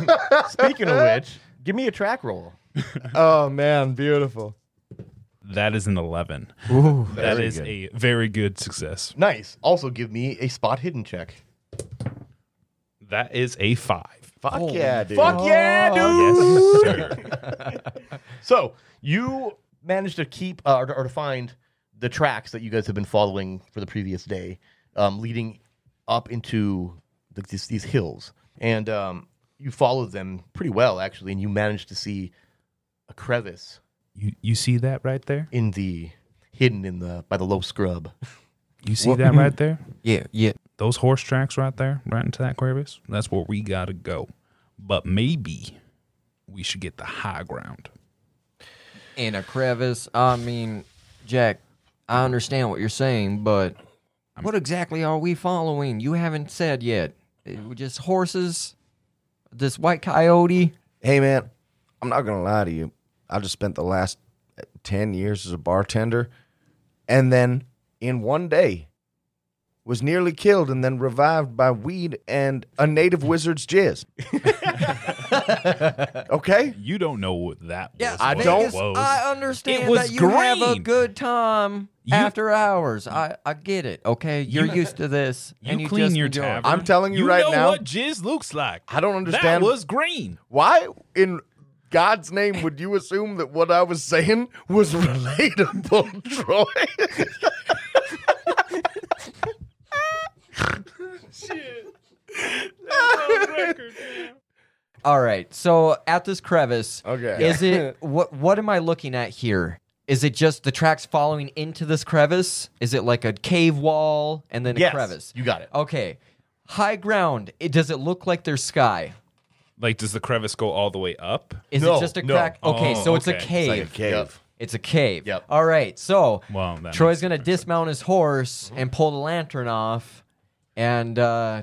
[SPEAKER 2] Speaking of which, give me a track roll.
[SPEAKER 6] Oh, man. Beautiful.
[SPEAKER 4] That is an eleven. that is a very good success.
[SPEAKER 2] Nice. Also, give me a spot hidden check.
[SPEAKER 4] That is a five.
[SPEAKER 6] Fuck yeah, dude. Oh,
[SPEAKER 2] Fuck yeah, dude.
[SPEAKER 4] Yes, sir.
[SPEAKER 2] So you managed to keep uh, or, or to find the tracks that you guys have been following for the previous day, um, leading up into the, these, these hills, and um, you followed them pretty well actually, and you managed to see a crevice
[SPEAKER 4] You you see that right there?
[SPEAKER 2] in the hidden in the by the low scrub.
[SPEAKER 4] You see that right there?
[SPEAKER 5] Yeah, yeah.
[SPEAKER 4] Those horse tracks right there, right into that Corvus? That's where we got to go. But maybe we should get the high ground.
[SPEAKER 5] In a crevice. I mean, Jack, I understand what you're saying, but what exactly are we following? You haven't said yet. It was Just horses, this white coyote.
[SPEAKER 3] Hey, man, I'm not going to lie to you. I just spent the last 10 years as a bartender and then in one day was nearly killed and then revived by weed and a native wizard's jizz. okay?
[SPEAKER 4] You don't know what that was.
[SPEAKER 5] I
[SPEAKER 4] what
[SPEAKER 5] don't.
[SPEAKER 4] it was.
[SPEAKER 5] I understand
[SPEAKER 4] It was
[SPEAKER 5] that you have a
[SPEAKER 4] green.
[SPEAKER 5] good time
[SPEAKER 4] You-
[SPEAKER 5] after hours. I, I get it. Okay, you're
[SPEAKER 4] You-
[SPEAKER 5] used to this.
[SPEAKER 4] you
[SPEAKER 5] and you
[SPEAKER 4] clean
[SPEAKER 5] just
[SPEAKER 4] your
[SPEAKER 5] enjoy it.
[SPEAKER 4] tavern.
[SPEAKER 3] I'm telling you,
[SPEAKER 4] you
[SPEAKER 3] right
[SPEAKER 4] know
[SPEAKER 3] now,
[SPEAKER 4] what jizz looks like.
[SPEAKER 3] I don't understand-
[SPEAKER 4] That was green.
[SPEAKER 3] why
[SPEAKER 6] In God's name, would you assume that what I was saying was relatable, Troy?
[SPEAKER 5] All right. So at this crevice,
[SPEAKER 6] Okay.
[SPEAKER 5] is it what? What am I looking at here? Is it just the tracks following into this crevice? Is it like a cave wall and then
[SPEAKER 2] Yes,
[SPEAKER 5] a crevice?
[SPEAKER 2] you got it.
[SPEAKER 5] Okay. High ground. It, does it look like there's sky?
[SPEAKER 4] Like, does the crevice go all the way up?
[SPEAKER 5] Is
[SPEAKER 2] No,
[SPEAKER 5] it just a
[SPEAKER 2] no.
[SPEAKER 5] crack? Okay,
[SPEAKER 4] Oh,
[SPEAKER 5] so it's a
[SPEAKER 4] okay. It's
[SPEAKER 5] cave.
[SPEAKER 2] Yep.
[SPEAKER 5] It's a cave.
[SPEAKER 2] Yep.
[SPEAKER 5] All right. So
[SPEAKER 4] Wow, that
[SPEAKER 5] Troy's
[SPEAKER 4] makes
[SPEAKER 5] gonna dismount his horse and pull the lantern off, and uh,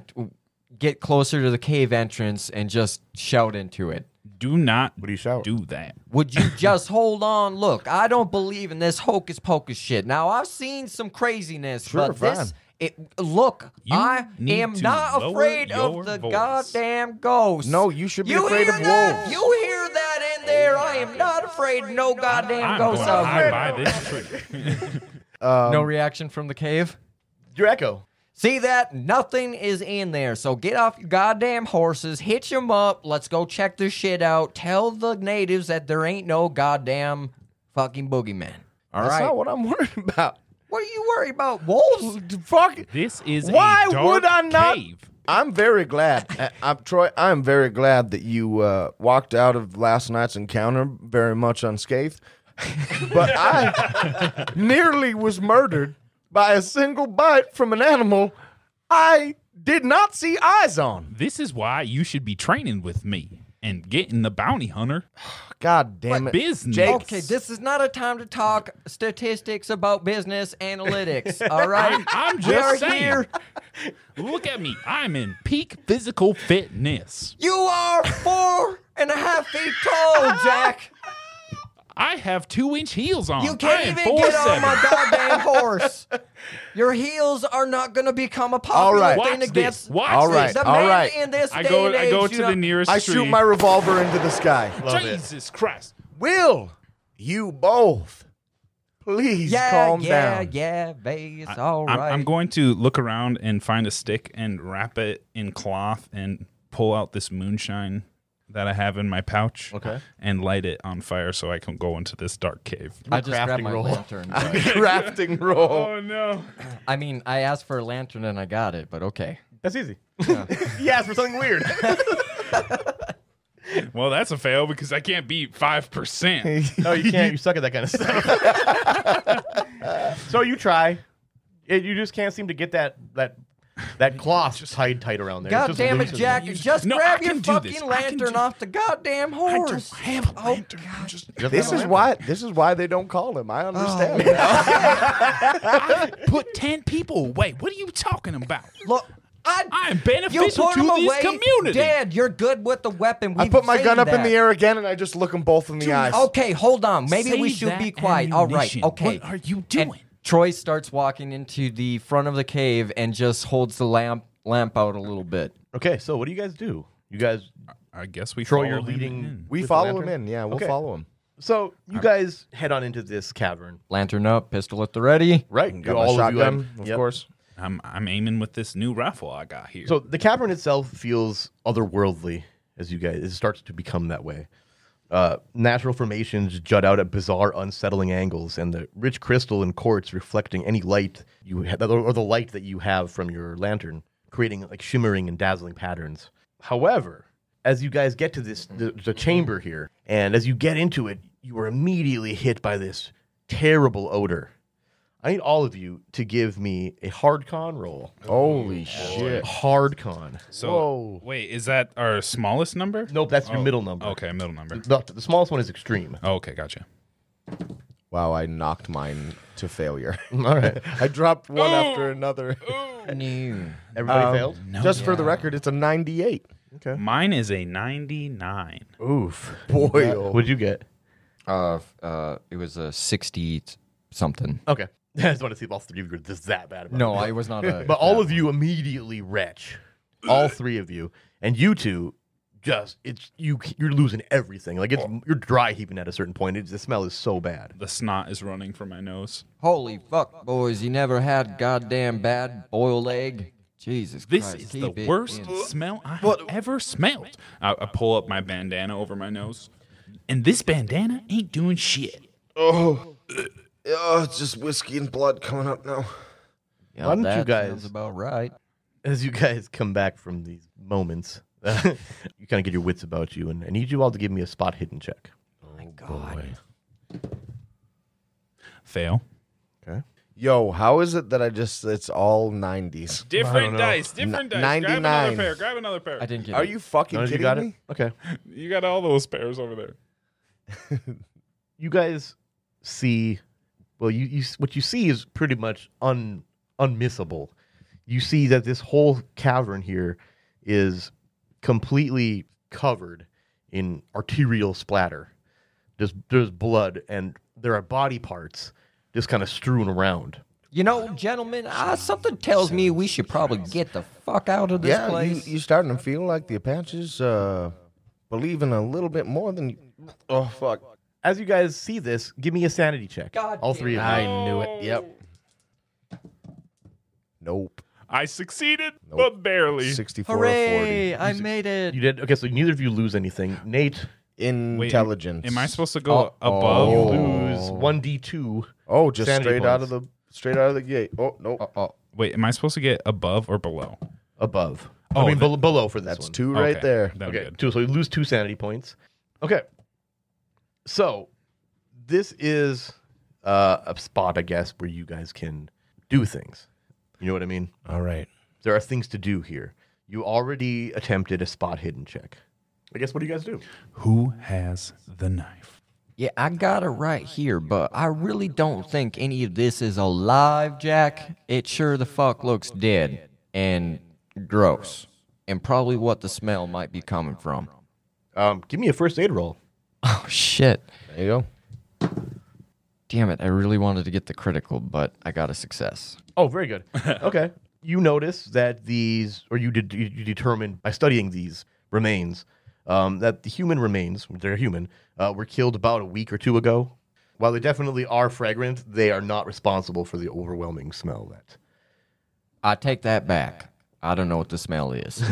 [SPEAKER 5] get closer to the cave entrance and just shout into it.
[SPEAKER 4] Do not
[SPEAKER 6] do you shout?
[SPEAKER 4] do that.
[SPEAKER 5] Would you just hold on? Look, I don't believe in this hocus pocus shit. Now I've seen some craziness, but this. It, look,
[SPEAKER 4] You
[SPEAKER 5] I
[SPEAKER 4] need
[SPEAKER 5] am
[SPEAKER 4] to
[SPEAKER 5] not
[SPEAKER 4] lower
[SPEAKER 5] afraid
[SPEAKER 4] your
[SPEAKER 5] of the
[SPEAKER 4] voice.
[SPEAKER 5] goddamn ghost.
[SPEAKER 3] No, you should be
[SPEAKER 5] You
[SPEAKER 3] afraid
[SPEAKER 5] hear
[SPEAKER 3] of
[SPEAKER 5] that?
[SPEAKER 3] wolves.
[SPEAKER 5] You hear that in there? I am not afraid of no goddamn
[SPEAKER 4] I'm
[SPEAKER 5] ghosts
[SPEAKER 4] going
[SPEAKER 5] ghost
[SPEAKER 4] to
[SPEAKER 5] out
[SPEAKER 4] hide
[SPEAKER 5] here.
[SPEAKER 4] by this tree.
[SPEAKER 5] No reaction from the cave.
[SPEAKER 2] Your echo.
[SPEAKER 5] See that? Nothing is in there. So get off your goddamn horses, hitch them up. Let's go check this shit out. Tell the natives that there ain't no goddamn fucking boogeyman. All right.
[SPEAKER 6] That's not what I'm worried about.
[SPEAKER 5] What are you worried about? Wolves?
[SPEAKER 6] Fuck.
[SPEAKER 4] This is
[SPEAKER 6] Why
[SPEAKER 4] a dark
[SPEAKER 6] would I not-
[SPEAKER 4] cave.
[SPEAKER 6] I'm very glad. I- I'm Troy. I'm very glad that you uh, walked out of last night's encounter very much unscathed. But I nearly was murdered by a single bite from an animal I did not see eyes on.
[SPEAKER 4] This is why you should be training with me and getting the bounty hunter
[SPEAKER 6] God damn it,
[SPEAKER 4] business.
[SPEAKER 6] Jake.
[SPEAKER 5] Okay, this is not a time to talk statistics about business analytics. All right.
[SPEAKER 4] I'm
[SPEAKER 5] We are
[SPEAKER 4] just saying.
[SPEAKER 5] here.
[SPEAKER 4] Look at me. I'm in peak physical fitness.
[SPEAKER 5] You are four and a half feet tall, Jack.
[SPEAKER 4] I have two inch heels on.
[SPEAKER 5] You
[SPEAKER 4] Oh, I am
[SPEAKER 5] can't even
[SPEAKER 4] four
[SPEAKER 5] get on my
[SPEAKER 4] seven.
[SPEAKER 5] goddamn horse. Your heels are not going to become a popular
[SPEAKER 6] right.
[SPEAKER 5] thing
[SPEAKER 4] Watch
[SPEAKER 5] against.
[SPEAKER 4] this. Watch
[SPEAKER 6] All
[SPEAKER 4] this.
[SPEAKER 6] right.
[SPEAKER 5] The
[SPEAKER 6] All
[SPEAKER 5] man
[SPEAKER 6] right.
[SPEAKER 5] in this
[SPEAKER 4] I
[SPEAKER 5] day
[SPEAKER 4] go.
[SPEAKER 5] and
[SPEAKER 4] I go
[SPEAKER 5] age,
[SPEAKER 4] to
[SPEAKER 5] you
[SPEAKER 4] the
[SPEAKER 5] know-
[SPEAKER 4] nearest.
[SPEAKER 6] I
[SPEAKER 4] tree.
[SPEAKER 6] shoot my revolver into the sky.
[SPEAKER 2] Love it.
[SPEAKER 4] Jesus Christ.
[SPEAKER 6] Will you both please
[SPEAKER 5] Yeah,
[SPEAKER 6] calm
[SPEAKER 5] yeah,
[SPEAKER 6] down?
[SPEAKER 5] yeah, babe. It's all
[SPEAKER 4] I'm,
[SPEAKER 5] right.
[SPEAKER 4] I'm going to look around and find a stick and wrap it in cloth and pull out this moonshine that I have in my pouch. Okay. And light it on fire so I can go into this dark cave.
[SPEAKER 5] I just grabbed
[SPEAKER 2] crafting
[SPEAKER 5] my
[SPEAKER 2] roll.
[SPEAKER 5] lantern.
[SPEAKER 6] Crafting roll.
[SPEAKER 4] Oh, no.
[SPEAKER 5] I mean, I asked for a lantern and I got it, but okay.
[SPEAKER 2] That's easy. he asked for something weird.
[SPEAKER 4] Well, that's a fail because I can't beat five percent.
[SPEAKER 2] no, you can't. You suck at that kind of stuff. so you try. It, you just can't seem to get that that that cloth just tied tight around there.
[SPEAKER 5] God
[SPEAKER 2] just
[SPEAKER 5] damn it,
[SPEAKER 2] loose in
[SPEAKER 5] Jack!
[SPEAKER 2] there.
[SPEAKER 5] just
[SPEAKER 4] No,
[SPEAKER 5] grab
[SPEAKER 4] I
[SPEAKER 5] your
[SPEAKER 4] can do this.
[SPEAKER 5] fucking
[SPEAKER 4] I can
[SPEAKER 5] lantern
[SPEAKER 4] do-
[SPEAKER 5] off the goddamn horse.
[SPEAKER 4] have a lantern. I'm just-
[SPEAKER 6] This is why this is why they don't call him.
[SPEAKER 5] Oh,
[SPEAKER 6] I understand.
[SPEAKER 4] put ten people away. What are you talking about?
[SPEAKER 5] Look, I.
[SPEAKER 4] I'm
[SPEAKER 5] you
[SPEAKER 4] beneficial
[SPEAKER 5] put
[SPEAKER 4] to
[SPEAKER 5] him
[SPEAKER 4] this
[SPEAKER 5] away,
[SPEAKER 4] community.
[SPEAKER 5] Dad. You're good with the weapon.
[SPEAKER 6] I
[SPEAKER 5] We've
[SPEAKER 6] put my
[SPEAKER 5] seen
[SPEAKER 6] gun up in
[SPEAKER 5] that.
[SPEAKER 6] the air again and I just look them both in the eyes.
[SPEAKER 5] Okay, hold on. Maybe we
[SPEAKER 4] Save
[SPEAKER 5] should
[SPEAKER 4] that
[SPEAKER 5] be quiet. All right.
[SPEAKER 4] ammunition.
[SPEAKER 5] Okay.
[SPEAKER 4] What are you
[SPEAKER 5] And
[SPEAKER 4] doing?
[SPEAKER 5] Troy starts walking into the front of the cave and just holds the lamp lamp out a little bit.
[SPEAKER 2] Okay, so what do you guys do? You guys,
[SPEAKER 4] I guess we
[SPEAKER 2] Troy,
[SPEAKER 4] follow
[SPEAKER 2] you're
[SPEAKER 4] him
[SPEAKER 2] leading. Uh,
[SPEAKER 4] in.
[SPEAKER 6] We
[SPEAKER 2] with the
[SPEAKER 6] follow him
[SPEAKER 2] lantern?
[SPEAKER 6] in. Yeah, we'll
[SPEAKER 2] Okay.
[SPEAKER 6] follow him.
[SPEAKER 2] So you guys head on into this cavern,
[SPEAKER 5] Lantern up, pistol at the ready.
[SPEAKER 2] right?
[SPEAKER 6] Got
[SPEAKER 2] You-
[SPEAKER 6] my
[SPEAKER 2] all you
[SPEAKER 6] shotgun,
[SPEAKER 2] have-
[SPEAKER 6] of,
[SPEAKER 2] yep.
[SPEAKER 6] course.
[SPEAKER 4] I'm I'm aiming with this new rifle I got here.
[SPEAKER 2] So the cavern itself feels otherworldly as you guys. It starts to become that way. Uh, natural formations jut out at bizarre, unsettling angles, and the rich crystal and quartz reflecting any light you ha- or the light that you have from your lantern, creating like shimmering and dazzling patterns. However, as you guys get to this the, the chamber here, and as you get into it, you are immediately hit by this terrible odor. I need all of you to give me a hard con roll.
[SPEAKER 6] Holy shit.
[SPEAKER 2] Hard con.
[SPEAKER 4] So wait, is that our smallest number?
[SPEAKER 2] Nope, that's your middle number.
[SPEAKER 4] Okay, middle number.
[SPEAKER 2] The, the smallest one is extreme.
[SPEAKER 4] Oh, okay, gotcha.
[SPEAKER 6] Wow, I knocked mine to failure.
[SPEAKER 2] All right.
[SPEAKER 6] I dropped one after another.
[SPEAKER 5] New.
[SPEAKER 2] Everybody failed?
[SPEAKER 6] Just for the record, it's a 98.
[SPEAKER 4] Mine is a ninety-nine.
[SPEAKER 2] Oof.
[SPEAKER 6] Boy, oh.
[SPEAKER 2] What'd you get?
[SPEAKER 5] Uh, uh, it was a sixty t- something.
[SPEAKER 2] Okay. I just want to see if all three of you are just that bad about
[SPEAKER 5] No,
[SPEAKER 2] it.
[SPEAKER 5] I was not a.
[SPEAKER 2] But all of you immediately retch. All three of you. And you two just it's you you're losing everything. Like it's you're dry heaving at a certain point. It's, the smell is so bad.
[SPEAKER 4] The snot is running from my nose.
[SPEAKER 5] Holy fuck, boys! You never had goddamn bad boiled egg. Jesus
[SPEAKER 4] This
[SPEAKER 5] Christ!
[SPEAKER 4] is the
[SPEAKER 5] keep it
[SPEAKER 4] worst
[SPEAKER 5] in.
[SPEAKER 4] smell I have ever smelled. I, I pull up my bandana over my nose, and this bandana ain't doing shit.
[SPEAKER 6] Oh, it's just whiskey and blood coming up now.
[SPEAKER 5] Yeah,
[SPEAKER 2] Why don't you
[SPEAKER 5] that sounds
[SPEAKER 2] guys-
[SPEAKER 5] about right.
[SPEAKER 2] as you guys come back from these moments, you kind of get your wits about you, and I need you all to give me a spot hidden check.
[SPEAKER 4] Fail.
[SPEAKER 6] Yo, how is it that I just, it's all 90s?
[SPEAKER 4] Different dice. Different
[SPEAKER 6] N-
[SPEAKER 4] dice. Grab another
[SPEAKER 6] 99.
[SPEAKER 4] pair. Grab another pair.
[SPEAKER 5] I didn't get.
[SPEAKER 6] Are
[SPEAKER 5] it.
[SPEAKER 6] you fucking
[SPEAKER 2] None of you
[SPEAKER 6] kidding
[SPEAKER 2] got
[SPEAKER 6] me?
[SPEAKER 2] it? Okay.
[SPEAKER 4] You got all those pairs over there.
[SPEAKER 2] You guys see, well, you, you what you see is pretty much un unmissable. You see that this whole cavern here is completely covered in arterial splatter. There's there's blood, and there are body parts just kind of strewn around.
[SPEAKER 5] You know, gentlemen, uh, something tells me we should probably get the fuck out of this
[SPEAKER 6] Yeah, you,
[SPEAKER 5] place.
[SPEAKER 6] you starting to feel like the Apaches uh, believe in a little bit more than you. Oh, fuck.
[SPEAKER 2] As you guys see this, give me a sanity check.
[SPEAKER 5] God
[SPEAKER 2] all
[SPEAKER 5] damn
[SPEAKER 2] three of you.
[SPEAKER 6] I knew it. Yep. Nope.
[SPEAKER 4] I succeeded,
[SPEAKER 6] Nope.
[SPEAKER 4] but barely.
[SPEAKER 3] oh
[SPEAKER 6] 64
[SPEAKER 5] Hooray!
[SPEAKER 6] or 40.
[SPEAKER 5] I made it.
[SPEAKER 2] You did okay. So neither of you lose anything. Nate,
[SPEAKER 4] Wait,
[SPEAKER 6] Intelligence.
[SPEAKER 4] Am I supposed to go
[SPEAKER 2] you
[SPEAKER 4] above?
[SPEAKER 2] lose one d two.
[SPEAKER 6] Oh, just
[SPEAKER 2] Sanity
[SPEAKER 6] straight out of
[SPEAKER 2] points.
[SPEAKER 6] the straight out of the gate. Oh, nope.
[SPEAKER 2] Uh,
[SPEAKER 4] Wait, am I supposed to get above or below?
[SPEAKER 2] above. I
[SPEAKER 4] Oh,
[SPEAKER 2] mean
[SPEAKER 4] that-
[SPEAKER 2] bel- below for this
[SPEAKER 6] That's
[SPEAKER 2] one.
[SPEAKER 6] two right
[SPEAKER 4] Okay,
[SPEAKER 6] there.
[SPEAKER 4] that'd be
[SPEAKER 2] Okay,
[SPEAKER 4] good.
[SPEAKER 2] two. So you lose two sanity points. Okay. So this is uh, a spot, I guess, where you guys can do things. You know what I mean?
[SPEAKER 6] All right.
[SPEAKER 2] There are things to do here. You already attempted a spot hidden check. I guess what do you guys do?
[SPEAKER 4] Who has the knife?
[SPEAKER 5] Yeah, I got it right here, but I really don't think any of this is alive, Jack. It sure the fuck looks dead and gross, and probably what the smell might be coming from.
[SPEAKER 2] Um, give me a first aid roll.
[SPEAKER 5] Oh shit!
[SPEAKER 6] There you go.
[SPEAKER 5] Damn it! I really wanted to get the critical, but I got a success.
[SPEAKER 2] Oh, very good. Okay. You notice that these, or you did, you determined by studying these remains, um, that the human remains, they're human, uh, were killed about a week or two ago. While they definitely are fragrant, they are not responsible for the overwhelming smell that.
[SPEAKER 5] I take that back. I don't know what the smell is.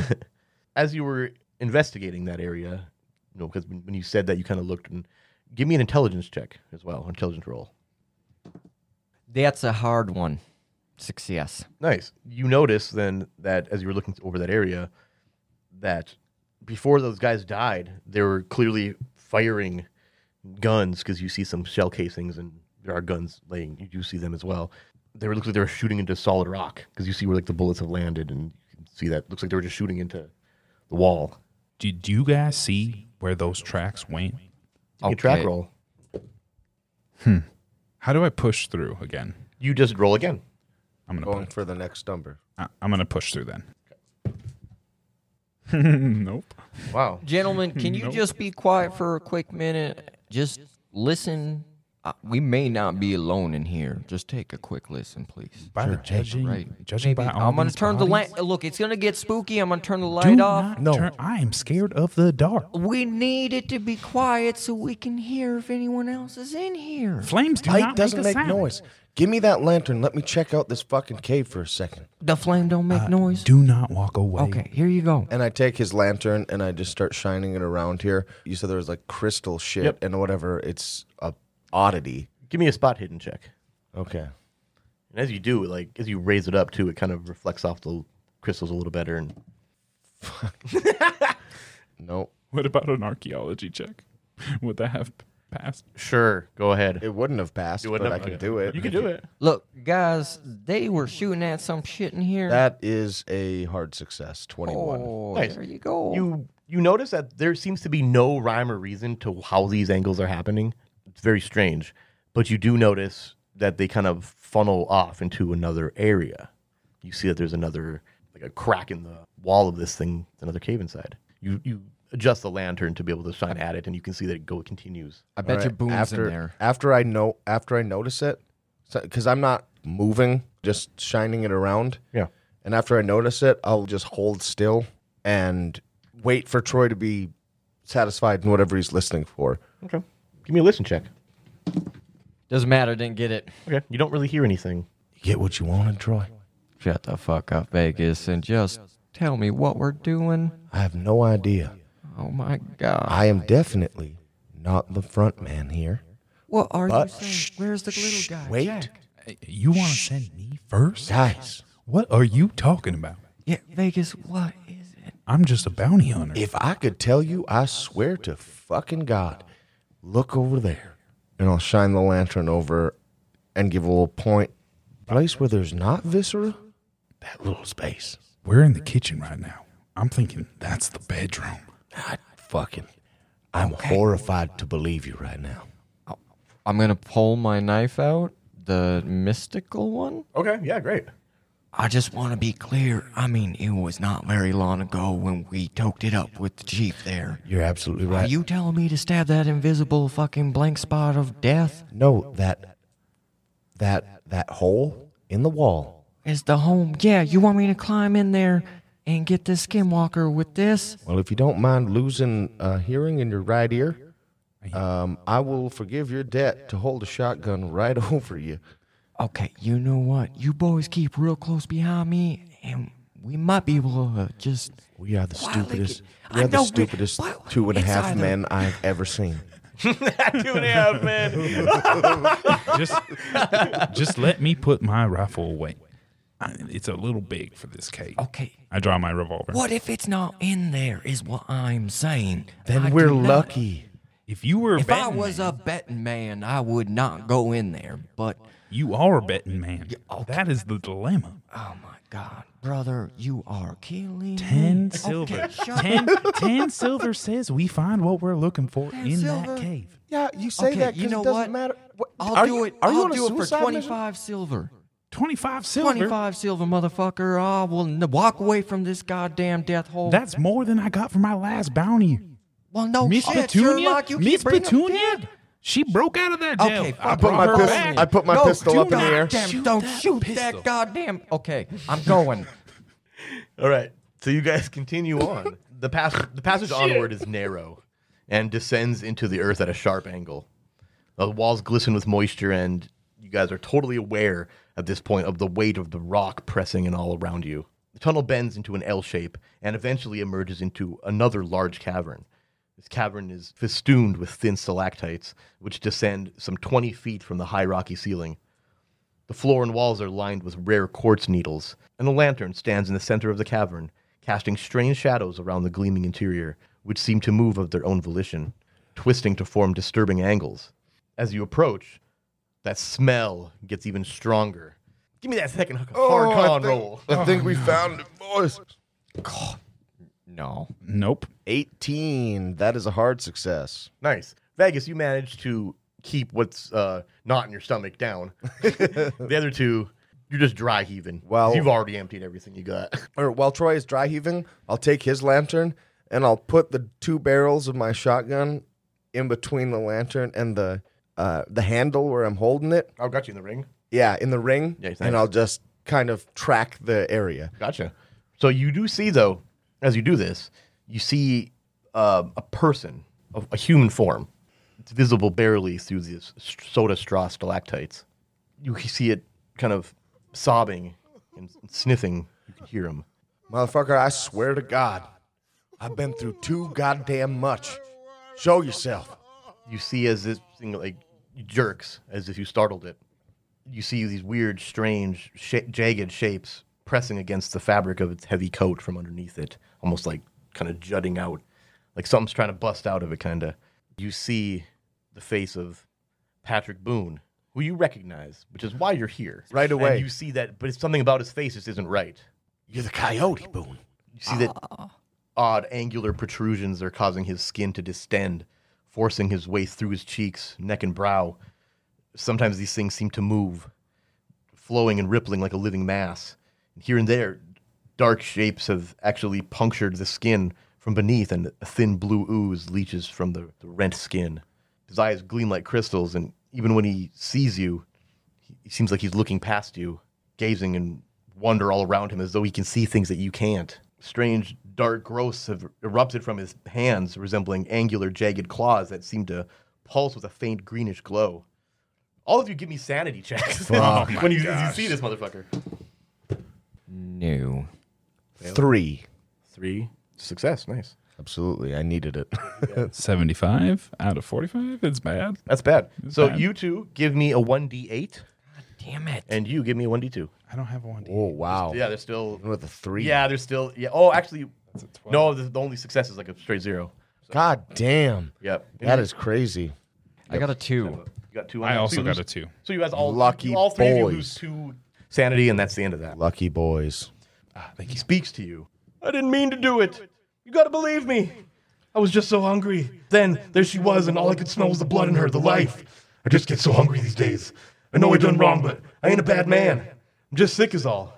[SPEAKER 2] As you were investigating that area, you know, because when when you said that, you kind of looked and give me an intelligence check as well, intelligence roll.
[SPEAKER 5] That's a hard one. Success.
[SPEAKER 2] Nice. You notice then that as you were looking over that area, that before those guys died, they were clearly firing guns because you see some shell casings and there are guns laying. You do see them as well. They were looks like they were shooting into solid rock because you see where like the bullets have landed and you can see that looks like they were just shooting into the wall.
[SPEAKER 4] Did you guys see where those tracks went?
[SPEAKER 2] Give me a track
[SPEAKER 5] Okay.
[SPEAKER 2] roll.
[SPEAKER 4] How do I push through again?
[SPEAKER 2] You just roll again.
[SPEAKER 4] I'm gonna
[SPEAKER 6] Going
[SPEAKER 4] push.
[SPEAKER 6] for the next number.
[SPEAKER 4] I- I'm gonna push through then. nope.
[SPEAKER 2] Wow.
[SPEAKER 5] Gentlemen, can you just be quiet for a quick minute? Just listen. Uh, we may not be alone in here. Just take a quick listen, please.
[SPEAKER 4] By the judging,
[SPEAKER 5] right.
[SPEAKER 4] judging by all
[SPEAKER 5] I'm gonna
[SPEAKER 4] these
[SPEAKER 5] turn the
[SPEAKER 4] bodies,
[SPEAKER 5] light. Look, it's gonna get spooky. I'm gonna turn the
[SPEAKER 4] Do
[SPEAKER 5] light off.
[SPEAKER 4] not no. turn. I am scared of the dark.
[SPEAKER 5] We need it to be quiet so we can hear if anyone else is in here.
[SPEAKER 4] Flames do
[SPEAKER 6] Light
[SPEAKER 4] not
[SPEAKER 6] doesn't
[SPEAKER 4] make, a
[SPEAKER 6] make
[SPEAKER 4] sound.
[SPEAKER 6] noise. Give me that lantern. Let me check out this fucking cave for a second.
[SPEAKER 5] The flame don't make noise.
[SPEAKER 4] Uh, Do not walk away.
[SPEAKER 5] Okay, here you go.
[SPEAKER 6] And I take his lantern and I just start shining it around here. You said there was like crystal shit
[SPEAKER 2] Yep.
[SPEAKER 6] and whatever. It's a oddity.
[SPEAKER 2] Give me a spot hidden check.
[SPEAKER 6] Okay.
[SPEAKER 2] And as you do, like as you raise it up too, it kind of reflects off the crystals a little better and
[SPEAKER 6] Nope.
[SPEAKER 4] What about an archaeology check? Would that have passed?
[SPEAKER 2] Sure, go ahead.
[SPEAKER 3] It wouldn't have passed,
[SPEAKER 2] wouldn't
[SPEAKER 3] but I
[SPEAKER 2] have-
[SPEAKER 3] could
[SPEAKER 2] okay.
[SPEAKER 3] do it.
[SPEAKER 6] You can do it.
[SPEAKER 5] Look, guys, they were shooting at some shit in here.
[SPEAKER 3] That is a hard success. Twenty-one.
[SPEAKER 5] oh,
[SPEAKER 2] Nice.
[SPEAKER 5] there you go.
[SPEAKER 2] You you notice that there seems to be no rhyme or reason to how these angles are happening. It's very strange, but you do notice that they kind of funnel off into another area. You see that there's another like a crack in the wall of this thing, It's another cave inside. You you adjust the lantern to be able to shine at it, and you can see that it go it continues.
[SPEAKER 5] I bet
[SPEAKER 3] All
[SPEAKER 5] your
[SPEAKER 3] right,
[SPEAKER 5] boom's
[SPEAKER 3] after,
[SPEAKER 5] in there.
[SPEAKER 3] After I know, after I notice it, because I'm not moving, just shining it around.
[SPEAKER 2] Yeah.
[SPEAKER 3] And after I notice it, I'll just hold still and wait for Troy to be satisfied in whatever he's listening for.
[SPEAKER 2] Okay, give me a listen check.
[SPEAKER 5] Doesn't matter. Didn't get it.
[SPEAKER 2] Okay, you don't really hear anything.
[SPEAKER 3] You get what you wanted, Troy.
[SPEAKER 5] Shut the fuck up, Vegas, and just tell me what we're doing.
[SPEAKER 3] I have no idea.
[SPEAKER 5] Oh my god.
[SPEAKER 3] I am definitely not the front man here.
[SPEAKER 5] What are
[SPEAKER 3] But
[SPEAKER 5] you saying? Where's the little
[SPEAKER 3] Shh,
[SPEAKER 5] guy?
[SPEAKER 3] wait,
[SPEAKER 4] You want to send me first?
[SPEAKER 3] guys.
[SPEAKER 4] What are you talking about?
[SPEAKER 5] Yeah, Vegas, what is it?
[SPEAKER 4] I'm just a bounty hunter.
[SPEAKER 3] If I could tell you, I swear to fucking God, look over there. And I'll shine the lantern over and give a little point. Place where there's not viscera, that little space.
[SPEAKER 4] We're in the kitchen right now. I'm thinking that's the bedroom.
[SPEAKER 3] I fucking, I'm horrified to believe you right now.
[SPEAKER 5] I'm gonna pull my knife out, the mystical one.
[SPEAKER 2] Okay, yeah, great.
[SPEAKER 5] I just want to be clear. I mean, it was not very long ago when we toked it up with the chief there.
[SPEAKER 3] You're absolutely
[SPEAKER 5] Are
[SPEAKER 3] right.
[SPEAKER 5] you telling me to stab that invisible fucking blank spot of death?
[SPEAKER 3] no, that, that, that hole in the wall.
[SPEAKER 5] Is the home? Yeah, you want me to climb in there and get this skinwalker with this?
[SPEAKER 3] Well, if you don't mind losing uh, hearing in your right ear, um, I will forgive your debt to hold a shotgun right over you.
[SPEAKER 5] Okay, you know what? You boys keep real close behind me, and we might be able to uh, just.
[SPEAKER 3] We are the
[SPEAKER 5] Why, like,
[SPEAKER 3] stupidest.
[SPEAKER 5] I
[SPEAKER 3] We are the
[SPEAKER 5] know,
[SPEAKER 3] stupidest
[SPEAKER 5] why-
[SPEAKER 3] two and a
[SPEAKER 5] it's
[SPEAKER 3] half
[SPEAKER 5] either-
[SPEAKER 3] men I've ever seen.
[SPEAKER 2] Two and a half man.
[SPEAKER 4] Just, just let me put my rifle away. I, it's a little big for this cake.
[SPEAKER 5] Okay,
[SPEAKER 4] I draw my revolver.
[SPEAKER 5] Oh. what if it's not in there? Is what I'm saying.
[SPEAKER 3] Then
[SPEAKER 5] I
[SPEAKER 3] we're
[SPEAKER 5] do not-
[SPEAKER 3] lucky.
[SPEAKER 4] If you were a
[SPEAKER 5] If I
[SPEAKER 4] betting
[SPEAKER 5] was
[SPEAKER 4] man,
[SPEAKER 5] a betting man, I would not go in there. But
[SPEAKER 4] you are a betting man. That is the dilemma.
[SPEAKER 5] oh my god, brother, you are killing
[SPEAKER 4] Ten
[SPEAKER 5] me.
[SPEAKER 4] silver.
[SPEAKER 5] Okay, shut
[SPEAKER 4] ten, ten silver says we find what we're looking for in
[SPEAKER 5] silver.
[SPEAKER 4] that cave.
[SPEAKER 6] Yeah, you say
[SPEAKER 5] Okay,
[SPEAKER 6] that
[SPEAKER 5] you
[SPEAKER 6] because
[SPEAKER 5] know
[SPEAKER 6] it doesn't
[SPEAKER 5] what?
[SPEAKER 6] matter. What-
[SPEAKER 5] I'll
[SPEAKER 6] are
[SPEAKER 5] do
[SPEAKER 6] you-
[SPEAKER 5] it.
[SPEAKER 6] Are you
[SPEAKER 5] I'll
[SPEAKER 6] on a
[SPEAKER 5] do it for
[SPEAKER 6] suicide mission?
[SPEAKER 5] 25 silver.
[SPEAKER 4] Twenty-five silver.
[SPEAKER 5] 25 silver, motherfucker. I will n- walk away from this goddamn death hole.
[SPEAKER 4] That's more than I got for my last bounty.
[SPEAKER 5] well, no
[SPEAKER 4] Miss
[SPEAKER 5] shit,
[SPEAKER 4] Petunia.
[SPEAKER 5] Sherlock, you keep
[SPEAKER 4] Miss
[SPEAKER 5] bringing up
[SPEAKER 4] Petunia. She broke out of that jail.
[SPEAKER 5] Okay,
[SPEAKER 4] I
[SPEAKER 5] fuck
[SPEAKER 4] brought
[SPEAKER 5] off.
[SPEAKER 6] my
[SPEAKER 4] her
[SPEAKER 6] pist-
[SPEAKER 4] back.
[SPEAKER 6] I put my
[SPEAKER 5] No,
[SPEAKER 6] pistol
[SPEAKER 5] do
[SPEAKER 6] up in the
[SPEAKER 5] not-
[SPEAKER 6] air.
[SPEAKER 5] Damn,
[SPEAKER 4] Shoot
[SPEAKER 5] don't
[SPEAKER 4] that
[SPEAKER 5] shoot
[SPEAKER 4] pistol.
[SPEAKER 5] that goddamn. Okay, I'm going.
[SPEAKER 2] All right. So you guys continue on. the pass the passage onward is narrow and descends into the earth at a sharp angle. The walls glisten with moisture and you guys are totally aware at this point of the weight of the rock pressing in all around you. The tunnel bends into an L shape and eventually emerges into another large cavern. This cavern is festooned with thin stalactites, which descend some 20 feet from the high rocky ceiling. The floor and walls are lined with rare quartz needles, and a lantern stands in the center of the cavern, casting strange shadows around the gleaming interior, which seem to move of their own volition, twisting to form disturbing angles. As you approach, that smell gets even stronger. Give me that second h-
[SPEAKER 5] Oh,
[SPEAKER 2] hard
[SPEAKER 6] I
[SPEAKER 2] con
[SPEAKER 6] think-
[SPEAKER 3] Oh,
[SPEAKER 2] roll.
[SPEAKER 6] I think we found it, boys.
[SPEAKER 5] No.
[SPEAKER 4] Nope.
[SPEAKER 3] Eighteen. That is a hard success.
[SPEAKER 2] Nice. Vegas, you managed to keep what's uh, not in your stomach down. the other two, you're just dry heaving.
[SPEAKER 3] Well-
[SPEAKER 2] you've already emptied everything you got.
[SPEAKER 6] or while Troy is dry heaving, I'll take his lantern and I'll put the two barrels of my shotgun in between the lantern and the uh, the handle where I'm holding it.
[SPEAKER 2] I've got you in the ring.
[SPEAKER 6] Yeah, in the ring,
[SPEAKER 2] Yeah, thanks.
[SPEAKER 6] and I'll just kind of track the area.
[SPEAKER 2] Gotcha. So you do see though, as you do this, you see uh, a person, a, a human form. It's visible barely through these s- soda straw stalactites. You see it kind of sobbing and sniffing. You can hear him.
[SPEAKER 6] Motherfucker, I swear to God, I've been through too goddamn much. Show yourself.
[SPEAKER 2] You see as this thing like jerks as if you startled it. You see these weird, strange, sh- jagged shapes pressing against the fabric of its heavy coat from underneath it, almost like kind of jutting out, like something's trying to bust out of it. Kind of. You see the face of Patrick Boone, who you recognize, which is why you're here.
[SPEAKER 6] Right away.
[SPEAKER 2] And you see that, but it's something about his face just isn't right.
[SPEAKER 8] You're the coyote, Boone.
[SPEAKER 2] You see that odd angular protrusions are causing his skin to distend, forcing his way through his cheeks, neck, and brow. Sometimes these things seem to move, flowing and rippling like a living mass. And here and there, dark shapes have actually punctured the skin from beneath, and a thin blue ooze leaches from the, the rent skin. His eyes gleam like crystals, and even when he sees you, he, he seems like he's looking past you, gazing in wonder all around him as though he can see things that you can't. Strange, dark growths have erupted from his hands, resembling angular, jagged claws that seem to pulse with a faint greenish glow. All of you give me sanity checks when you, you see this motherfucker.
[SPEAKER 5] No.
[SPEAKER 3] Three.
[SPEAKER 2] Three. Success. Nice.
[SPEAKER 3] Absolutely. I needed it.
[SPEAKER 4] 75 out of 45? It's bad.
[SPEAKER 2] That's bad. so
[SPEAKER 4] bad.
[SPEAKER 2] you two give me a 1d8,
[SPEAKER 5] Damn it.
[SPEAKER 2] and you give me a 1d2.
[SPEAKER 4] I don't have one.
[SPEAKER 3] oh, wow.
[SPEAKER 2] Yeah, they're still.
[SPEAKER 3] With a three.
[SPEAKER 2] Yeah, they're still. Yeah. Oh, actually, no. The, the only success is like a straight zero.
[SPEAKER 3] God damn.
[SPEAKER 2] Yep.
[SPEAKER 3] That is crazy.
[SPEAKER 5] I got a two.
[SPEAKER 2] You got two. On
[SPEAKER 4] I
[SPEAKER 2] that.
[SPEAKER 4] also
[SPEAKER 2] So you
[SPEAKER 4] got a
[SPEAKER 2] lose-
[SPEAKER 4] two.
[SPEAKER 2] So you guys all
[SPEAKER 3] Lucky
[SPEAKER 2] you- all three of you
[SPEAKER 3] boys.
[SPEAKER 2] lose two sanity, and that's the end of that.
[SPEAKER 3] Lucky boys.
[SPEAKER 2] He speaks to you. I didn't mean to do it. You gotta believe me. I was just so hungry. Then there she was, and all I could smell was the blood in her, the life. I just get so hungry these days. I know I done wrong, but I ain't a bad man. I'm just sick as all.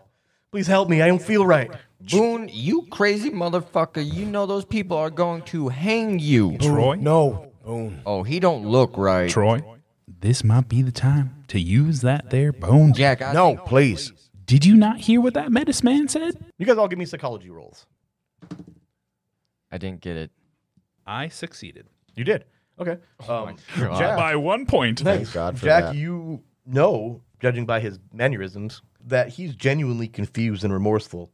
[SPEAKER 2] Please help me. I don't feel right.
[SPEAKER 5] Boone, you crazy motherfucker. You know those people are going to hang you.
[SPEAKER 4] Troy?
[SPEAKER 6] No.
[SPEAKER 5] Oh, he don't look right.
[SPEAKER 4] Troy? This might be the time to use that there bone.
[SPEAKER 5] Yeah, God.
[SPEAKER 3] No, please.
[SPEAKER 4] Did you not hear what that medicine man said?
[SPEAKER 2] You guys all give me psychology rolls.
[SPEAKER 5] I didn't get it.
[SPEAKER 4] I succeeded.
[SPEAKER 2] You did. Okay.
[SPEAKER 4] Oh
[SPEAKER 2] um, Jack,
[SPEAKER 4] By one point.
[SPEAKER 3] Thank God for
[SPEAKER 2] Jack,
[SPEAKER 3] that.
[SPEAKER 2] you know, judging by his mannerisms, that he's genuinely confused and remorseful.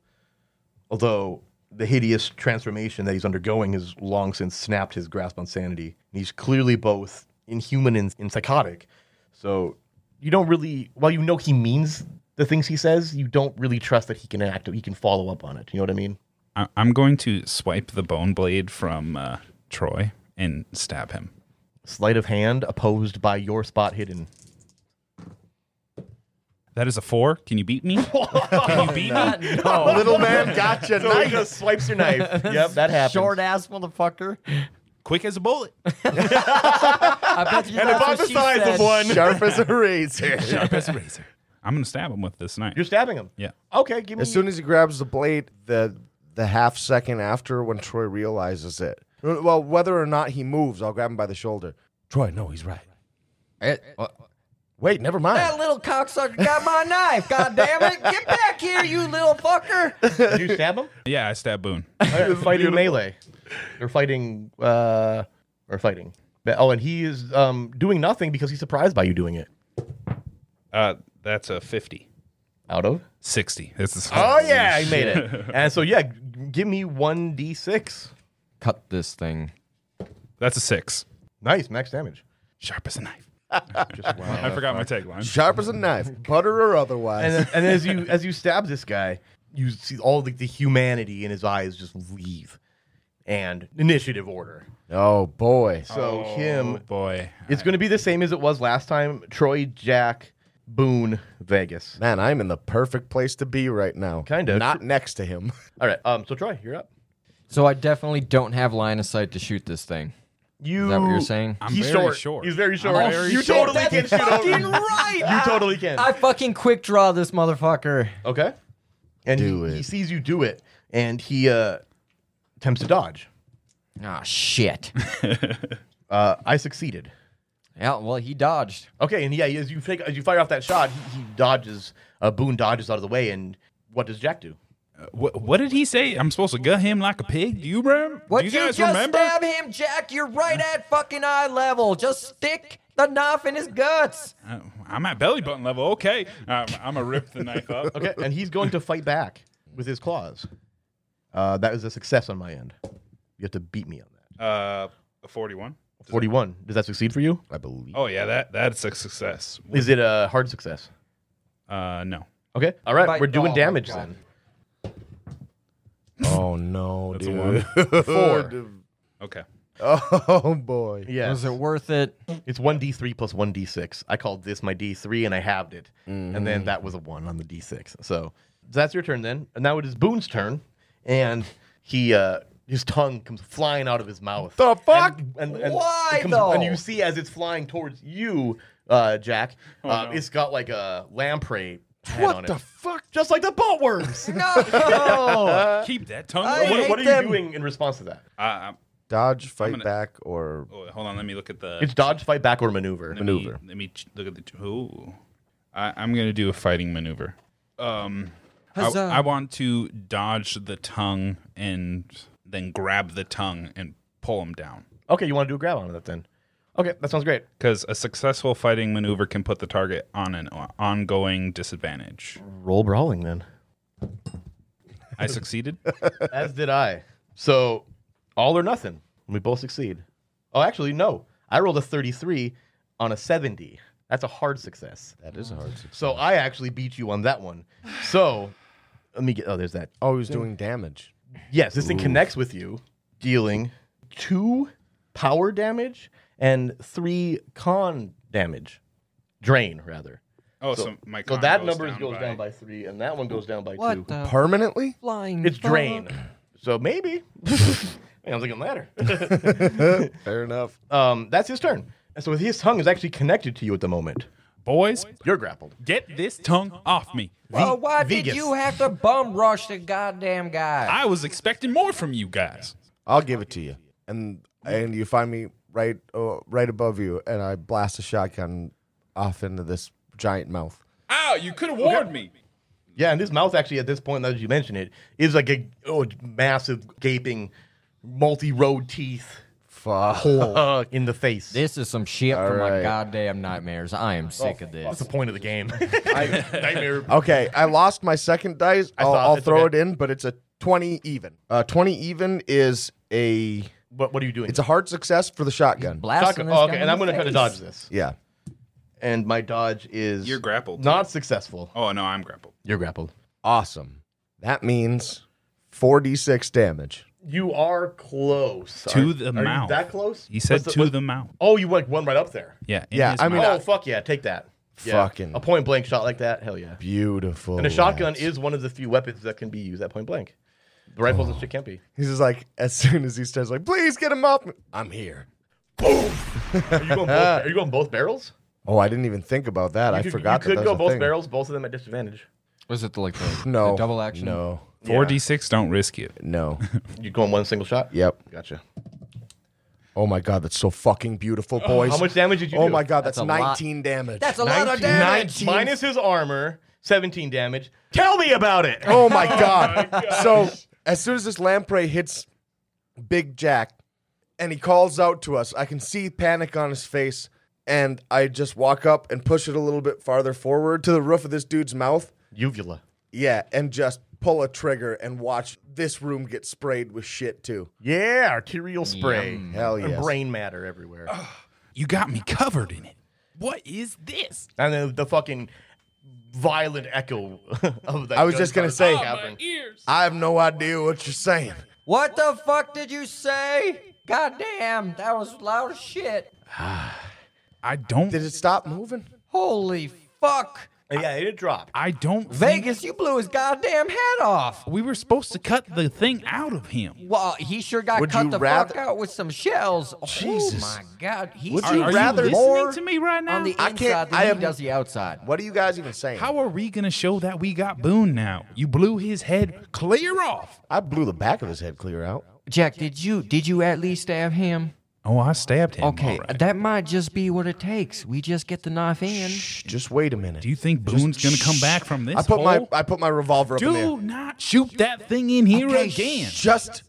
[SPEAKER 2] Although the hideous transformation that he's undergoing has long since snapped his grasp on sanity. And he's clearly both inhuman and, and psychotic. So you don't really, while you know he means the things he says, you don't really trust that he can act, he can follow up on it. You know what I mean?
[SPEAKER 4] I- I'm going to swipe the bone blade from uh, Troy and stab him.
[SPEAKER 2] Sleight of hand opposed by your spot hidden.
[SPEAKER 4] That is a four. Can you beat me? Can you beat me?
[SPEAKER 2] Little man, gotcha. so he just swipes your knife. Yep, that happens.
[SPEAKER 5] Short ass motherfucker.
[SPEAKER 4] Quick as a bullet.
[SPEAKER 5] I bet you that's what she said.
[SPEAKER 6] Sharp as a razor.
[SPEAKER 4] Sharp as a razor. I'm going to stab him with this knife.
[SPEAKER 2] You're stabbing him.
[SPEAKER 4] Yeah.
[SPEAKER 2] Okay, give me.
[SPEAKER 6] As soon as he grabs the blade, the the half second after when Troy realizes it. Well, whether or not he moves, I'll grab him by the shoulder.
[SPEAKER 8] Troy, no, he's right.
[SPEAKER 5] Eh, uh,
[SPEAKER 6] Wait, never mind.
[SPEAKER 5] That little cocksucker got my knife. God damn it. Get back here, you little fucker.
[SPEAKER 2] Did you stab him?
[SPEAKER 4] Yeah, I stab Boone.
[SPEAKER 2] They're fighting melee. They're fighting. Uh, or fighting. But- Oh, and he is um, doing nothing because he's surprised by you doing it.
[SPEAKER 4] Uh, that's a 50.
[SPEAKER 2] Out of.
[SPEAKER 4] 60. This is
[SPEAKER 2] Oh yeah, he made it. And so yeah, g- give me one d six.
[SPEAKER 5] Cut this thing.
[SPEAKER 4] That's a six.
[SPEAKER 2] Nice max damage.
[SPEAKER 4] Sharp as a knife. I forgot my tagline.
[SPEAKER 6] Sharp as a knife, butter or
[SPEAKER 2] And,
[SPEAKER 6] otherwise.
[SPEAKER 2] then- and uh, as you as you stab this guy, you see all the, the humanity in his eyes just leave. And initiative order.
[SPEAKER 6] oh boy.
[SPEAKER 2] So
[SPEAKER 4] Oh,
[SPEAKER 2] him
[SPEAKER 4] boy.
[SPEAKER 2] It's going to be the same as it was last time. Troy, Jack, Boone, Vegas.
[SPEAKER 6] Man, I'm in the perfect place to be right now.
[SPEAKER 2] Kinda.
[SPEAKER 6] Not next to him.
[SPEAKER 2] All right. Um. So Troy, you're up.
[SPEAKER 5] So I definitely don't have line of sight to shoot this thing.
[SPEAKER 2] You.
[SPEAKER 5] Is that what you're saying?
[SPEAKER 4] I'm
[SPEAKER 2] He's
[SPEAKER 4] very
[SPEAKER 2] short.
[SPEAKER 4] short.
[SPEAKER 2] He's very short. Oh, you totally can shoot over.
[SPEAKER 5] fucking right.
[SPEAKER 2] You totally can.
[SPEAKER 5] I fucking quick draw this motherfucker.
[SPEAKER 2] okay. And
[SPEAKER 6] Do
[SPEAKER 2] he, he
[SPEAKER 6] it.
[SPEAKER 2] sees you do it, and he uh, attempts to dodge.
[SPEAKER 5] Ah, shit.
[SPEAKER 2] Uh, I succeeded.
[SPEAKER 5] yeah, well, he dodged.
[SPEAKER 2] Okay, and yeah, as you take, as you fire off that shot, he, he dodges. Uh, Boone dodges out of the way, and what does Jack do?
[SPEAKER 4] What, Uh, what did he say? I'm supposed to gut him like a pig? Do you remember?
[SPEAKER 5] What
[SPEAKER 4] Do you guys
[SPEAKER 5] just
[SPEAKER 4] remember?
[SPEAKER 5] stab him, Jack? You're right at fucking eye level. Just stick the knife in his guts.
[SPEAKER 4] Uh, I'm at belly button level. Okay. Um, I'm going to rip the knife up.
[SPEAKER 2] Okay, and he's going to fight back with his claws. Uh, that is a success on my end. You have to beat me on that.
[SPEAKER 4] Uh, a 41.
[SPEAKER 2] 41. Does that succeed for you?
[SPEAKER 6] I believe.
[SPEAKER 4] Oh, yeah, that that's a success.
[SPEAKER 2] Is it a hard success?
[SPEAKER 4] Uh, no.
[SPEAKER 2] Okay. All right.
[SPEAKER 5] Bite-
[SPEAKER 2] We're doing
[SPEAKER 5] oh,
[SPEAKER 2] damage
[SPEAKER 5] my God.
[SPEAKER 2] then.
[SPEAKER 6] Oh no,
[SPEAKER 4] That's a
[SPEAKER 6] Oh, dude.
[SPEAKER 4] one.
[SPEAKER 2] Four.
[SPEAKER 4] Okay.
[SPEAKER 3] Oh boy.
[SPEAKER 2] Yeah.
[SPEAKER 5] Was it worth it?
[SPEAKER 2] It's one D three plus one D six. I called this my D three and I halved it, and
[SPEAKER 6] Mm-hmm.
[SPEAKER 2] then that was a one on the D six. So that's your turn then. And now it is Boone's turn, and he uh, his tongue comes flying out of his mouth.
[SPEAKER 6] The fuck?
[SPEAKER 2] And, and, and
[SPEAKER 5] Why,
[SPEAKER 2] it comes-
[SPEAKER 5] though?
[SPEAKER 2] And you see as it's flying towards you, uh, Jack. uh, It's got like a lamprey. head on
[SPEAKER 6] What
[SPEAKER 2] it.
[SPEAKER 6] the fuck?
[SPEAKER 2] Just like the butt worms.
[SPEAKER 5] No.
[SPEAKER 4] Keep that tongue.
[SPEAKER 5] Uh, I
[SPEAKER 4] away.
[SPEAKER 2] what, what are
[SPEAKER 5] hate
[SPEAKER 2] you
[SPEAKER 5] them.
[SPEAKER 2] doing in response to that?
[SPEAKER 4] Uh, uh,
[SPEAKER 3] Dodge, fight
[SPEAKER 4] gonna-
[SPEAKER 3] back, or
[SPEAKER 4] oh, hold on, let me look at the
[SPEAKER 2] It's dodge, fight, back, or maneuver.
[SPEAKER 4] let me- let me ch- look at the. Ooh, I, I'm gonna do a fighting maneuver. Um, I,
[SPEAKER 5] Huzzah.
[SPEAKER 4] I want to dodge the tongue and then grab the tongue and pull him down.
[SPEAKER 2] Okay, you want to do a grab on that then? Okay, that sounds great.
[SPEAKER 4] Because a successful fighting maneuver can put the target on an o- ongoing disadvantage.
[SPEAKER 2] Roll brawling then.
[SPEAKER 4] I succeeded.
[SPEAKER 2] As did I. So all or nothing. We both succeed. Oh, actually, no. I rolled a 33 on a 70. That's a hard success.
[SPEAKER 3] that is a hard. success.
[SPEAKER 2] So I actually beat you on that one. So let me get. Oh, there's that.
[SPEAKER 3] Oh, he was doing damage.
[SPEAKER 2] Yes, this thing connects with you, dealing two power damage and three con damage, drain rather.
[SPEAKER 4] Oh, so, my
[SPEAKER 2] So
[SPEAKER 4] con
[SPEAKER 2] that
[SPEAKER 4] goes
[SPEAKER 2] number goes,
[SPEAKER 4] down by-
[SPEAKER 2] down by three, and that one goes down by two.
[SPEAKER 5] What the
[SPEAKER 3] Permanently?
[SPEAKER 5] flying?
[SPEAKER 2] It's drain. So maybe. Man, I was looking ladder.
[SPEAKER 3] Fair enough.
[SPEAKER 2] um, that's his turn. And so his tongue is actually connected to you at the moment.
[SPEAKER 4] Boys,
[SPEAKER 2] You're grappled.
[SPEAKER 4] get this tongue off me.
[SPEAKER 5] Well, why
[SPEAKER 2] Vegas.
[SPEAKER 5] did you have to bum rush the goddamn guy?
[SPEAKER 4] I was expecting more from you guys.
[SPEAKER 6] I'll give it to you.
[SPEAKER 3] And and you find me right uh, right above you, and I blast a shotgun off into this giant mouth.
[SPEAKER 4] Ow, you could have warned me.
[SPEAKER 2] Yeah, and his mouth actually at this point, now that you mention it, is like a oh, massive gaping, multi-road teeth
[SPEAKER 3] Fuck.
[SPEAKER 2] hole in the face.
[SPEAKER 5] This is some shit from
[SPEAKER 3] right.
[SPEAKER 5] my goddamn nightmares. I
[SPEAKER 3] Oh,
[SPEAKER 5] am sick of
[SPEAKER 2] That's
[SPEAKER 5] this.
[SPEAKER 2] the point of the game. Nightmare.
[SPEAKER 3] Okay, I lost my second dice. I'll,
[SPEAKER 2] saw it.
[SPEAKER 3] I'll
[SPEAKER 2] It's
[SPEAKER 3] throw
[SPEAKER 2] okay.
[SPEAKER 3] it in, but it's a twenty even. Uh, twenty even is a
[SPEAKER 2] What, what are you doing?
[SPEAKER 3] it's a hard success for the shotgun.
[SPEAKER 5] Blasting this
[SPEAKER 2] Oh,
[SPEAKER 5] guy
[SPEAKER 2] okay,
[SPEAKER 5] in
[SPEAKER 2] and
[SPEAKER 5] the
[SPEAKER 2] I'm going to try to
[SPEAKER 5] face.
[SPEAKER 2] dodge this.
[SPEAKER 3] Yeah.
[SPEAKER 2] And my dodge is
[SPEAKER 4] You're grappled.
[SPEAKER 2] Not successful.
[SPEAKER 4] Oh, no, I'm grappled.
[SPEAKER 2] You're grappled.
[SPEAKER 3] Awesome. That means forty six damage.
[SPEAKER 2] You are close
[SPEAKER 4] To
[SPEAKER 2] Are-
[SPEAKER 4] the
[SPEAKER 2] are
[SPEAKER 4] mouth.
[SPEAKER 2] You that close?
[SPEAKER 4] He said
[SPEAKER 2] What's
[SPEAKER 4] to
[SPEAKER 2] what-
[SPEAKER 4] the mouth.
[SPEAKER 2] Oh, you went one right up there.
[SPEAKER 4] Yeah. in
[SPEAKER 3] Yeah,
[SPEAKER 4] his
[SPEAKER 3] I mean,
[SPEAKER 2] oh
[SPEAKER 4] mouth.
[SPEAKER 2] fuck yeah, take that. Yeah.
[SPEAKER 3] Fucking-
[SPEAKER 2] a point blank shot like that. Hell yeah.
[SPEAKER 3] Beautiful.
[SPEAKER 2] And a shotgun is one of the few weapons that can be used at point blank. The rifles
[SPEAKER 3] Oh.
[SPEAKER 2] and shit can't be.
[SPEAKER 3] He's just like, as soon as he starts, like, please get him off me. I'm here.
[SPEAKER 2] Are you going both, are you going both barrels?
[SPEAKER 3] Oh, I didn't even think about that. I
[SPEAKER 2] you could,
[SPEAKER 3] forgot.
[SPEAKER 2] You could
[SPEAKER 3] that that
[SPEAKER 2] go
[SPEAKER 3] was a
[SPEAKER 2] both
[SPEAKER 3] thing.
[SPEAKER 2] barrels, both of them at disadvantage.
[SPEAKER 5] Was it the, like the,
[SPEAKER 3] No
[SPEAKER 5] the double action?
[SPEAKER 3] No,
[SPEAKER 4] 4d6, don't risk it.
[SPEAKER 3] no.
[SPEAKER 2] You're going one single shot.
[SPEAKER 3] yep.
[SPEAKER 2] Gotcha.
[SPEAKER 3] Oh my god, that's so fucking beautiful, boys.
[SPEAKER 2] How much damage did you
[SPEAKER 3] Oh
[SPEAKER 2] do?
[SPEAKER 3] my god, that's,
[SPEAKER 5] That's a lot.
[SPEAKER 3] 19 damage.
[SPEAKER 5] That's a lot of damage.
[SPEAKER 2] Minus his armor, 17 damage. Tell me about it.
[SPEAKER 3] oh my god. so as soon as this lamprey hits Big Jack, and he calls out to us, I can see panic on his face, and I just walk up and push it a little bit farther forward to the roof of this dude's mouth.
[SPEAKER 2] Uvula.
[SPEAKER 3] Yeah, and just pull a trigger and watch this room get sprayed with shit too.
[SPEAKER 2] Yeah, arterial spray.
[SPEAKER 3] Hell
[SPEAKER 2] And
[SPEAKER 3] yes.
[SPEAKER 2] brain matter everywhere.
[SPEAKER 4] You got me covered in it. What is this?
[SPEAKER 2] and then the fucking violent echo of that.
[SPEAKER 3] I was just
[SPEAKER 2] gunfire
[SPEAKER 3] gonna say-
[SPEAKER 2] happening.
[SPEAKER 4] Oh,
[SPEAKER 3] I have no idea what you're saying.
[SPEAKER 5] What the fuck did you say? Goddamn, that was loud as shit.
[SPEAKER 4] I don't.
[SPEAKER 3] Did it stop moving?
[SPEAKER 5] Holy fuck.
[SPEAKER 2] Yeah, it dropped.
[SPEAKER 4] I don't. think-
[SPEAKER 5] Vegas, you blew his goddamn head off.
[SPEAKER 4] We were supposed to cut the thing out of him.
[SPEAKER 5] Well, he sure got
[SPEAKER 3] Would you
[SPEAKER 5] cut the
[SPEAKER 3] rather-
[SPEAKER 5] fuck out with some shells. Jesus. Oh my god. He's
[SPEAKER 3] Would
[SPEAKER 5] are,
[SPEAKER 3] you
[SPEAKER 5] are
[SPEAKER 3] rather-
[SPEAKER 4] listening
[SPEAKER 5] more
[SPEAKER 4] to me right now?
[SPEAKER 5] on the
[SPEAKER 3] I can't-
[SPEAKER 5] inside
[SPEAKER 3] I
[SPEAKER 5] than he
[SPEAKER 3] am-
[SPEAKER 5] does the outside?
[SPEAKER 3] What are you guys even saying?
[SPEAKER 4] How are we gonna show that we got Boone now? You blew his head clear off.
[SPEAKER 3] I blew the back of his head clear out.
[SPEAKER 5] Jack, did you did you at least stab him?
[SPEAKER 4] Oh, I stabbed him.
[SPEAKER 5] Okay,
[SPEAKER 4] all right.
[SPEAKER 5] that might just be what it takes. We just get the knife in.
[SPEAKER 3] Shh, just wait a minute.
[SPEAKER 4] Do you think Boone's gonna come back from this?
[SPEAKER 3] I put my
[SPEAKER 4] hole?
[SPEAKER 3] I put my revolver up in the
[SPEAKER 4] Do
[SPEAKER 3] air.
[SPEAKER 4] not shoot that thing in here
[SPEAKER 5] Okay,
[SPEAKER 4] again.
[SPEAKER 3] Just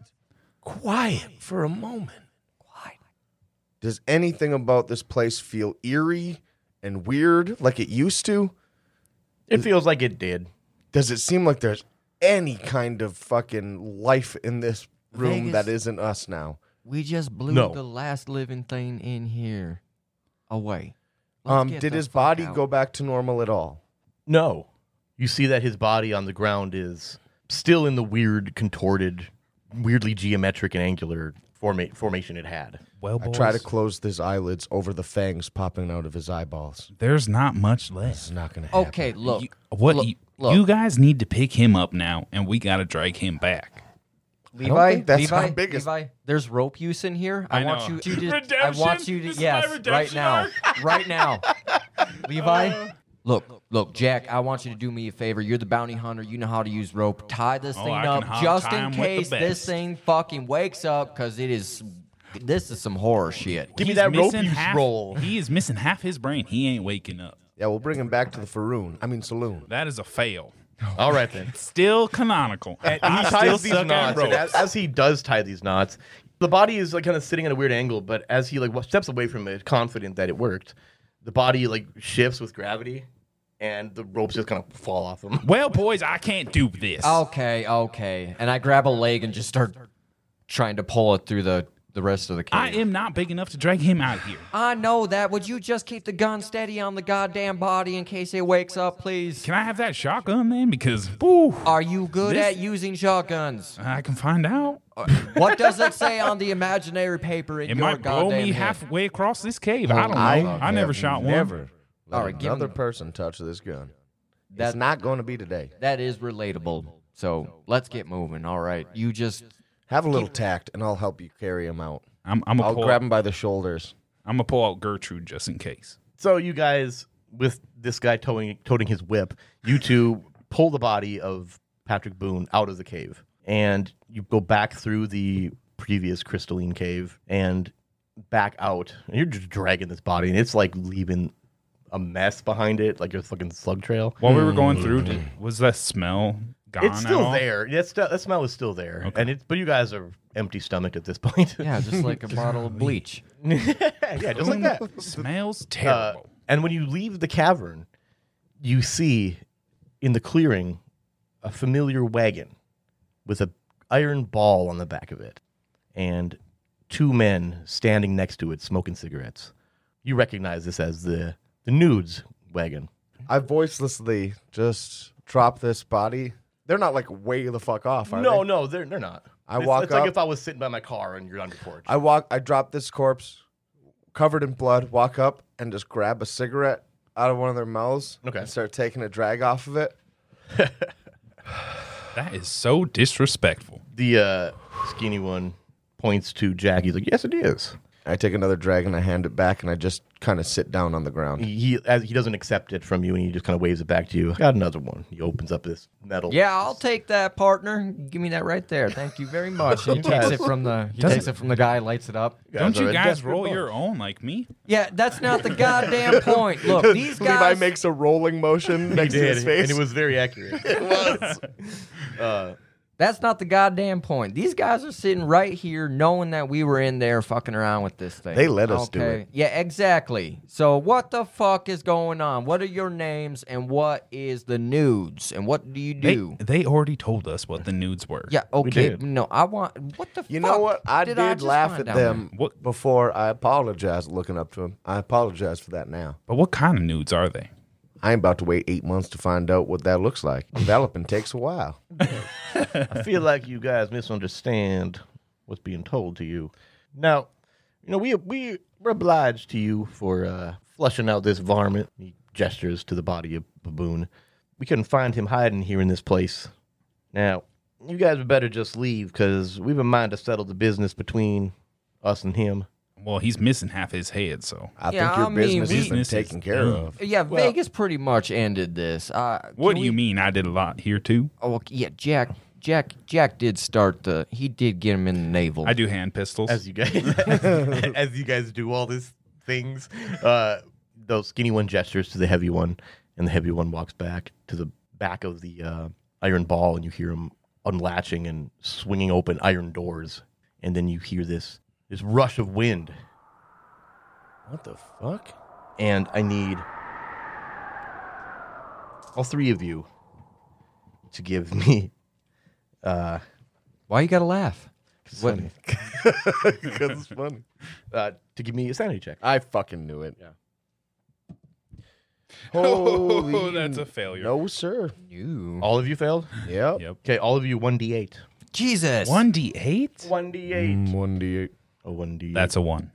[SPEAKER 8] Quiet for a moment.
[SPEAKER 3] does anything about this place feel eerie and weird like it used to?
[SPEAKER 2] It feels like it did.
[SPEAKER 3] Does it seem like there's any kind of fucking life in this room
[SPEAKER 5] Vegas.
[SPEAKER 3] that isn't us now?
[SPEAKER 5] We just blew
[SPEAKER 2] No.
[SPEAKER 5] the last living thing in here away. Let's
[SPEAKER 3] Um,
[SPEAKER 5] get
[SPEAKER 3] did
[SPEAKER 5] the
[SPEAKER 3] his
[SPEAKER 5] fuck
[SPEAKER 3] body
[SPEAKER 5] out.
[SPEAKER 3] go back to normal at all?
[SPEAKER 2] No. You see that his body on the ground is still in the weird, contorted, weirdly geometric and angular forma- formation it had.
[SPEAKER 4] Well,
[SPEAKER 3] I
[SPEAKER 4] boys,
[SPEAKER 3] try to close his eyelids over the fangs popping out of his eyeballs.
[SPEAKER 4] there's not much left.
[SPEAKER 3] It's not gonna happen.
[SPEAKER 5] Okay, look.
[SPEAKER 4] You- what
[SPEAKER 5] look,
[SPEAKER 4] you,
[SPEAKER 5] look.
[SPEAKER 4] you guys need to pick him up now, and we got to drag him back.
[SPEAKER 5] Levi,
[SPEAKER 3] think that's
[SPEAKER 5] Levi,
[SPEAKER 3] our biggest-
[SPEAKER 5] Levi, there's rope use in here. I,
[SPEAKER 4] I
[SPEAKER 5] want
[SPEAKER 4] know.
[SPEAKER 5] you to just, I
[SPEAKER 4] Redemption?
[SPEAKER 5] want you to
[SPEAKER 4] This is my
[SPEAKER 5] yes, right
[SPEAKER 4] redemption Uh,
[SPEAKER 5] now. right now. Levi, look, look, Jack, I want you to do me a favor. You're the bounty hunter. You know how to use rope. Tie this
[SPEAKER 4] Oh,
[SPEAKER 5] thing
[SPEAKER 4] I can
[SPEAKER 5] up
[SPEAKER 4] hog
[SPEAKER 5] just
[SPEAKER 4] tie him with
[SPEAKER 5] in
[SPEAKER 4] the
[SPEAKER 5] case this
[SPEAKER 4] best.
[SPEAKER 5] thing fucking wakes up cuz it is this is some horror shit.
[SPEAKER 2] Give me
[SPEAKER 4] He's
[SPEAKER 2] that rope
[SPEAKER 4] missing
[SPEAKER 2] use
[SPEAKER 4] half-
[SPEAKER 2] roll.
[SPEAKER 4] He is missing half his brain. He ain't waking up.
[SPEAKER 3] Yeah, we'll bring him back to the faroon. I mean saloon.
[SPEAKER 4] That is a fail.
[SPEAKER 2] All right then.
[SPEAKER 4] Still canonical. I
[SPEAKER 2] he
[SPEAKER 4] still
[SPEAKER 2] ties these
[SPEAKER 4] suck at
[SPEAKER 2] knots, and
[SPEAKER 4] rope.
[SPEAKER 2] as, as he does tie these knots, the body is like kind of sitting at a weird angle. But as he like wa- steps away from it, confident that it worked, the body like shifts with gravity, and the ropes just kind of fall off him.
[SPEAKER 4] Well, boys, I can't do this.
[SPEAKER 5] Okay, okay. And I grab a leg and just start trying to pull it through the the rest of the cave.
[SPEAKER 4] I am not big enough to drag him out of here.
[SPEAKER 5] I know that. Would you just keep the gun steady on the goddamn body in case it wakes up, please?
[SPEAKER 4] Can I have that shotgun then? Because, whew,
[SPEAKER 5] Are you good
[SPEAKER 4] This-
[SPEAKER 5] at using shotguns?
[SPEAKER 4] I can find out.
[SPEAKER 5] Uh, what does it say on the imaginary paper in
[SPEAKER 4] It
[SPEAKER 5] your
[SPEAKER 4] might blow
[SPEAKER 5] goddamn
[SPEAKER 4] me
[SPEAKER 5] head?
[SPEAKER 4] halfway across this cave. I don't know. I, never
[SPEAKER 3] have
[SPEAKER 4] shot
[SPEAKER 3] Oh, never
[SPEAKER 4] one.
[SPEAKER 3] Let
[SPEAKER 5] All right, give him
[SPEAKER 3] another
[SPEAKER 5] the-
[SPEAKER 3] person touch this gun.
[SPEAKER 5] That-
[SPEAKER 3] That's not going to be today.
[SPEAKER 5] That is relatable. So let's get moving. All right, you just
[SPEAKER 3] Have a little tact, and I'll help you carry him out.
[SPEAKER 4] I'm, I'm
[SPEAKER 3] I'll
[SPEAKER 4] gonna pull.
[SPEAKER 3] grab him by the shoulders.
[SPEAKER 4] I'm gonna pull out Gertrude just in case.
[SPEAKER 2] So you guys, with this guy towing toting his whip, you two pull the body of Patrick Boone out of the cave, and you go back through the previous crystalline cave and back out. And you're just dragging this body, and it's like leaving a mess behind it, like a fucking slug trail.
[SPEAKER 4] While we were going
[SPEAKER 5] Hmm.
[SPEAKER 4] through, did, was that smell gone?
[SPEAKER 2] It's
[SPEAKER 4] at
[SPEAKER 2] still
[SPEAKER 4] all?
[SPEAKER 2] there. That, st- that smell is still there, and it's but you guys are empty stomached at this point.
[SPEAKER 5] yeah, just like a bottle of bleach.
[SPEAKER 2] yeah, just like that.
[SPEAKER 4] Smells
[SPEAKER 2] Uh,
[SPEAKER 4] terrible.
[SPEAKER 2] and when you leave the cavern, you see in the clearing a familiar wagon with a iron ball on the back of it, and two men standing next to it smoking cigarettes. You recognize this as the the nudes wagon.
[SPEAKER 6] I voicelessly just drop this body. They're not like way the fuck off, are
[SPEAKER 2] No,
[SPEAKER 6] they?
[SPEAKER 2] no, they're they're not.
[SPEAKER 6] I
[SPEAKER 2] it's,
[SPEAKER 6] walk
[SPEAKER 2] It's
[SPEAKER 6] up-
[SPEAKER 2] like if I was sitting by my car and you're on your porch.
[SPEAKER 6] I walk. I drop this corpse, covered in blood. Walk up and just grab a cigarette out of one of their mouths.
[SPEAKER 2] Okay.
[SPEAKER 6] And start taking a drag off of it.
[SPEAKER 2] Uh,
[SPEAKER 4] that is so disrespectful.
[SPEAKER 2] the uh, skinny one points to Jack. He's like, "Yes, it is."
[SPEAKER 6] I take another drag and I hand it back and I just kind of sit down on the ground.
[SPEAKER 2] he as he doesn't accept it from you and he just kind of waves it back to you. I got another one. He opens up this metal.
[SPEAKER 5] Yeah, I'll take that, partner. Give me that right there. Thank you very much. And he takes it from the he takes it from the guy, lights it up.
[SPEAKER 4] Don't you
[SPEAKER 2] are a
[SPEAKER 4] guys
[SPEAKER 2] desperate
[SPEAKER 4] roll
[SPEAKER 2] bunch.
[SPEAKER 4] your own like me?
[SPEAKER 5] Yeah, that's not the goddamn point. Look, these guys.
[SPEAKER 6] Levi makes a rolling motion next to
[SPEAKER 2] Did,
[SPEAKER 6] his face.
[SPEAKER 2] and it was very accurate. it was.
[SPEAKER 5] That's not the goddamn point. These guys are sitting right here knowing that we were in there fucking around with this thing.
[SPEAKER 6] They let us do
[SPEAKER 5] it. Yeah, exactly. So what the fuck is going on? What are your names and what is the nudes and what do you
[SPEAKER 4] They,
[SPEAKER 5] do?
[SPEAKER 4] they already told us what the nudes were.
[SPEAKER 5] yeah, okay.
[SPEAKER 2] did.
[SPEAKER 5] No, I want what the
[SPEAKER 6] You
[SPEAKER 5] fuck
[SPEAKER 6] know what? I
[SPEAKER 5] did
[SPEAKER 6] did,
[SPEAKER 5] I just
[SPEAKER 6] laugh
[SPEAKER 5] find
[SPEAKER 6] at
[SPEAKER 5] out?
[SPEAKER 6] them
[SPEAKER 4] What-
[SPEAKER 6] before. I apologized looking up to him. I apologize for that now.
[SPEAKER 4] But what kind of nudes are they?
[SPEAKER 6] I ain't about to wait eight months to find out what that looks like. Developing takes a while.
[SPEAKER 2] I feel like you guys misunderstand what's being told to you. Now, you know we we we're obliged to you for uh, flushing out this varmint. He gestures to the body of Baboon. We couldn't find him hiding here in this place. Now, you guys would better just leave because we've a mind to settle the business between us and him.
[SPEAKER 4] Well, he's missing half his head, so
[SPEAKER 6] I
[SPEAKER 5] Yeah,
[SPEAKER 6] think your
[SPEAKER 5] I mean,
[SPEAKER 6] business
[SPEAKER 5] we-
[SPEAKER 6] has been
[SPEAKER 4] Business is
[SPEAKER 6] taken care
[SPEAKER 4] done.
[SPEAKER 6] of.
[SPEAKER 5] Yeah, Vegas pretty much ended this. Uh,
[SPEAKER 4] what
[SPEAKER 5] can
[SPEAKER 4] do
[SPEAKER 5] we-
[SPEAKER 4] you mean I did a lot here too?
[SPEAKER 5] Oh, okay, yeah, Jack. Jack. Jack did start the. He did get him in the navel.
[SPEAKER 4] I do hand pistols.
[SPEAKER 2] as you guys as, you guys do all these things uh the skinny one gestures to the heavy one and the heavy one walks back to the back of the uh, iron ball and you hear him unlatching and swinging open iron doors and then you hear this this rush of wind
[SPEAKER 8] What the fuck?
[SPEAKER 2] and i need all three of you to give me
[SPEAKER 5] Why you gotta laugh? What-
[SPEAKER 6] Because it's funny.
[SPEAKER 2] uh, to give me a sanity check
[SPEAKER 6] I fucking knew it. Yeah.
[SPEAKER 4] oh, that's a failure.
[SPEAKER 6] No, sir.
[SPEAKER 5] You.
[SPEAKER 2] all of you failed
[SPEAKER 6] Yep.
[SPEAKER 4] Yep.
[SPEAKER 2] okay all of you 1d8
[SPEAKER 5] Jesus.
[SPEAKER 4] One d eight.
[SPEAKER 2] One d eight.
[SPEAKER 3] One d eight.
[SPEAKER 2] A one d.
[SPEAKER 4] That's a one.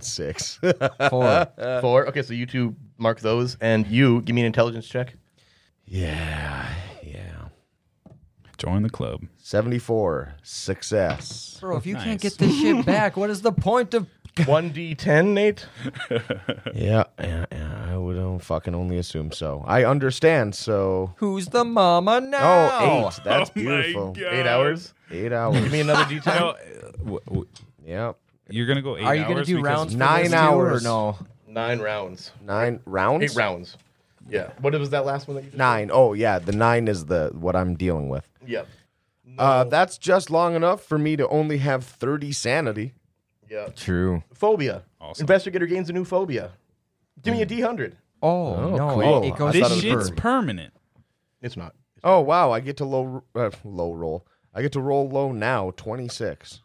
[SPEAKER 3] six.
[SPEAKER 5] Four.
[SPEAKER 2] Uh, four. Okay, so you two mark those, and you give me an intelligence check.
[SPEAKER 3] yeah. Yeah.
[SPEAKER 4] Join the club.
[SPEAKER 3] Seventy four. Success.
[SPEAKER 5] Bro, if you
[SPEAKER 4] Nice.
[SPEAKER 5] can't get this shit back, what is the point of.
[SPEAKER 2] One d ten, Nate.
[SPEAKER 3] Yeah, yeah, yeah. I would uh, fucking only assume so. I understand. So,
[SPEAKER 5] Who's the mama now?
[SPEAKER 3] oh, eight. That's beautiful.
[SPEAKER 2] Eight hours.
[SPEAKER 3] Eight hours.
[SPEAKER 2] Give me another d ten.
[SPEAKER 4] No, uh, w- w-
[SPEAKER 3] yep.
[SPEAKER 4] you're gonna go eight.
[SPEAKER 5] Are you going to
[SPEAKER 4] hours
[SPEAKER 5] do
[SPEAKER 4] because-
[SPEAKER 5] rounds? for
[SPEAKER 3] nine
[SPEAKER 5] this too,
[SPEAKER 3] hours.
[SPEAKER 5] Or no.
[SPEAKER 2] Nine rounds.
[SPEAKER 3] Nine rounds.
[SPEAKER 2] Eight rounds. Yeah. What was that last one that you? Just
[SPEAKER 3] Nine. Oh yeah, the nine is the what I'm dealing with.
[SPEAKER 2] Yep.
[SPEAKER 3] Uh, that's just long enough for me to only have thirty sanity.
[SPEAKER 2] Yep.
[SPEAKER 5] True.
[SPEAKER 2] Phobia.
[SPEAKER 4] Awesome.
[SPEAKER 2] Investigator gains a new phobia. Give me a d hundred.
[SPEAKER 5] Oh, no. it-
[SPEAKER 3] cool.
[SPEAKER 5] It, goes
[SPEAKER 4] This
[SPEAKER 5] deeper.
[SPEAKER 4] shit's permanent.
[SPEAKER 2] It's not.
[SPEAKER 3] Oh wow, I get to low uh, low roll. I get to roll low now. Twenty six.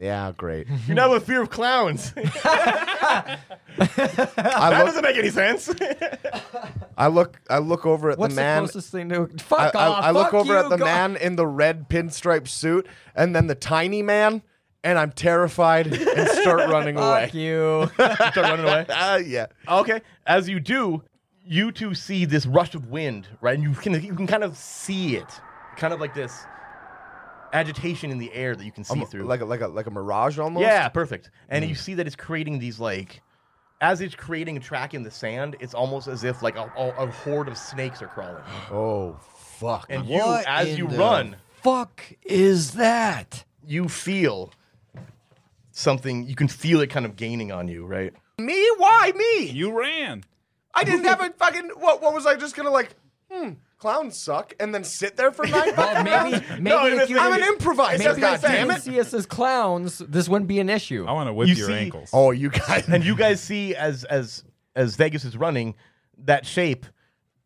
[SPEAKER 3] yeah, great.
[SPEAKER 2] You now have a fear of clowns. that
[SPEAKER 3] I look.
[SPEAKER 2] doesn't make any sense.
[SPEAKER 3] I look. I look over at
[SPEAKER 5] What's
[SPEAKER 3] the man.
[SPEAKER 5] the closest thing to. Fuck
[SPEAKER 3] I,
[SPEAKER 5] off.
[SPEAKER 3] I- I look
[SPEAKER 5] fuck
[SPEAKER 3] over
[SPEAKER 5] you,
[SPEAKER 3] at the
[SPEAKER 5] go-
[SPEAKER 3] man in the red pinstripe suit, and then the tiny man, and I'm terrified and start running away.
[SPEAKER 5] Fuck you.
[SPEAKER 2] Start running away.
[SPEAKER 3] Uh, yeah.
[SPEAKER 2] Okay. As you do, you two see this rush of wind, right? And you can you can kind of see it, kind of like this agitation in the air that you can see
[SPEAKER 3] Um,
[SPEAKER 2] through.
[SPEAKER 3] like a, like a like a mirage almost.
[SPEAKER 2] yeah, perfect. And
[SPEAKER 5] Mm.
[SPEAKER 2] you see that it's creating these like, as it's creating a track in the sand, it's almost as if like a, a, a horde of snakes are crawling.
[SPEAKER 3] Oh fuck.
[SPEAKER 2] And
[SPEAKER 5] What
[SPEAKER 2] you, as
[SPEAKER 5] in
[SPEAKER 2] you
[SPEAKER 5] the
[SPEAKER 2] run,
[SPEAKER 5] Fuck is that?
[SPEAKER 2] you feel something. You can feel it kind of gaining on you, right?
[SPEAKER 3] me? Why me?
[SPEAKER 4] You ran.
[SPEAKER 3] I didn't have a fucking. What? What was I just gonna like? Hmm. Clowns suck, and then sit there for nine.
[SPEAKER 5] Well,
[SPEAKER 3] fucking
[SPEAKER 5] maybe,
[SPEAKER 3] rounds?
[SPEAKER 5] maybe
[SPEAKER 2] it was-
[SPEAKER 5] if you
[SPEAKER 3] I'm an improviser.
[SPEAKER 5] maybe
[SPEAKER 3] God
[SPEAKER 5] if you
[SPEAKER 3] damn
[SPEAKER 5] didn't
[SPEAKER 3] it.
[SPEAKER 5] see us as clowns, this wouldn't be an issue.
[SPEAKER 4] I want to whip
[SPEAKER 2] You
[SPEAKER 4] your
[SPEAKER 2] see-
[SPEAKER 4] ankles.
[SPEAKER 3] Oh, you guys.
[SPEAKER 2] and
[SPEAKER 5] Mm-hmm.
[SPEAKER 2] you guys see as as as Vegas is running that shape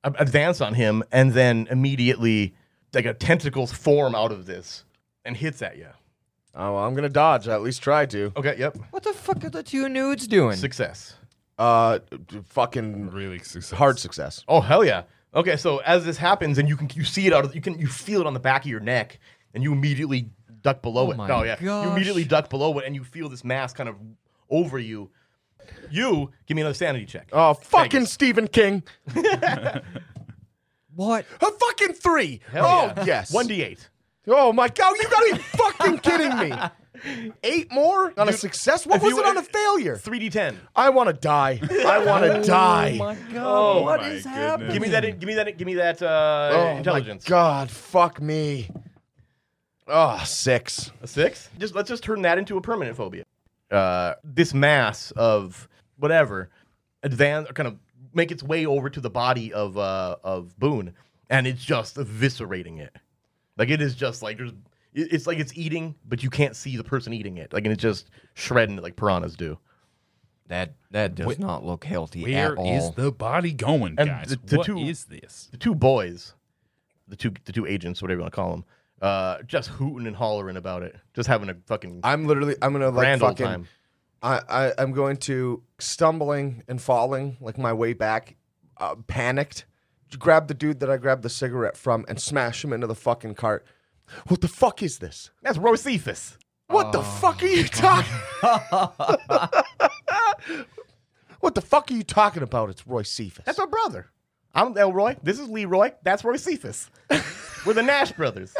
[SPEAKER 2] ad- advance on him, and then immediately like a tentacles form out of this and hits at you.
[SPEAKER 3] Oh, well, I'm gonna dodge. I at least try to.
[SPEAKER 2] Okay, yep,
[SPEAKER 5] What the fuck are the two nudes doing?
[SPEAKER 2] success.
[SPEAKER 3] Uh, d- fucking
[SPEAKER 4] Really successful.
[SPEAKER 3] hard success.
[SPEAKER 2] Oh hell yeah. Okay, so as this happens, and you can you see it out of you can you feel it on the back of your neck, and you immediately duck below
[SPEAKER 5] Oh
[SPEAKER 2] it.
[SPEAKER 5] my
[SPEAKER 2] oh yeah, you
[SPEAKER 5] gosh.
[SPEAKER 2] immediately duck below it, and you feel this mass kind of over you. You give me another sanity check.
[SPEAKER 3] Oh, fucking Stephen King.
[SPEAKER 5] What? Oh
[SPEAKER 3] A fucking three. oh, yes.
[SPEAKER 2] one d eight.
[SPEAKER 3] Oh, my God. You gotta be fucking kidding me. Eight more on a
[SPEAKER 2] Dude,
[SPEAKER 3] success? What
[SPEAKER 2] if
[SPEAKER 3] was
[SPEAKER 2] you-
[SPEAKER 3] it on a failure?
[SPEAKER 2] Three d ten.
[SPEAKER 3] I wanna die. I wanna
[SPEAKER 5] Oh my
[SPEAKER 3] die.
[SPEAKER 5] god! Oh what
[SPEAKER 4] my
[SPEAKER 5] is
[SPEAKER 4] goodness.
[SPEAKER 5] happening?
[SPEAKER 2] Give me that. Give me that. Give me that uh,
[SPEAKER 3] Oh,
[SPEAKER 2] intelligence.
[SPEAKER 3] My God, fuck me. Oh, six.
[SPEAKER 2] A six. Just let's just turn that into a permanent phobia. Uh, this mass of whatever advance, kind of make its way over to the body of uh, of Boone, and it's just eviscerating it. Like it is just like there's. it- It's like it's eating, but you can't see the person eating it. Like and it's just shredding it like piranhas do.
[SPEAKER 5] That that does not look healthy
[SPEAKER 4] Where
[SPEAKER 5] at all.
[SPEAKER 4] is the body going,
[SPEAKER 2] And
[SPEAKER 4] guys?
[SPEAKER 2] the-
[SPEAKER 4] What
[SPEAKER 2] the
[SPEAKER 4] is
[SPEAKER 2] two-
[SPEAKER 4] this?
[SPEAKER 2] the two boys, the two the two agents, whatever you want to call them, uh, just hooting and hollering about it, just having a fucking
[SPEAKER 3] I'm literally, I'm gonna like
[SPEAKER 2] grand old
[SPEAKER 3] fucking.
[SPEAKER 2] time.
[SPEAKER 3] I, I I'm going to stumbling and falling like my way back, uh, panicked, grab the dude that I grabbed the cigarette from and smash him into the fucking cart. What the fuck is this?
[SPEAKER 2] That's Rocephus.
[SPEAKER 3] What the fuck are you talking?
[SPEAKER 4] Oh.
[SPEAKER 3] what the fuck are you talking about? It's Roy Cephas.
[SPEAKER 2] That's our brother. I'm Elroy. This is Leroy. That's Rocephus. We're the Nash brothers.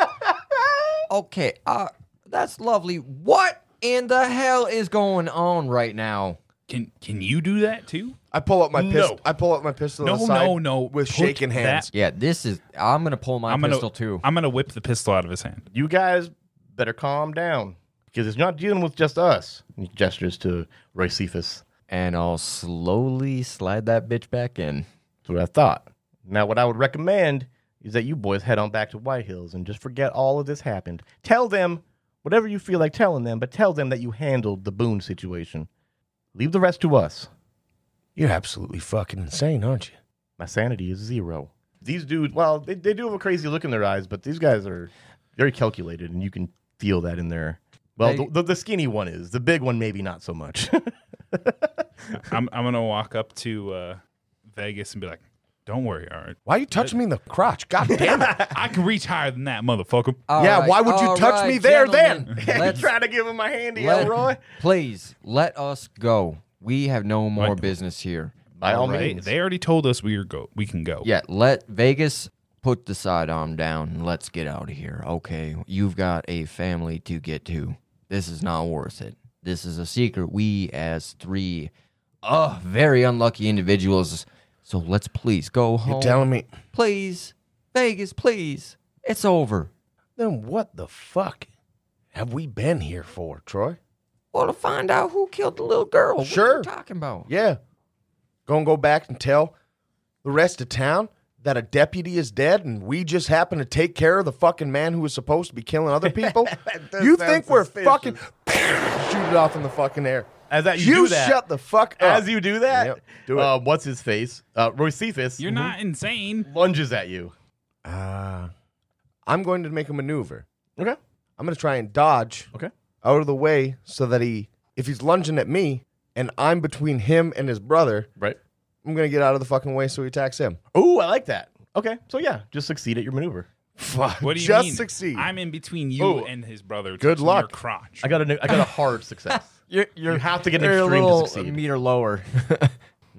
[SPEAKER 5] Okay, uh, that's lovely. What in the hell is going on right now?
[SPEAKER 4] Can can you do that too?
[SPEAKER 3] I pull up my
[SPEAKER 2] No.
[SPEAKER 3] pistol. I pull up my pistol. to
[SPEAKER 4] No,
[SPEAKER 3] the side
[SPEAKER 4] no, no.
[SPEAKER 3] With
[SPEAKER 4] Put
[SPEAKER 3] shaking
[SPEAKER 4] that-
[SPEAKER 3] hands.
[SPEAKER 5] Yeah, this is. I'm gonna pull my
[SPEAKER 4] I'm gonna
[SPEAKER 5] pistol too.
[SPEAKER 4] I'm gonna whip the pistol out of his hand.
[SPEAKER 2] You guys better calm down because it's not dealing with just us. And He gestures to Rocephus.
[SPEAKER 5] and I'll slowly slide that bitch back in.
[SPEAKER 2] That's what I thought. Now, what I would recommend is that you boys head on back to White Hills and just forget all of this happened. Tell them whatever you feel like telling them, but tell them that you handled the Boone situation. Leave the rest to us.
[SPEAKER 3] You're absolutely fucking insane, aren't you?
[SPEAKER 2] My sanity is zero. These dudes, well, they, they do have a crazy look in their eyes, but these guys are very calculated, and you can feel that in their. Well,
[SPEAKER 5] They-
[SPEAKER 2] the, the, the skinny one is. The big one, maybe not so much.
[SPEAKER 4] I'm I'm gonna walk up to uh, Vegas and be like, Don't worry, all right.
[SPEAKER 3] Why are you touching me in the crotch? God damn it.
[SPEAKER 4] I can reach higher than that, motherfucker.
[SPEAKER 5] All
[SPEAKER 3] Yeah, why would you
[SPEAKER 5] all
[SPEAKER 3] touch me there then?
[SPEAKER 5] gentlemen,
[SPEAKER 2] He's
[SPEAKER 5] Let's,
[SPEAKER 2] trying to give him my handy,
[SPEAKER 5] let-
[SPEAKER 2] Elroy.
[SPEAKER 5] please let us go. We have no more
[SPEAKER 4] Right.
[SPEAKER 5] business here.
[SPEAKER 2] By all
[SPEAKER 4] They,
[SPEAKER 2] means.
[SPEAKER 4] they already told us we are go. We can go.
[SPEAKER 5] Yeah, let Vegas put the sidearm down and let's get out of here. Okay, you've got a family to get to. This is not worth it. This is a secret. We, as three uh, very unlucky individuals, so let's please go home.
[SPEAKER 3] You're telling me.
[SPEAKER 5] please, Vegas, please. It's over.
[SPEAKER 9] Then what the fuck have we been here for, Troy?
[SPEAKER 5] Well, to find out who killed the little girl. What are you
[SPEAKER 3] Sure.
[SPEAKER 5] talking about?
[SPEAKER 3] Yeah. Gonna go back and tell the rest of town that a deputy is dead and we just happen to take care of the fucking man who was supposed to be killing other people? you think
[SPEAKER 2] sound
[SPEAKER 3] we're
[SPEAKER 2] suspicious.
[SPEAKER 3] fucking shoot it off in the fucking air.
[SPEAKER 2] As that you,
[SPEAKER 3] You
[SPEAKER 2] do that,
[SPEAKER 3] shut the fuck up.
[SPEAKER 2] as you do that,
[SPEAKER 3] Yep, do it.
[SPEAKER 2] Uh, what's his face? Uh, Roy Cephas
[SPEAKER 4] You're not insane.
[SPEAKER 2] lunges at you.
[SPEAKER 3] Ah. I'm going to make a maneuver.
[SPEAKER 2] Okay.
[SPEAKER 3] I'm gonna try and dodge
[SPEAKER 2] Okay.
[SPEAKER 3] out of the way so that he if he's lunging at me and I'm between him and his brother,
[SPEAKER 2] Right.
[SPEAKER 3] I'm gonna get out of the fucking way so he attacks him.
[SPEAKER 2] Ooh, I like that. Okay. So yeah, just succeed at your maneuver.
[SPEAKER 3] Fuck.
[SPEAKER 4] What do you
[SPEAKER 3] just
[SPEAKER 4] mean?
[SPEAKER 3] succeed.
[SPEAKER 4] I'm in between you
[SPEAKER 2] Ooh.
[SPEAKER 4] and his brother.
[SPEAKER 3] Good
[SPEAKER 4] touching
[SPEAKER 3] luck.
[SPEAKER 4] Your crotch.
[SPEAKER 2] I got a I got a hard success.
[SPEAKER 5] You're,
[SPEAKER 2] You have to get an
[SPEAKER 5] you're a
[SPEAKER 2] extreme to
[SPEAKER 5] little
[SPEAKER 2] succeed.
[SPEAKER 5] meter lower.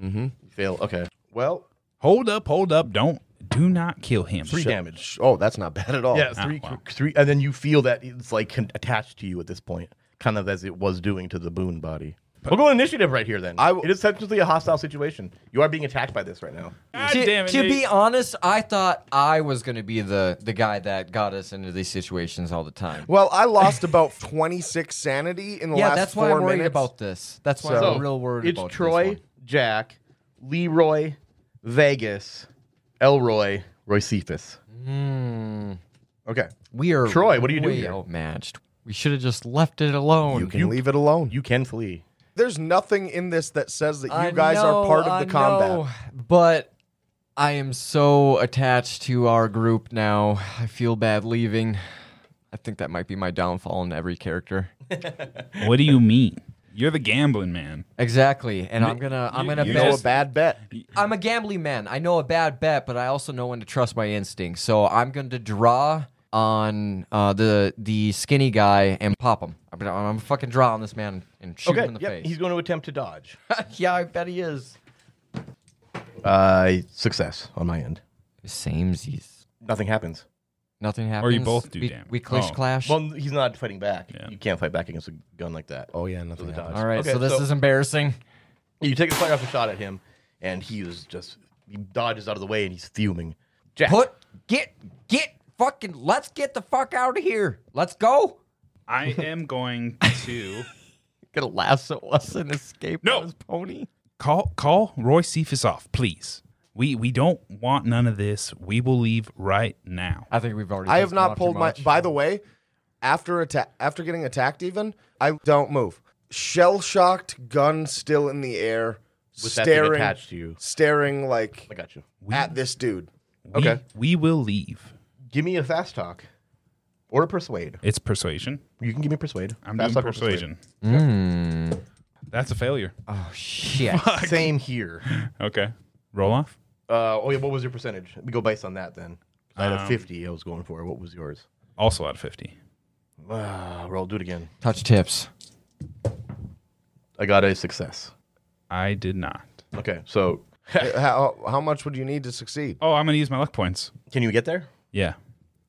[SPEAKER 2] You fail. Okay.
[SPEAKER 3] well,
[SPEAKER 4] hold up, hold up. Don't do not kill him.
[SPEAKER 2] Three
[SPEAKER 4] Shut-
[SPEAKER 2] damage.
[SPEAKER 3] sh- oh, that's not bad at all.
[SPEAKER 2] Yeah, three,
[SPEAKER 4] wow.
[SPEAKER 2] three, and then you feel that it's like con- attached to you at this point, kind of as it was doing to the Boone body. We'll go initiative right here then.
[SPEAKER 3] I w-
[SPEAKER 2] it is technically a hostile situation. You are being attacked by this right now.
[SPEAKER 4] God
[SPEAKER 5] to,
[SPEAKER 4] damn it,
[SPEAKER 5] to be
[SPEAKER 4] Nate.
[SPEAKER 5] honest, I thought I was going to be the, the guy that got us into these situations all the time.
[SPEAKER 3] Well, I lost about 26 sanity in the
[SPEAKER 5] yeah,
[SPEAKER 3] last
[SPEAKER 5] that's
[SPEAKER 3] four
[SPEAKER 5] why I'm worried
[SPEAKER 3] minutes.
[SPEAKER 5] about this. That's why
[SPEAKER 2] So
[SPEAKER 5] I'm real worried
[SPEAKER 2] it's
[SPEAKER 5] about
[SPEAKER 2] Troy,
[SPEAKER 5] this
[SPEAKER 2] Jack, Leroy, Vegas, Elroy, Roy Cephas. Okay.
[SPEAKER 5] one. We are
[SPEAKER 2] Troy, what are you doing
[SPEAKER 5] way
[SPEAKER 2] here?
[SPEAKER 5] Outmatched. We should have just left it alone.
[SPEAKER 3] You can
[SPEAKER 2] You-
[SPEAKER 3] leave it alone.
[SPEAKER 2] You can flee.
[SPEAKER 3] There's nothing in this that says that you
[SPEAKER 5] I
[SPEAKER 3] guys are
[SPEAKER 5] know,
[SPEAKER 3] part of
[SPEAKER 5] I
[SPEAKER 3] the combat.
[SPEAKER 5] know, but I am so attached to our group now. I feel bad leaving. I think that might be my downfall in every character.
[SPEAKER 4] What do you mean? You're the gambling man.
[SPEAKER 5] Exactly, and I'm gonna, I'm gonna
[SPEAKER 4] you
[SPEAKER 3] You
[SPEAKER 5] bet-
[SPEAKER 3] know, a
[SPEAKER 4] Just-
[SPEAKER 3] bad bet.
[SPEAKER 5] I'm a gambling man. I know a bad bet, but I also know when to trust my instincts. So I'm going to draw on uh, the the skinny guy and pop him. I'm gonna, I'm gonna fucking draw on this man and shoot him
[SPEAKER 2] Okay.
[SPEAKER 5] in the
[SPEAKER 2] Yep.
[SPEAKER 5] face.
[SPEAKER 2] He's going to attempt to dodge.
[SPEAKER 5] yeah, I bet he is.
[SPEAKER 2] Uh, success on my end.
[SPEAKER 5] Samesies.
[SPEAKER 2] Nothing happens.
[SPEAKER 5] Nothing happens.
[SPEAKER 4] Or you both do
[SPEAKER 5] We,
[SPEAKER 4] damage.
[SPEAKER 5] we clish
[SPEAKER 4] Oh.
[SPEAKER 5] clash.
[SPEAKER 2] Well, he's not fighting back. You can't fight back against a gun like that.
[SPEAKER 3] Oh, yeah, nothing.
[SPEAKER 2] dodge.
[SPEAKER 3] happens.
[SPEAKER 5] All right,
[SPEAKER 2] Okay,
[SPEAKER 5] so this is embarrassing.
[SPEAKER 2] You take the fire off a shot at him, and he is just he dodges out of the way and he's fuming. Jack,
[SPEAKER 5] Put get get fucking. Let's get the fuck out of here. Let's go.
[SPEAKER 4] I am going to
[SPEAKER 5] Gonna lasso us and escape
[SPEAKER 4] No.
[SPEAKER 5] his pony.
[SPEAKER 4] call call Roy Cephas off, please. We we don't want none of this. We will leave right now.
[SPEAKER 5] I think we've already.
[SPEAKER 3] I have
[SPEAKER 5] pissed him
[SPEAKER 3] not
[SPEAKER 5] off
[SPEAKER 3] pulled
[SPEAKER 5] too
[SPEAKER 3] my.
[SPEAKER 5] much.
[SPEAKER 3] By the way, after attack, after getting attacked, even I don't move. Shell shocked, gun still in the air,
[SPEAKER 2] with that thing
[SPEAKER 3] staring,
[SPEAKER 2] attached to you.
[SPEAKER 3] staring like
[SPEAKER 2] I got you.
[SPEAKER 3] at this dude.
[SPEAKER 4] We,
[SPEAKER 2] Okay.
[SPEAKER 4] We will leave.
[SPEAKER 2] Give me a fast talk or a persuade.
[SPEAKER 4] It's persuasion.
[SPEAKER 2] You can give me persuade.
[SPEAKER 4] I'm
[SPEAKER 2] fast
[SPEAKER 4] doing
[SPEAKER 2] talk or
[SPEAKER 4] persuasion. Mm. That's a failure.
[SPEAKER 5] Oh shit.
[SPEAKER 2] persuade. Same here.
[SPEAKER 4] Okay. Roll off.
[SPEAKER 2] Uh, oh yeah, what was your percentage? We go based on that then. 'Cause I had
[SPEAKER 4] Um,
[SPEAKER 2] a fifty. I was going for. What was yours?
[SPEAKER 4] Also out of fifty.
[SPEAKER 2] Uh, roll. Do it again.
[SPEAKER 5] Touch tips.
[SPEAKER 2] I got a success.
[SPEAKER 4] I did not.
[SPEAKER 2] Okay, so
[SPEAKER 3] how, how much would you need to succeed?
[SPEAKER 4] Oh, I'm gonna use my luck points.
[SPEAKER 2] can you get there?
[SPEAKER 4] Yeah.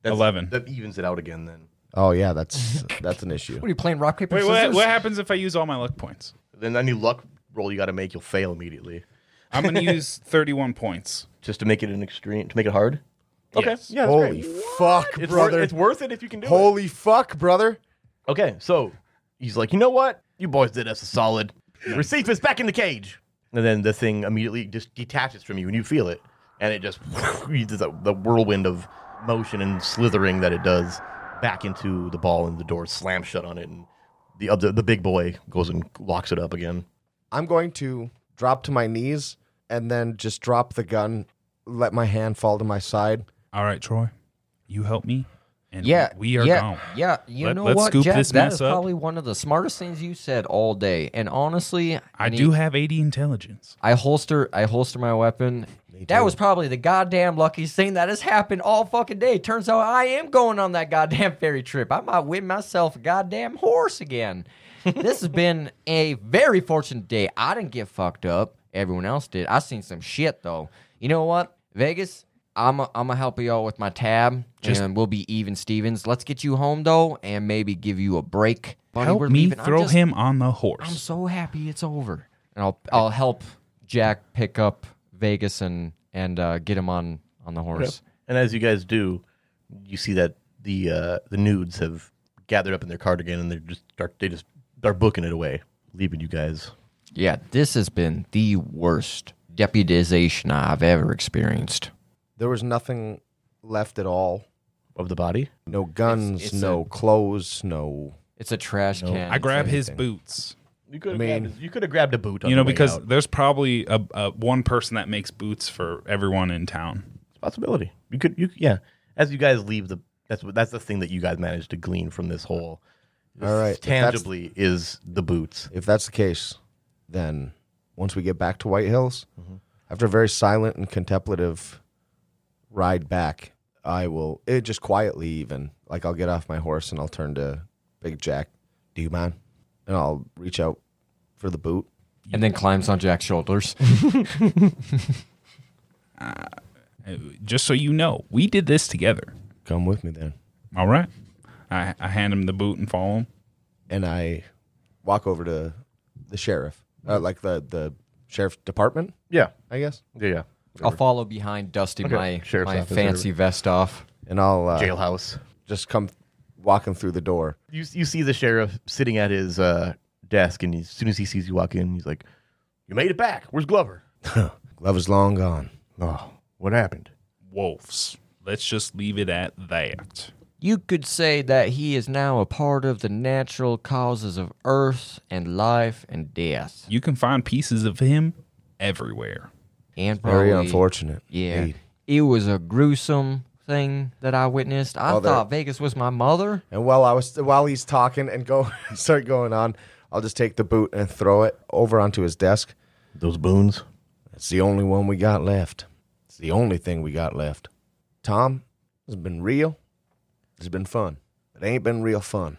[SPEAKER 4] Eleven.
[SPEAKER 2] That evens it out again then.
[SPEAKER 3] Oh yeah, that's that's an issue.
[SPEAKER 5] What are you playing rock paper
[SPEAKER 4] Wait, what,
[SPEAKER 5] scissors?
[SPEAKER 4] what happens if I use all my luck points?
[SPEAKER 2] Then any luck roll you got to make, you'll fail immediately.
[SPEAKER 4] I'm gonna use thirty-one points.
[SPEAKER 2] Just to make it an extreme, to make it hard. Okay.
[SPEAKER 4] Yes.
[SPEAKER 2] Yeah. That's great.
[SPEAKER 3] Holy fuck,
[SPEAKER 2] It's
[SPEAKER 3] brother!
[SPEAKER 2] Worth, it's worth it if you can do it.
[SPEAKER 3] Holy fuck, brother!
[SPEAKER 2] Okay, so he's like, you know what? You boys did us a solid. Receive us back in the cage. And then the thing immediately just detaches from you, and you feel it, and it just you do the, the whirlwind of motion and slithering that it does back into the ball, and the door slams shut on it, and the other the big boy goes and locks it up again.
[SPEAKER 3] I'm going to drop to my knees and then just drop the gun, let my hand fall to my side.
[SPEAKER 4] All right, Troy. You help me. And
[SPEAKER 5] Yeah,
[SPEAKER 4] we we are
[SPEAKER 5] yeah,
[SPEAKER 4] gone.
[SPEAKER 5] Yeah, you
[SPEAKER 4] Let-
[SPEAKER 5] know
[SPEAKER 4] let's
[SPEAKER 5] what,
[SPEAKER 4] scoop
[SPEAKER 5] Jack?
[SPEAKER 4] this
[SPEAKER 5] that
[SPEAKER 4] mess
[SPEAKER 5] is
[SPEAKER 4] up.
[SPEAKER 5] probably one of the smartest things you said all day. And honestly,
[SPEAKER 4] I
[SPEAKER 5] need-
[SPEAKER 4] do have 80 intelligence.
[SPEAKER 5] I holster, I holster my weapon, That was probably the goddamn luckiest thing that has happened all fucking day. Turns out I am going on that goddamn ferry trip. I might win myself a goddamn horse again. this has been a very fortunate day. I didn't get fucked up. Everyone else did. I seen some shit though. You know what? Vegas, I'm i I'm gonna help y'all with my tab, and we'll be even Stevens. Let's get you home though, and maybe give you a break. Buddy,
[SPEAKER 4] Help
[SPEAKER 5] we're
[SPEAKER 4] me
[SPEAKER 5] leaving. I'm
[SPEAKER 4] throw
[SPEAKER 5] just-
[SPEAKER 4] him on the
[SPEAKER 5] I'm
[SPEAKER 4] horse.
[SPEAKER 5] so happy it's over. And I'll I'll help Jack pick up Vegas and and uh, get him on on the horse.
[SPEAKER 2] And as you guys do, you see that the uh, the nudes have gathered up in their cardigan and they're just start they just they're booking it away, leaving you guys.
[SPEAKER 5] Yeah, this has been the worst deputization I've ever experienced.
[SPEAKER 3] There was nothing left at all.
[SPEAKER 2] Of the body,
[SPEAKER 3] No guns,
[SPEAKER 5] it's
[SPEAKER 3] no
[SPEAKER 5] a-
[SPEAKER 3] clothes, no.
[SPEAKER 5] It's a trash can.
[SPEAKER 4] I grab his
[SPEAKER 3] anything.
[SPEAKER 4] boots.
[SPEAKER 2] you could
[SPEAKER 3] I
[SPEAKER 2] have
[SPEAKER 3] mean-
[SPEAKER 2] grabbed, you could have grabbed a boot. On
[SPEAKER 4] You
[SPEAKER 2] the
[SPEAKER 4] know,
[SPEAKER 2] way
[SPEAKER 4] because
[SPEAKER 2] out.
[SPEAKER 4] there's probably a, a one person that makes boots for everyone in town.
[SPEAKER 2] possibility. You could, you yeah. As you guys leave the, that's what that's the thing that you guys managed to glean from this whole.
[SPEAKER 3] All right, if that's-
[SPEAKER 2] tangibly is the boots.
[SPEAKER 3] If that's the case, then once we get back to White Hills, after a very silent and contemplative ride back, I will it just quietly even like I'll get off my horse and I'll turn to Big Jack. Do you mind? And I'll reach out for the boot.
[SPEAKER 5] and then climbs on Jack's shoulders.
[SPEAKER 4] Just so you know, we did this together.
[SPEAKER 3] Come with me then.
[SPEAKER 4] All right. I, I hand him the boot and follow him.
[SPEAKER 3] And I walk over to the sheriff, uh, like the the sheriff's department,
[SPEAKER 2] Yeah,
[SPEAKER 3] I guess.
[SPEAKER 2] yeah, yeah.
[SPEAKER 5] I'll follow behind, dusting my
[SPEAKER 2] Sheriff's
[SPEAKER 5] my
[SPEAKER 2] office,
[SPEAKER 5] fancy vest off.
[SPEAKER 3] And I'll uh,
[SPEAKER 2] Jailhouse.
[SPEAKER 3] just come walking through the door.
[SPEAKER 2] You you see the sheriff sitting at his uh, desk, and he- as soon as he sees you walk in, he's like, "You made it back. Where's Glover?
[SPEAKER 3] Glover's long gone.
[SPEAKER 2] Oh, what happened?
[SPEAKER 4] Wolves. Let's just leave it at that.
[SPEAKER 5] You could say that he is now a part of the natural causes of earth and life and death.
[SPEAKER 4] You can find pieces of him everywhere.
[SPEAKER 5] And
[SPEAKER 3] Very
[SPEAKER 5] probably-
[SPEAKER 3] unfortunate.
[SPEAKER 5] Yeah.
[SPEAKER 3] indeed.
[SPEAKER 5] It was a gruesome thing that I witnessed. I
[SPEAKER 3] Oh, there-
[SPEAKER 5] thought Vegas was my mother.
[SPEAKER 3] And while I was while he's talking and go start going on, I'll just take the boot and throw it over onto his desk.
[SPEAKER 2] Those boons."
[SPEAKER 3] It's the only one we got left. It's the only thing we got left. Tom, it's been real. It's been fun. It ain't been real fun.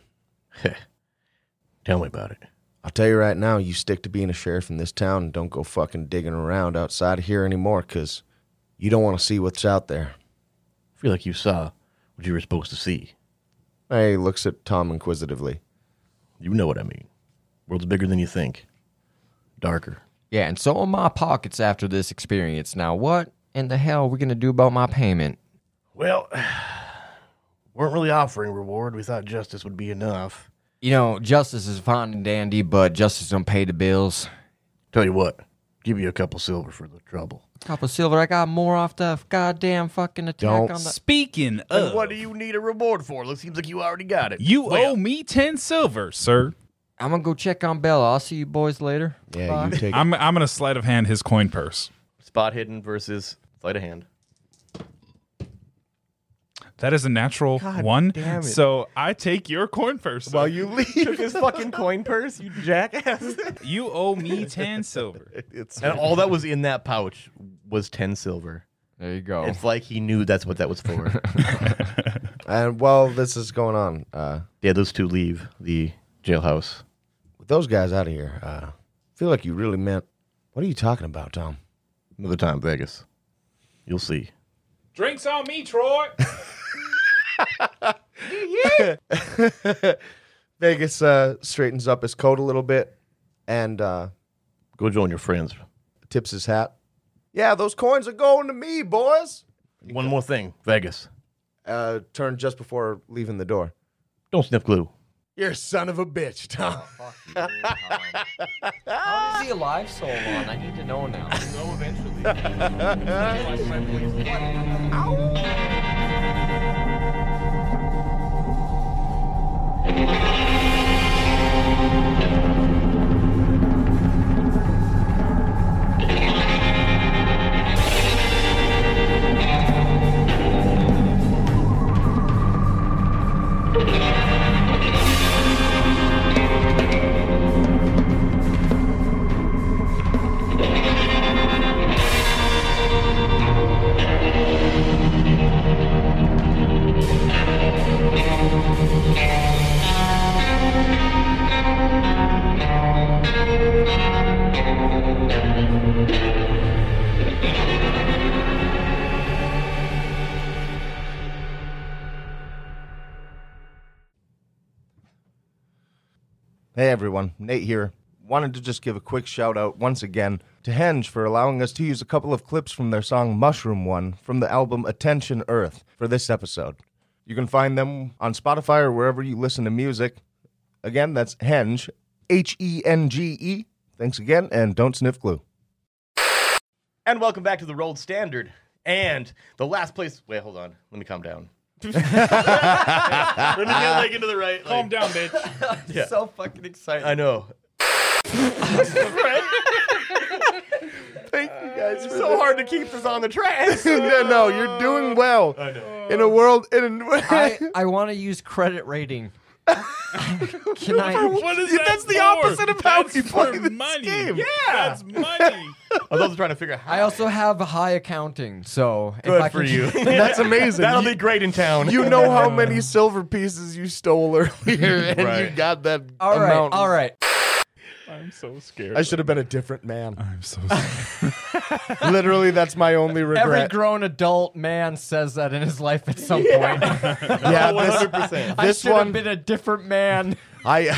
[SPEAKER 2] Tell me about it.
[SPEAKER 3] I'll tell you right now, you stick to being a sheriff in this town and don't go fucking digging around outside of here anymore because you don't want to see what's out there.
[SPEAKER 2] I feel like you saw what you were supposed to see.
[SPEAKER 3] Hey, looks at Tom inquisitively.
[SPEAKER 2] You know what I mean. World's bigger than you think. Darker.
[SPEAKER 5] Yeah, and so are my pockets after this experience. Now, what in the hell are we going to do about my payment?
[SPEAKER 2] Well, weren't really offering reward. We thought justice would be enough.
[SPEAKER 5] You know, justice is fine and dandy, but justice don't pay the bills.
[SPEAKER 2] Tell you what, give you a couple silver for the trouble.
[SPEAKER 5] Couple silver, I got more off the goddamn fucking attack
[SPEAKER 3] Don't
[SPEAKER 5] on the.
[SPEAKER 4] Speaking of,
[SPEAKER 2] What do you need a reward for? Looks seems like you already got it.
[SPEAKER 4] Oh. you
[SPEAKER 2] Well,
[SPEAKER 4] owe me 10 silver, sir.
[SPEAKER 5] I'm going to go check on Bella. I'll see you boys later.
[SPEAKER 3] Yeah, you take
[SPEAKER 4] I'm, I'm going to sleight of hand his coin purse.
[SPEAKER 2] spot hidden versus sleight of hand.
[SPEAKER 4] That is a natural one. So I take your coin purse. Well,
[SPEAKER 8] You leave his fucking coin purse, you jackass.
[SPEAKER 4] you owe me 10 silver.
[SPEAKER 2] And all that was in that pouch was ten silver.
[SPEAKER 5] There you go.
[SPEAKER 2] It's like he knew that's what that was for.
[SPEAKER 3] And while this is going on, uh,
[SPEAKER 2] yeah, those two leave the jailhouse.
[SPEAKER 3] with those guys out of here, uh, I feel like you really meant. What are you talking about, Tom?
[SPEAKER 2] Another time, Vegas. You'll see.
[SPEAKER 4] Drinks on me, Troy.
[SPEAKER 3] Vegas uh, straightens up his coat a little bit and uh,
[SPEAKER 2] Go join your friends.
[SPEAKER 3] tips his hat. Yeah, those coins are going to me, boys.
[SPEAKER 2] One more thing, Vegas.
[SPEAKER 3] Uh, turned just before leaving the door.
[SPEAKER 2] Don't sniff glue.
[SPEAKER 3] You're a son of a bitch, Tom.
[SPEAKER 5] How is he alive so long? I need to know now.
[SPEAKER 3] Hey everyone, Nate here. Wanted to just give a quick shout out once again to Henge for allowing us to use a couple of clips from their song Mushroom One from the album Attention Earth for this episode. You can find them on Spotify or wherever you listen to music. Again, that's Henge, H E N G E. Thanks again, and don't sniff glue.
[SPEAKER 2] And welcome back to the Rolled Standard. And the last place. Wait, hold on. Let me calm down. Let me get like into the right. like-
[SPEAKER 4] Calm down, bitch.
[SPEAKER 5] So fucking excited.
[SPEAKER 2] I know.
[SPEAKER 3] Thank you guys. For
[SPEAKER 2] So hard to keep this on the tracks.
[SPEAKER 3] no, no, you're doing well. I know. In a world, in a,
[SPEAKER 5] I, I want to use credit rating. Can I?
[SPEAKER 4] What is
[SPEAKER 3] Yeah,
[SPEAKER 4] that
[SPEAKER 3] that's the
[SPEAKER 4] for?
[SPEAKER 3] opposite of how
[SPEAKER 4] That's
[SPEAKER 3] we play
[SPEAKER 4] for
[SPEAKER 3] this
[SPEAKER 4] money.
[SPEAKER 3] game.
[SPEAKER 4] Yeah, that's money.
[SPEAKER 2] I was also trying to figure out how.
[SPEAKER 5] I also have high accounting, so if
[SPEAKER 2] Good
[SPEAKER 5] I can
[SPEAKER 2] for you.
[SPEAKER 3] that's amazing.
[SPEAKER 2] That'll
[SPEAKER 3] You-
[SPEAKER 2] be great in town.
[SPEAKER 3] You know how many silver pieces you stole earlier, and you got that
[SPEAKER 5] All right,
[SPEAKER 3] amount.
[SPEAKER 5] all right.
[SPEAKER 4] I'm so scared.
[SPEAKER 3] I should have been a different man.
[SPEAKER 4] I'm so scared.
[SPEAKER 3] Literally, that's my only
[SPEAKER 5] Every
[SPEAKER 3] regret.
[SPEAKER 5] grown adult man says that in his life at some point.
[SPEAKER 3] yeah,
[SPEAKER 2] One
[SPEAKER 3] this,
[SPEAKER 2] hundred percent.
[SPEAKER 5] I
[SPEAKER 3] This
[SPEAKER 5] should
[SPEAKER 3] one-
[SPEAKER 5] have been a different man.
[SPEAKER 3] I.